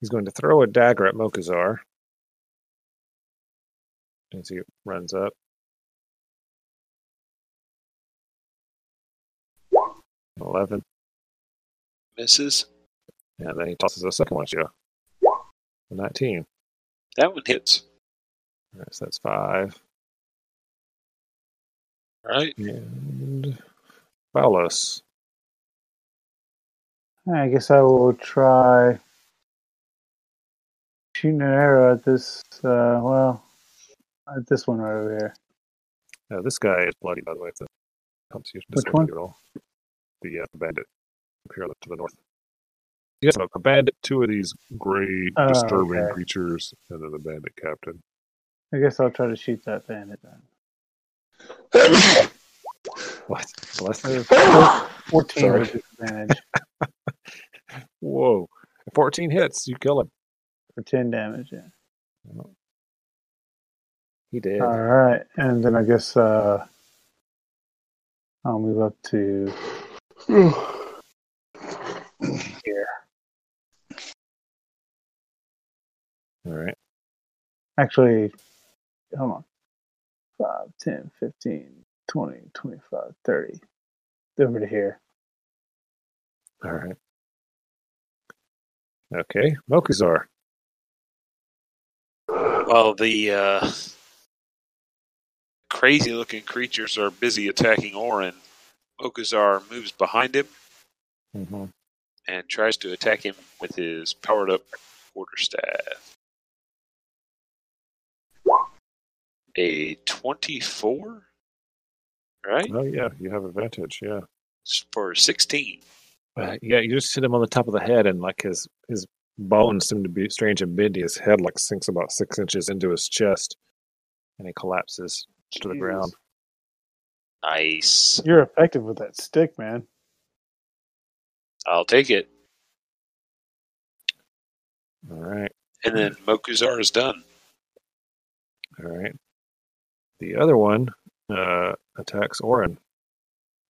S4: He's going to throw a dagger at Mokazar as he runs up. Eleven,
S2: Misses.
S4: and then he tosses a second one at you. A Nineteen.
S2: That one hits.
S4: All right, so that's five.
S2: All right.
S4: And Balos.
S1: I guess I will try shooting an arrow at this. Uh, well, at this one right over here.
S4: Now, this guy is bloody, by the way. If that helps you.
S1: Which
S4: disability
S1: one?
S4: roll. The uh, bandit up here to the north. You got a bandit, two of these gray,
S1: Oh,
S4: disturbing
S1: okay.
S4: creatures, and then the bandit captain.
S1: I guess I'll try to shoot that bandit then.
S4: What? Bless
S1: There's
S4: you.
S1: Fourteen
S3: Sorry.
S1: with disadvantage
S4: Whoa. 14 hits. You kill him.
S1: for ten damage. Yeah.
S4: He did.
S1: All right, and then I guess uh, I'll move up to
S4: All right.
S1: actually. Hold on. 5, 10, 15, 20, 25, 30. Over to here.
S4: All right. Okay. Mokuzar.
S2: Well, the uh, crazy looking creatures are busy attacking Orin. Okazar moves behind him
S4: Mm-hmm.
S2: and tries to attack him with his powered up quarterstaff. A 24? Right?
S4: Oh, yeah. You have advantage. Yeah.
S2: For 16.
S4: Uh, yeah, you just hit him on the top of the head, and like his his bones seem to be strange and bendy. His head like sinks about six inches into his chest, and he collapses to the
S1: Jesus.
S4: ground.
S2: Nice.
S1: You're effective with that stick, man.
S2: I'll take it.
S4: All right,
S2: And then Mokuzar is done.
S4: all right. The other one uh, attacks Orin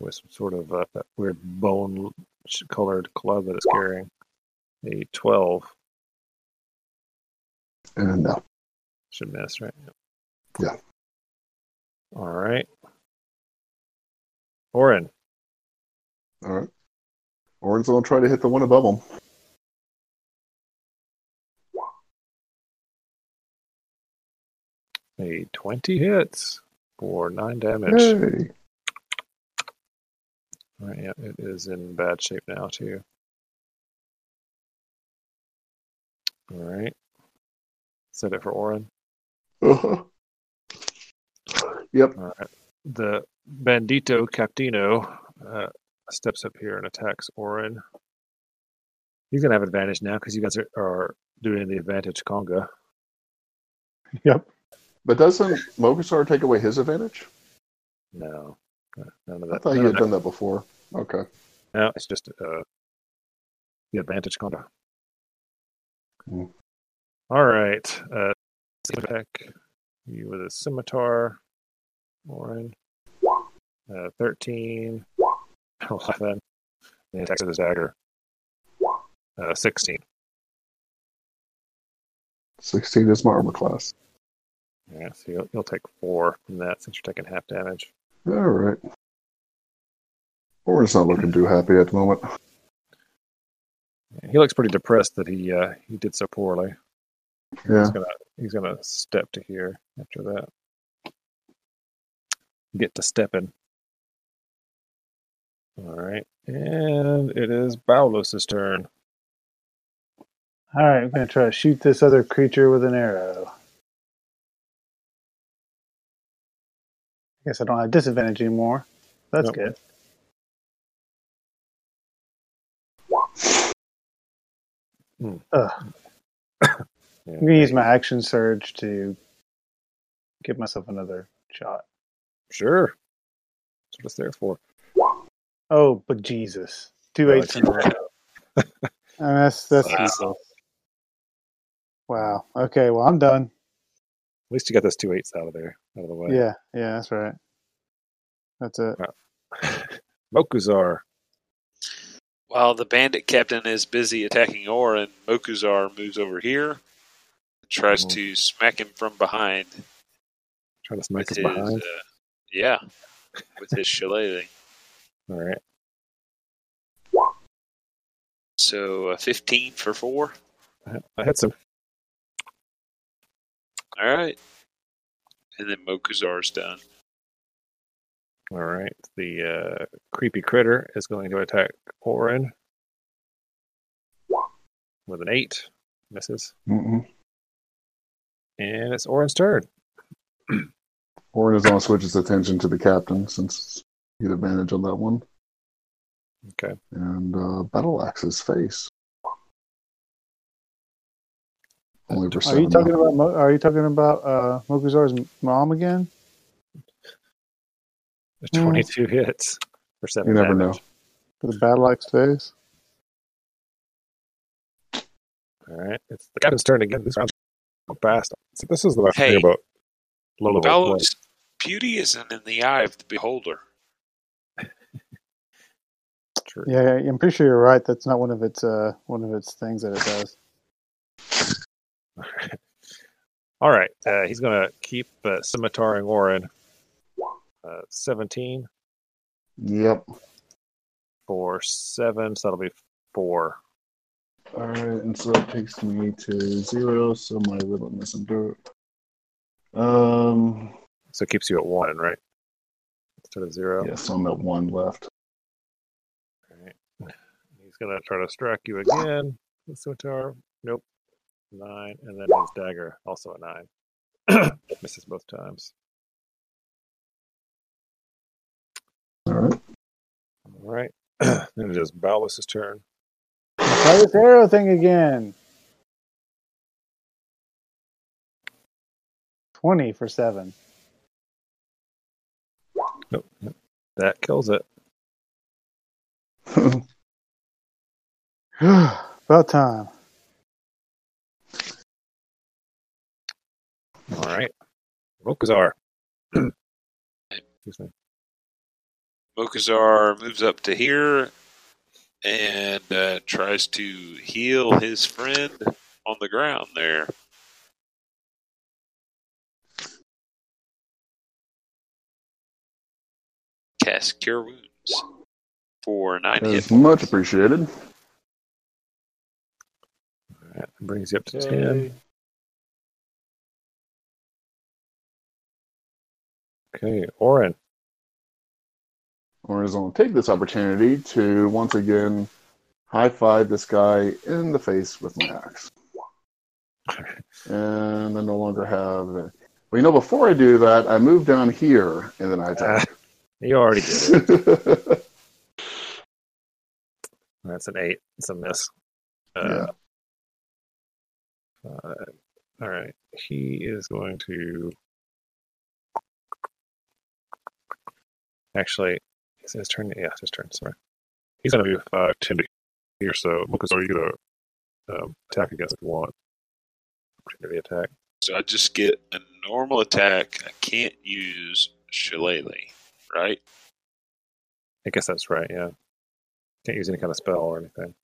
S4: with some sort of uh, that weird bone-colored club that it's carrying. A twelve
S3: and uh, no.
S4: should miss, right?
S3: Yeah.
S4: All right. Orin.
S3: All right. Orin's gonna try to hit the one above him.
S4: A 20 hits for 9 damage.
S3: Hey.
S4: Right, yeah, it is in bad shape now, too. All right. Set it for Orin.
S3: Yep.
S4: All right. The Bandito Captino uh, steps up here and attacks Orin. He's going to have advantage now because you guys are, are doing the advantage conga.
S1: Yep.
S3: But doesn't Mogasar take away his advantage?
S4: No. uh, None of that.
S3: I thought
S4: none
S3: you
S4: of
S3: had
S4: that-
S3: done that before. Okay.
S4: No, it's just uh, the advantage conda.
S3: Hmm.
S4: All right. Uh, attack you with a scimitar, Warren. Uh, 13. 11. The attacks with his dagger. Uh, 16.
S3: Sixteen is my armor class.
S4: Yeah, so you'll, you'll take four from that since you're taking half damage.
S3: All right. Orin's not looking too happy at the moment.
S4: he looks pretty depressed that he uh, he did so poorly.
S3: Yeah.
S4: He's gonna he's gonna step to here after that. Get to stepping. All right, and it is Baulos' turn.
S1: All right, I'm gonna try to shoot this other creature with an arrow. I guess I don't have disadvantage anymore. That's
S4: Nope.
S1: good.
S4: Hmm.
S1: Ugh.
S4: Yeah.
S1: I'm gonna use my action surge to give myself another shot.
S4: Sure, that's what it's there for.
S1: Oh, but Jesus! Two
S4: Oh,
S1: eights in a row. And that's that's
S4: Wow.
S1: useless. Wow. Okay. Well, I'm done.
S4: At least you got those two eights out of there, out of the way.
S1: Yeah. Yeah. That's right. That's it.
S4: Mokuzar.
S2: While the bandit captain is busy attacking Orin, Mokuzar moves over here and tries
S4: Mhm.
S2: to smack him from behind.
S4: Trying to smack
S2: with
S4: us
S2: his,
S4: behind.
S2: Uh, yeah, with his shillelagh.
S4: All right.
S2: So uh, 15 for 4.
S4: I had some.
S2: All right. And then Mokuzar's done.
S4: All right. The uh, creepy critter is going to attack Orin with an eight. Misses.
S3: Mm-mm.
S4: And it's Orin's turn.
S3: Orin is going to switch his attention to the captain since he had advantage on that one.
S4: Okay.
S3: And uh, battle axe's face. Only for
S1: Are you
S3: seven.
S1: talking about Mo- Are you talking about uh, Mokuzar's mom again? Mm.
S4: There's 22 hits for seven.
S3: You never
S4: damage.
S1: For the battle axe face?
S4: All right. It's the captain's turn again. This round's going fast. So this is the last
S2: Hey.
S4: thing about low level. play.
S2: Balance, beauty isn't in the eye of the beholder.
S4: True.
S1: Yeah, yeah, I'm pretty sure you're right. That's not one of its uh one of its things that it does.
S4: All right. Uh, he's going to keep uh, scimitaring Orin. Uh, 17
S3: Yep.
S4: for seven. So that'll be four.
S3: All right, and so it takes me to zero, so my relentless endure. Um,
S4: So it keeps you at one, right? Instead of zero.
S3: yes, I'm at one left.
S4: He's gonna try to strike you again with scimitar. Nope. Nine, and then his dagger, also a nine. Misses both times.
S3: All right.
S4: All right. then it is Baulus' turn.
S1: Try this arrow thing again. Twenty for seven.
S4: Nope. That kills it.
S1: About time.
S4: All right. Mokuzar. Excuse me.
S2: Mokuzar moves up to here and uh, tries to heal his friend on the ground there. Cast Cure Wounds for nine
S3: That
S2: hit
S3: is much appreciated.
S4: All right. Brings you up to ten. Okay, Orin.
S3: Or is going to take this opportunity to once again high five this guy in the face with my axe. And I no longer have. Well, you know, before I do that, I move down here and then I attack.
S4: You already did it. That's an eight. It's a miss. Uh, uh, all right. He is going to. Actually, it's his turn. Yeah, it's his turn. Sorry. He's going to move uh, 10 to here. So, Lucas, are you going to um, attack against if you want? Opportunity attack.
S2: So I just get a normal attack. I can't use Shillelagh, right?
S4: I guess that's right. Yeah. Can't use any kind of spell or anything.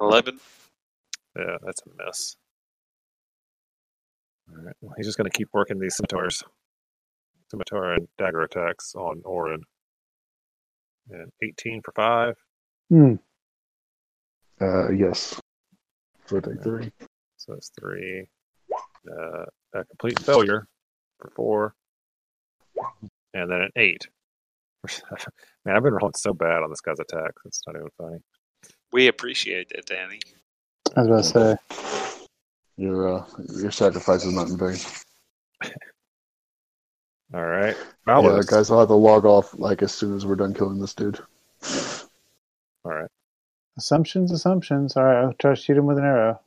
S2: 11.
S4: Yeah, that's a mess. All right. Well, he's just going to keep working these scimitars, scimitar and dagger attacks on Orin. And 18 for five.
S1: Hmm.
S3: Uh, yes. So take three.
S4: So that's three. Uh, a complete failure for four. And then an eight. Man, I've been rolling so bad on this guy's attacks. It's not even funny.
S2: We appreciate that, Danny.
S1: I was about to say.
S3: Your uh, your sacrifice is not in vain.
S4: All right.
S3: Yeah,
S4: Malus.
S3: guys, I'll have to log off like as soon as we're done killing this dude.
S4: All right.
S1: Assumptions, assumptions. All right, I'll try to shoot him with an arrow.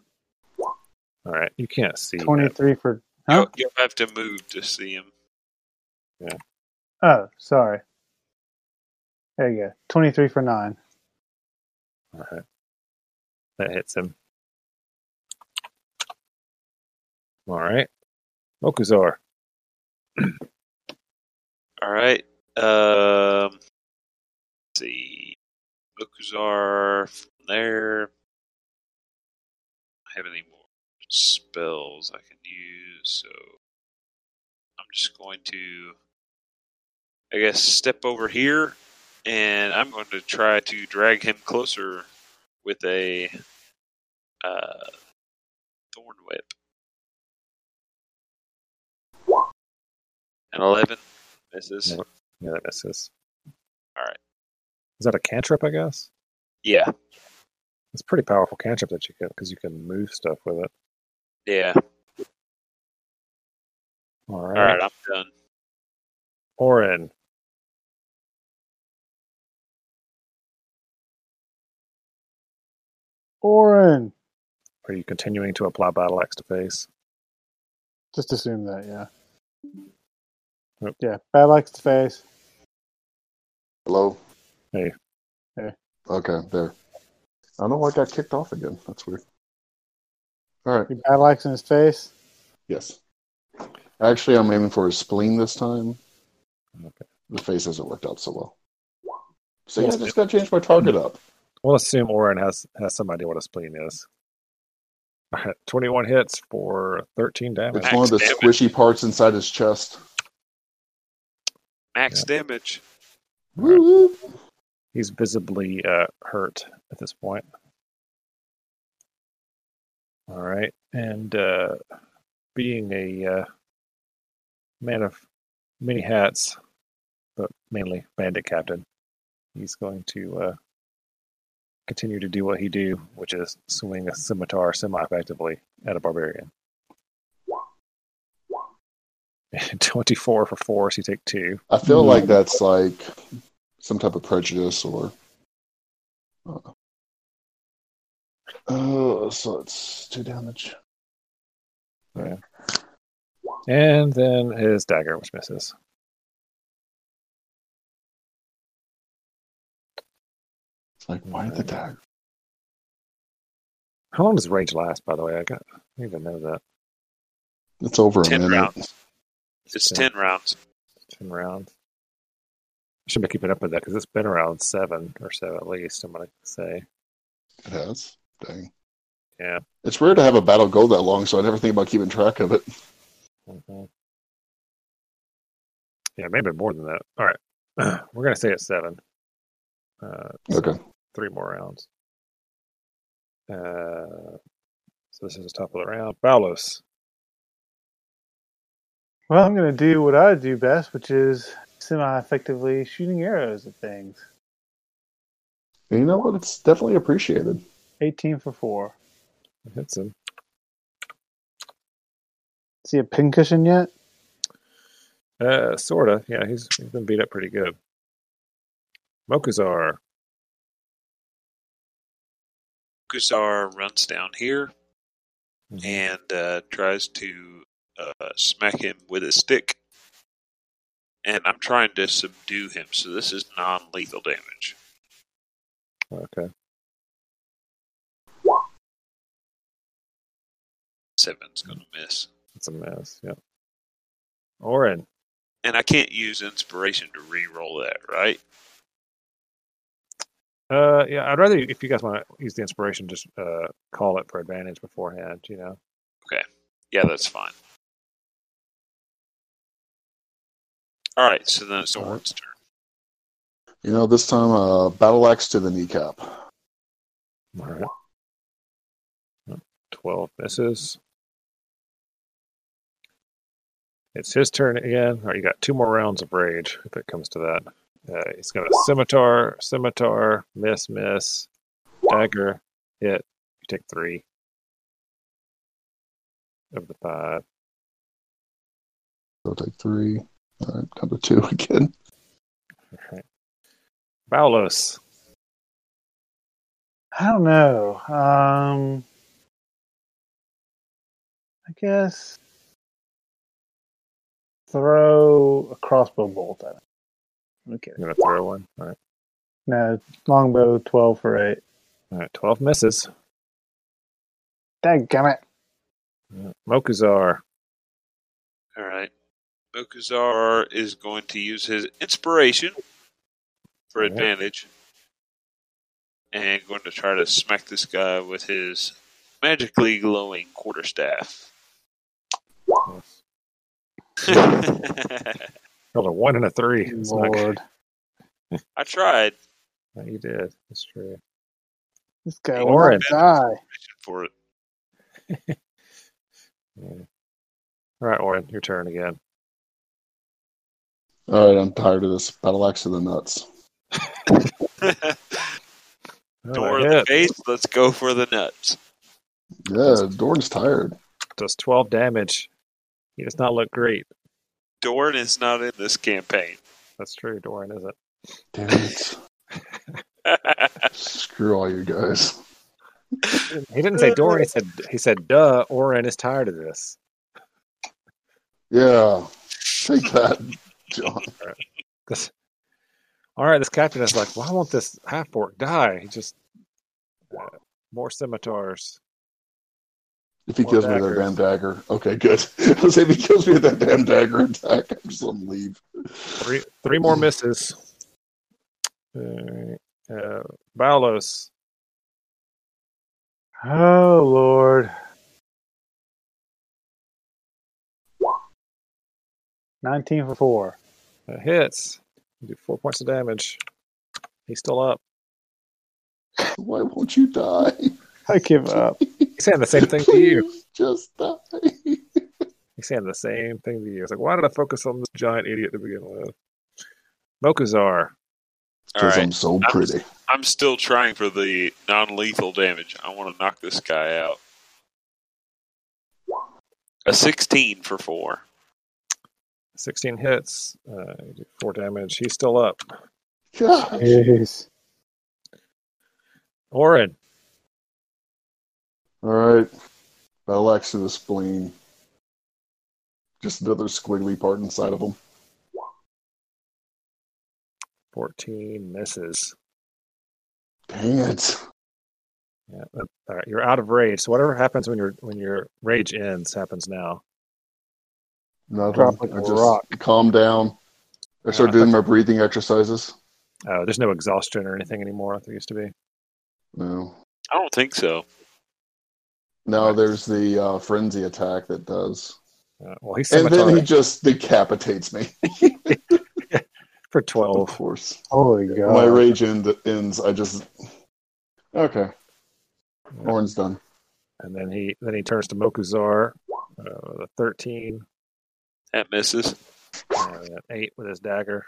S4: All right. You can't see. that.
S1: 23 for. Huh?
S2: You'll, you'll have to move to see him.
S1: Oh, sorry. There you go. 23 for 9.
S4: All right. That hits him. All right. Mokuzar.
S2: All right. Um, let's see. Mokuzar from there. I have any more spells I can use, so I'm just going to, I guess, step over here, and I'm going to try to drag him closer with a uh, thorn whip. An 11 misses.
S4: Yeah, that misses.
S2: All right.
S4: Is that a cantrip, I guess?
S2: Yeah.
S4: It's a pretty powerful cantrip that you get because you can move stuff with it.
S2: Yeah.
S4: All
S2: All right, I'm done.
S4: Orin.
S1: Orin!
S4: Are you continuing to apply battle axe to face?
S1: Just assume that, yeah.
S4: Yep.
S1: Yeah, bad luck's to face.
S3: Hello.
S4: Hey.
S1: Hey.
S3: Okay, there. I don't know why I got kicked off again. That's weird. All right.
S1: Your bad luck's in his face.
S3: Yes. Actually, I'm aiming for his spleen this time.
S4: Okay.
S3: The face hasn't worked out so well. So yeah, I just got to change my target up.
S4: We'll assume Orin has has some idea what a spleen is. All right, twenty-one hits for thirteen damage.
S3: It's one of the
S2: Accident.
S3: squishy parts inside his chest.
S2: Max damage.
S3: Woo!
S4: He's visibly uh, hurt at this point. All right, and uh, being a uh, man of many hats, but mainly bandit captain, he's going to uh, continue to do what he do, which is swing a scimitar semi-effectively at a barbarian. Twenty-four for four, so you take two.
S3: I feel like
S4: Hmm.
S3: that's like some type of prejudice or. Uh, oh, so it's two damage.
S4: And then his dagger, which misses.
S3: It's like why did the dagger?
S4: How long does rage last, by the way? I got I don't even know that.
S3: It's over a
S2: 10
S3: minute.
S2: rounds. It's
S4: Yeah.
S2: 10 rounds.
S4: Ten rounds. I should be keeping up with that because it's been around seven or so at least, I'm gonna say.
S3: It has. Dang.
S4: Yeah.
S3: It's rare to have a battle go that long, so I never think about keeping track of it.
S4: Mhm. Yeah, maybe more than that. All right. We're gonna say it's seven. Uh
S3: Okay.
S4: three more rounds. Uh so this is the top of the round. Balos.
S1: Well, I'm going to do what I do best, which is semi effectively shooting arrows at things.
S3: And you know what? It's definitely appreciated.
S1: 18 for 4.
S4: Hits him.
S1: Is he a pincushion yet?
S4: Uh, sort of. Yeah, he's, he's been beat up pretty good. Mokuzar.
S2: Guzar runs down here and uh, tries to uh, smack him with a stick. And I'm trying to subdue him, so this is non lethal damage.
S4: Okay.
S2: Seven's going to miss.
S4: It's a mess. Yeah. Orin.
S2: And I can't use inspiration to re roll that, right?
S4: Uh, yeah, I'd rather, if you guys want to use the inspiration, just uh, call it for advantage beforehand, you know?
S2: Yeah, that's fine. All right, so then it's Orin's turn.
S3: You know, this time, uh, battle axe to the kneecap.
S4: All right. 12 misses. It's his turn again. Or you got two more rounds of rage if it comes to that. Uh, he's got a scimitar, scimitar, miss, miss, dagger, hit. You take three of the five.
S3: So take three. All right, come to two again.
S4: All right. Baulos.
S1: I don't know. Um, I guess throw a crossbow bolt at it. Okay.
S4: You gonna throw one? All right.
S1: No, longbow twelve for eight.
S4: All right. Twelve misses.
S1: Dadgummit.
S4: All right. Mokuzar.
S2: All right. Mokuzar is going to use his inspiration for
S4: Alright.
S2: advantage and going to try to smack this guy with his magically glowing quarterstaff. I
S4: Rolled a one and a three. It's not good.
S1: Lord,
S2: tried
S4: No, you did. That's true.
S1: this guy
S2: Hey,
S1: will not
S4: Orin.
S1: die.
S2: for it.
S4: Yeah. All right, Orin, your turn again.
S3: All right, I'm tired of this battle axe to the nuts.
S2: Door
S4: Another
S2: in the
S4: hit.
S2: face, let's go for the nuts.
S3: Yeah, Dorn's tired.
S4: Does twelve damage. He does not look great.
S2: Dorn is not in this campaign.
S4: That's true. Doran isn't.
S3: Damn it. Screw all you guys.
S4: He didn't say Doran. He said he said, "Duh, Orin is tired of this."
S3: Yeah, take that, John.
S4: 'Cause- all right, this captain is like, "Why won't this half orc die?" He just uh, more scimitars.
S3: If he
S4: More
S3: kills me with that damn
S4: daggers.
S3: dagger, okay, good. I was saying, if he kills me with that damn dagger attack, I'm just gonna leave.
S4: Three three more misses. Uh, uh, Balos.
S1: Oh Lord. Nineteen for four.
S4: That uh, hits. You do four points of damage. He's still up.
S3: Why won't you die?
S1: I give up.
S4: He's saying the same thing to you.
S3: Please, Just die.
S4: He's saying the same thing to you. It's like, why did I focus on this giant idiot to begin with? Mokuzar.
S2: All
S3: Because
S2: right.
S3: I'm so pretty.
S2: I'm still trying for the non lethal damage. I want to knock this guy out. A 16 for 4.
S4: 16 hits, uh, you do four damage. He's still up.
S3: Gosh.
S1: Jeez.
S4: Orin.
S3: All right. Battle axe to the spleen. Just another squiggly part inside of him.
S4: 14 misses.
S3: Dang it.
S4: Yeah. All right, you're out of rage. So whatever happens when your when your rage ends happens now.
S3: Nothing.
S1: Drop like
S3: I
S1: a
S3: just
S1: rock.
S3: calm down. I started doing my breathing exercises.
S4: Uh, there's no exhaustion or anything anymore. like There used to be.
S3: No.
S2: I don't think so.
S3: Now there's the uh, frenzy attack that does.
S4: Uh, well, he's
S3: And
S4: scimitar
S3: then he just decapitates me.
S4: for
S3: Of
S4: 12.
S3: course.
S1: Holy
S3: When my
S1: God.
S3: rage end, ends. I just. Okay. Horn's done.
S4: And then he then he turns to Mokuzar, uh, with a 13,
S2: That misses.
S4: uh, an 8 with his dagger.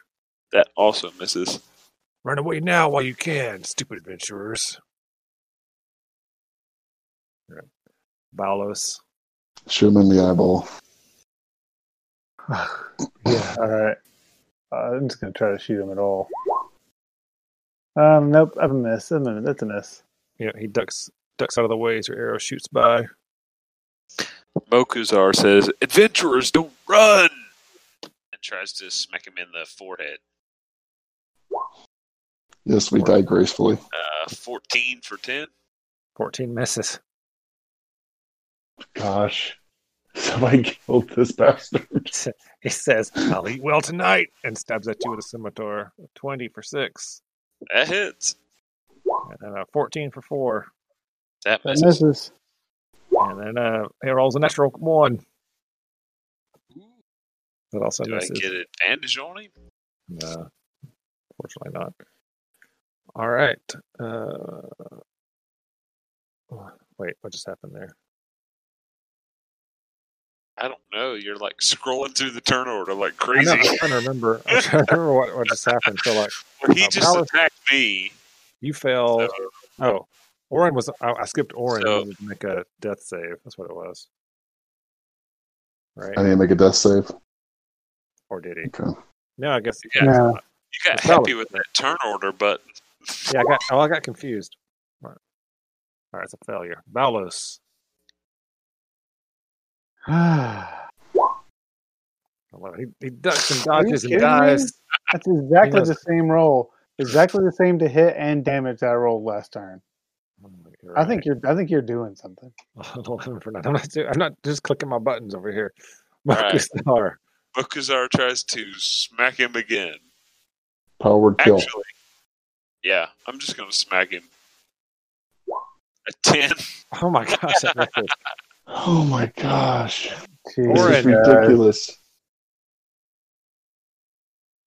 S2: That also misses.
S4: Run away now while you can, stupid adventurers. Right. Balos.
S3: Shoot him in the eyeball.
S1: yeah. All right. Uh, I'm just gonna try to shoot him at all. Um. Nope. I've a miss. That's a that's a miss.
S4: You know, he ducks ducks out of the way as your arrow shoots by.
S2: Mokuzar says, Adventurers, don't run! And tries to smack him in the forehead.
S3: Yes, we die gracefully.
S2: Uh, 14 for 10.
S4: 14 misses.
S3: Gosh. Somebody killed this bastard.
S4: He says, I'll eat well tonight, and stabs at you with a scimitar. 20 for 6,
S2: That hits.
S4: and then a 14 for 4.
S2: That
S1: That
S2: misses.
S1: misses.
S4: And then uh, he rolls a natural 1. That also
S2: Do I
S4: misses.
S2: get advantage on him?
S4: No, Uh, fortunately not. All right. Uh, wait, what oh, just happened there?
S2: I don't know. You're like scrolling through the turn order like crazy.
S4: I know, I'm trying to remember. I'm trying to remember what, what just happened. So like
S2: Well, he
S4: Uh,
S2: just
S4: Palace-
S2: attacked me.
S4: you failed.
S2: so-
S4: Oh, Orin was. I, I skipped Orin.
S2: So-
S4: I needed to make a death save. That's what it was. Right?
S3: I need to make a death save.
S4: Or did he?
S3: Okay.
S4: No, I guess.
S2: Yeah.
S4: it's
S1: Yeah.
S4: not.
S2: You got
S4: It's
S2: happy
S4: Palace.
S2: with that turn order, but
S4: Yeah, I got. Oh, I got confused. All right, All right, it's a failure. Balos.
S1: That's
S4: Hello. He, he ducks and
S1: Are you
S4: dodges and
S1: kidding me?
S4: dies.
S1: exactly
S4: Yes.
S1: the same roll. Exactly the same to hit and damage that I rolled last turn. I think you're. I think you're doing something.
S4: Eleven for nine. I'm not. do- I'm not just clicking my buttons over here.
S2: right.
S4: Marcus Starr.
S2: Bokazar tries to smack him again.
S3: Power word kill.
S2: Actually, yeah, I'm just gonna smack him. A ten.
S4: Oh my gosh, that record.
S3: Oh my gosh. This
S4: Orin,
S3: is
S1: Jesus, guys.
S3: ridiculous.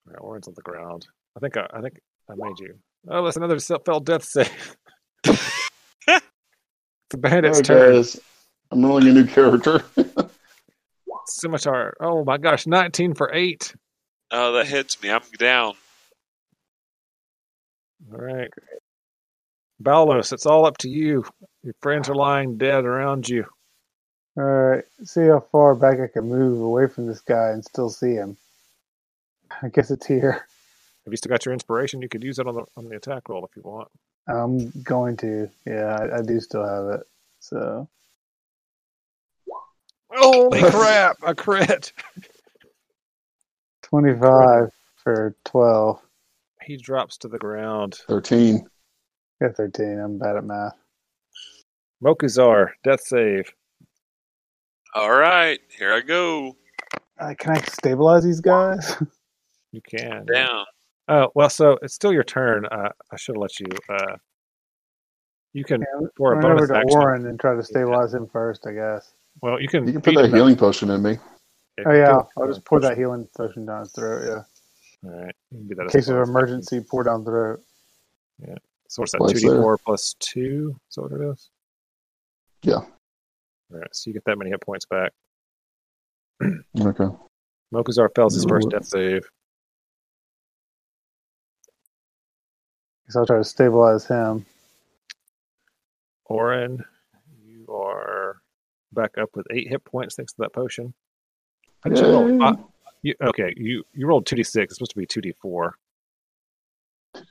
S4: All right, Orin's on the ground. I think I, I think I made you. Oh, that's another se- fell death save. the bandit's
S3: Alright,
S4: turn.
S3: guys. I'm rolling a new character.
S4: Scimitar. Oh my gosh, nineteen for eight.
S2: Oh, that hits me. I'm down.
S4: All right. Balos, it's all up to you. Your friends are lying dead around you.
S1: All right, see how far back I can move away from this guy and still see him. I guess it's here.
S4: Have you still got your inspiration? You could use it on the on the attack roll if you want.
S1: I'm going to. Yeah, I, I do still have it. So
S4: Holy crap! A crit.
S1: 25 for 12.
S4: He drops to the ground.
S3: 13.
S1: Got 13. I'm bad at math.
S4: Mokuzar, death save.
S2: All right, here I go.
S1: Uh, can I stabilize these guys?
S4: You can.
S2: Down.
S4: Oh well, so it's still your turn. Uh, I should have let you. Uh, you can
S1: Yeah,
S4: for a
S1: Run over
S4: bonus
S1: to
S4: action.
S1: Warren and try to stabilize him first, I guess.
S4: Well, you can.
S3: You can put
S4: feed
S3: that
S4: him that-
S3: healing potion in me.
S4: if
S1: Oh,
S4: you
S1: yeah.
S4: do-
S1: I'll just pour that healing potion down his throat. Yeah.
S4: All right, you can do that.
S1: In
S4: as
S1: case of
S4: well.
S1: emergency, pour down throat.
S4: So what's that?
S3: Place
S4: Two d four plus two. Is that what it is?
S3: Yeah.
S4: All right, so you get that many hit points back.
S3: Okay.
S4: Mokuzar fails his first
S3: Mhm.
S4: death save.
S1: So I'll try to stabilize him.
S4: Orin, you are back up with eight hit points thanks to that potion. I just rolled.
S3: Yay.
S4: I, you, okay, you you rolled two d six. It's supposed to be two d four. So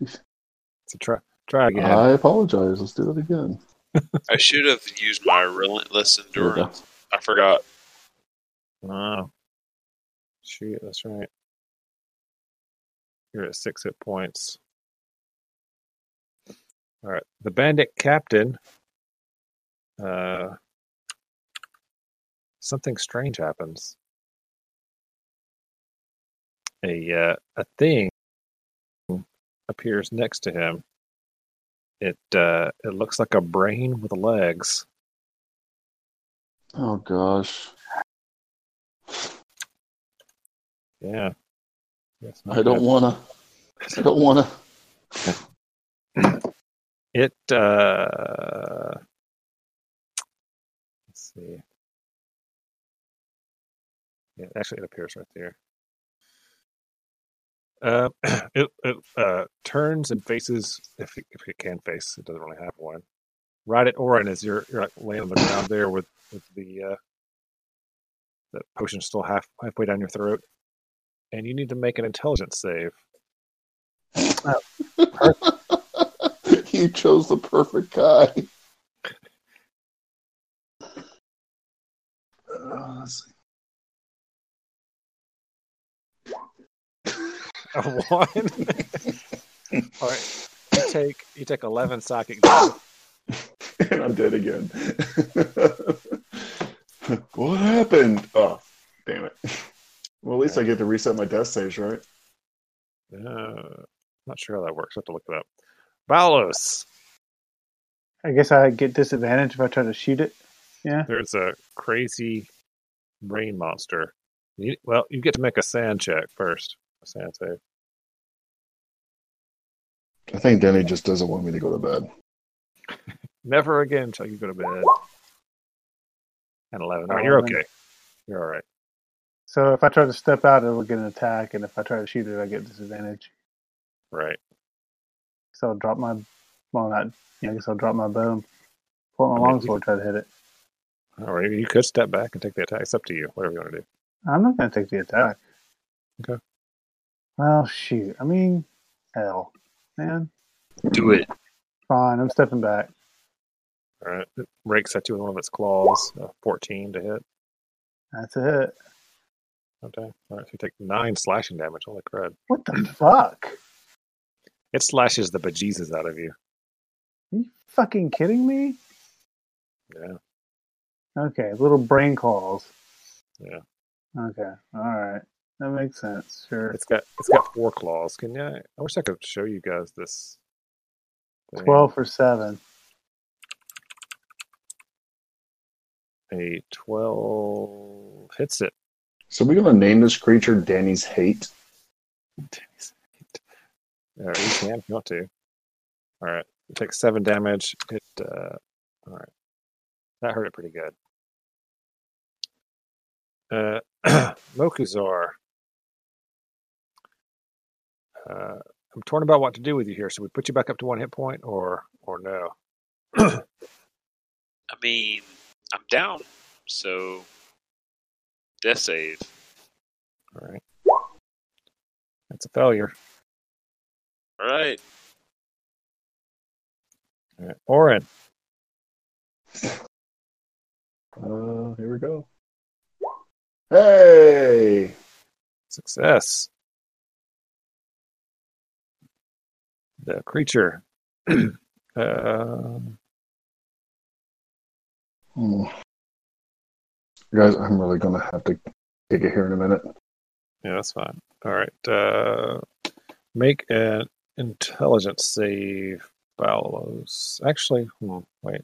S4: try try again.
S3: I apologize. Let's do that again.
S2: I should have used my relentless endurance. I forgot.
S4: Oh. Shoot, that's right. You're at six hit points. All right. The bandit captain. Uh, something strange happens. A uh, a thing appears next to him. It uh, it looks like a brain with legs.
S3: Oh gosh.
S4: Yeah. That's not
S3: I don't
S4: good.
S3: wanna. I don't wanna.
S4: It uh let's see. Yeah, actually it appears right there. Uh, it it uh, turns and faces if it, if it can face. It doesn't really have one. Right at Orin as you're you're like laying on the ground there with with the uh, the potion still half halfway down your throat, and you need to make an intelligence save.
S3: you chose the perfect guy. Uh, let's
S4: A one. All right. You take you take eleven psychic damage.
S3: see. and I'm dead again. what happened? Oh, damn it. Well, at least I get to reset my death saves, right?
S4: Uh, not sure how that works. I have to look it up. Balos.
S1: I guess I get disadvantage if I try to shoot it. Yeah.
S4: There's a crazy brain monster. You, well, you get to make a sand check first. A sand save.
S3: I think Denny just doesn't want me to go to bed.
S4: Never again shall you go to bed. And eleven. All right, you're
S1: 11.
S4: okay. You're all right.
S1: So if I try to step out, it will get an attack, and if I try to shoot it, I get disadvantage.
S4: Right.
S1: So I'll drop my, well, not, yeah, I guess I'll drop my bow, pull out my
S4: I mean,
S1: longsword, try to hit it.
S4: All right. You could step back and take the attack. It's up to you. Whatever you want to do.
S1: I'm not going to take the attack.
S4: Okay.
S1: Well, shoot. I mean, hell, man.
S5: Do it.
S1: Fine, I'm stepping back.
S4: All right. It rakes at you with one of its claws. Uh, 14 to hit.
S1: That's a hit.
S4: Okay. All right. So you take nine slashing damage. Holy crud.
S1: What the fuck?
S4: It slashes the bejesus out of you.
S1: Are you fucking kidding me?
S4: Yeah.
S1: Okay, little brain calls.
S4: Yeah.
S1: Okay, all right. That makes sense. Sure.
S4: It's got it's got four claws. Can you? I wish I could show you guys this. thing.
S1: 12 for 7.
S4: A twelve hits it.
S3: So we're gonna name this creature Danny's Hate.
S4: All right, you can if you want to. All right, it takes seven damage. It uh, all right, that hurt it pretty good. Uh, Mokuzar, uh, I'm torn about what to do with you here. Should we put you back up to one hit point, or or no?
S2: I mean, I'm down, so death save.
S4: All right, that's a failure.
S2: All right,
S4: All right. Oren,
S3: Uh, here we go. Hey,
S4: Success. The creature. um,
S3: Hmm. guys, I'm really gonna have to take it here in a minute.
S4: yeah, that's fine. All right. Uh, make an intelligence save, Balos. Actually, hmm, wait.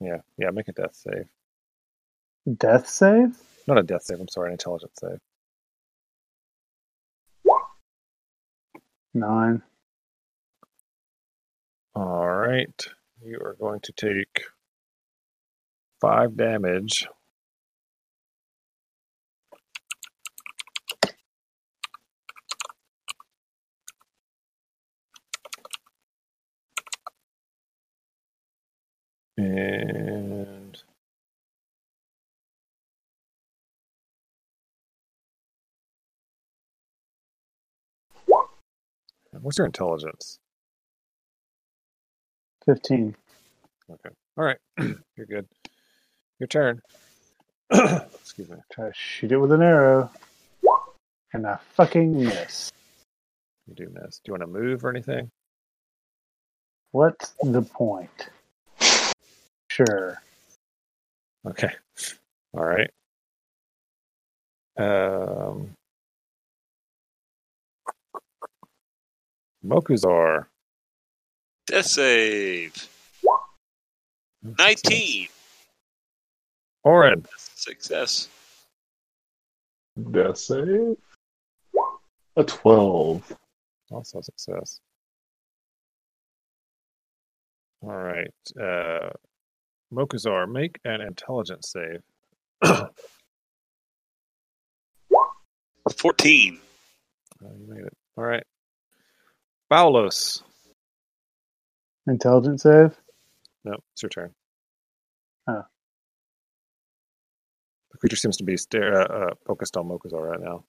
S4: Yeah, yeah, make a death save.
S1: Death save?
S4: Not a death save, I'm sorry, an intelligence save.
S1: 9.
S4: All right. You are going to take five damage. And what's your intelligence?
S1: 15.
S4: All right, you're good. Your turn. Excuse me.
S1: Try to shoot it with an arrow. And I fucking miss.
S4: You do miss. Do you want to move or anything?
S1: What's the point? Sure.
S4: Okay. All right. Um, Mokuzar.
S2: death save. Nineteen
S4: Oren.
S2: success.
S3: Death save. A twelve.
S4: Also a success. All right. Uh, Mokuzar, make an intelligence save.
S2: Fourteen.
S4: Uh, you made it. All right. Baulos.
S1: Intelligence save?
S4: No, it's your turn.
S1: Huh.
S4: The creature seems to be stare, uh, uh, focused on Mokuzar right now.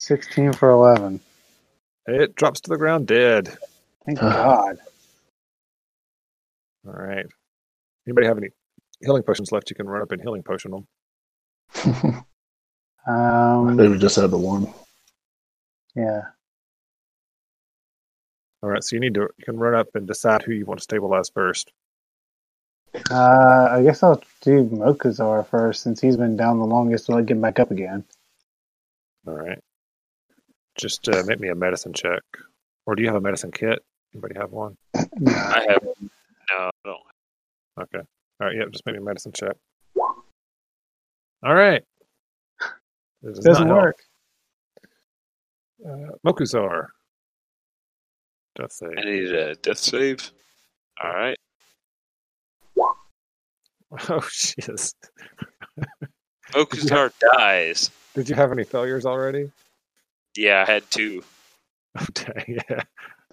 S1: 16 for 11.
S4: It drops to the ground dead.
S1: Thank God.
S4: All right. Anybody have any healing potions left? You can run up and healing potion them.
S3: they
S1: Um,
S3: just had the one.
S1: yeah.
S4: All right. So you need to you can run up and decide who you want to stabilize first.
S1: Uh, I guess I'll do Mokuzar first since he's been down the longest. I'll get him back up again.
S4: All right. Just uh, make me a medicine check, or do you have a medicine kit? Anybody have one?
S2: I have no. I don't.
S4: Okay. All right. Yep. Just make me a medicine check. All right. This does
S1: Doesn't
S4: not help.
S1: work.
S4: Uh, Mokuzar. Death save.
S2: I need a death save. All right.
S4: Oh, jeez.
S2: Mokusar dies.
S4: Did you have any failures already?
S2: Yeah, I had two.
S4: Okay, yeah.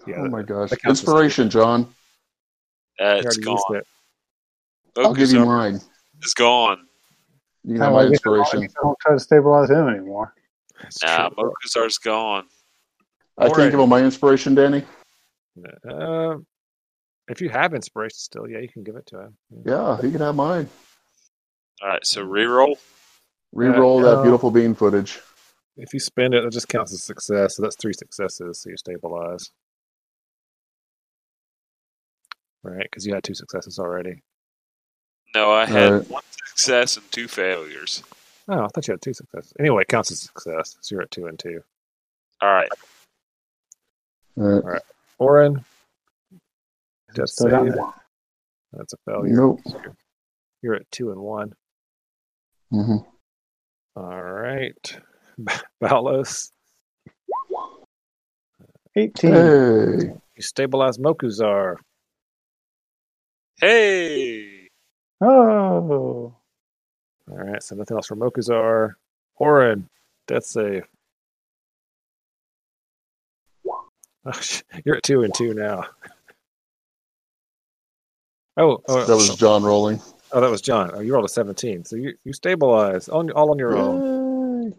S4: Yeah,
S3: oh my gosh.
S4: that counts as
S3: Inspiration, John.
S2: Uh,
S4: you
S2: it's
S4: already
S2: gone.
S4: used it.
S3: I'll give you
S2: Mokusar
S3: mine.
S2: is gone.
S3: You can
S1: No,
S3: have
S1: I
S3: my
S1: guess- I
S3: inspiration.
S1: guess I don't try to stabilize him anymore.
S4: It's
S2: Nah,
S4: true.
S2: Mokusar's gone.
S3: I can't give him my inspiration, Danny.
S4: Uh, if you have inspiration still, yeah, you can give it to him.
S3: Yeah, he can have mine.
S2: All right, so reroll.
S3: Reroll
S4: Uh,
S3: that
S4: no.
S3: beautiful bean footage.
S4: If you spend it, that just counts as success. So that's three successes. So you stabilize. Right, because you had two successes already.
S2: No, I had
S3: All right.
S2: one success and two failures.
S4: Oh, I thought you had two successes. Anyway, it counts as success. So you're at two and two.
S2: All right.
S1: Uh,
S3: All right.
S4: Oren. Death
S1: So down
S4: save.
S1: there.
S4: That's a
S2: Oh,
S4: failure.
S3: Nope.
S4: You're at two and one.
S3: hmm
S4: All right. Balos.
S1: 18.
S3: Hey.
S4: You stabilize Mokuzar.
S2: Hey.
S1: Oh.
S4: All right, so nothing else for Mokuzar. Oren, death save. Oh, sh- you're at two and two now. Oh, oh,
S3: That was John rolling.
S4: oh, that was John. Oh, you rolled a 17, so you, you stabilize on all on your own.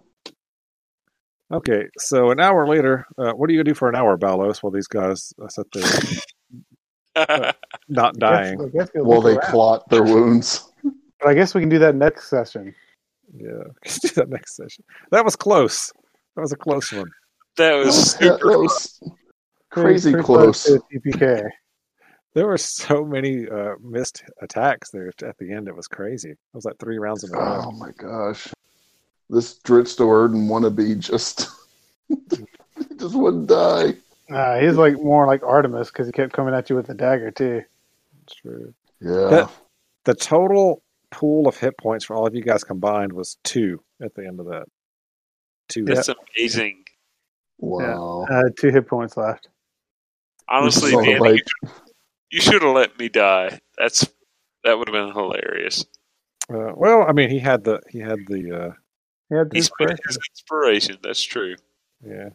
S4: Okay, so an hour later, uh, what are you gonna do for an hour, Balos, while these guys uh, sit there not
S1: I guess-
S4: dying?
S1: I guess we'll
S3: While
S1: look
S3: they
S1: around.
S3: clot their wounds.
S1: But I guess we can do that next session.
S4: Yeah, let's do that next session. That was close. That was a close one.
S2: that
S3: That
S2: was
S3: was, that
S2: super.
S3: was crazy
S1: Pretty
S3: close.
S1: to the TPK.
S4: There were so many uh, missed attacks there at the end. It was crazy. It was like three rounds of
S3: Oh my gosh. This Dritstord and wannabe just he just wouldn't die.
S1: Uh, he's like more like Artemis because he kept coming at you with the dagger too.
S4: True.
S3: Yeah.
S4: That- The total pool of hit points for all of you guys combined was two at the end of that. Two. hit-
S2: That's amazing.
S3: wow.
S1: Uh, two hit points left.
S2: Honestly,
S3: So,
S2: Danny,
S3: like,
S2: you should have let me die. That's that would have been hilarious.
S4: Uh, well, I mean, he had the he had the uh,
S1: He had the
S2: He's
S1: inspiration.
S2: his inspiration. That's true.
S4: yeah.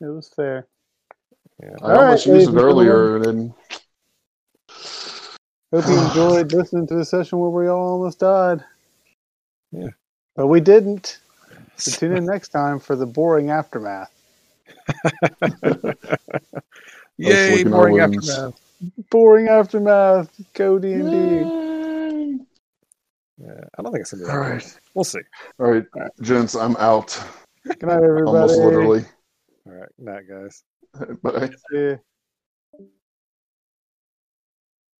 S1: It was fair.
S3: I almost
S1: All right,
S3: used it
S1: ladies and
S3: earlier and then
S1: Hope you enjoyed listening to the session where we all almost died.
S4: Yeah.
S1: But we didn't. So tune in next time for the boring aftermath.
S4: Yay!
S3: licking our
S4: Boring
S3: wounds.
S4: aftermath.
S1: Boring aftermath. Go D and D.
S4: Yeah, I don't think it's gonna be
S3: All
S4: that.
S3: right.
S4: We'll see.
S3: All right, gents, I'm out.
S1: Good night, everybody.
S3: Almost literally.
S4: All right, night guys.
S3: Bye.
S1: Yeah.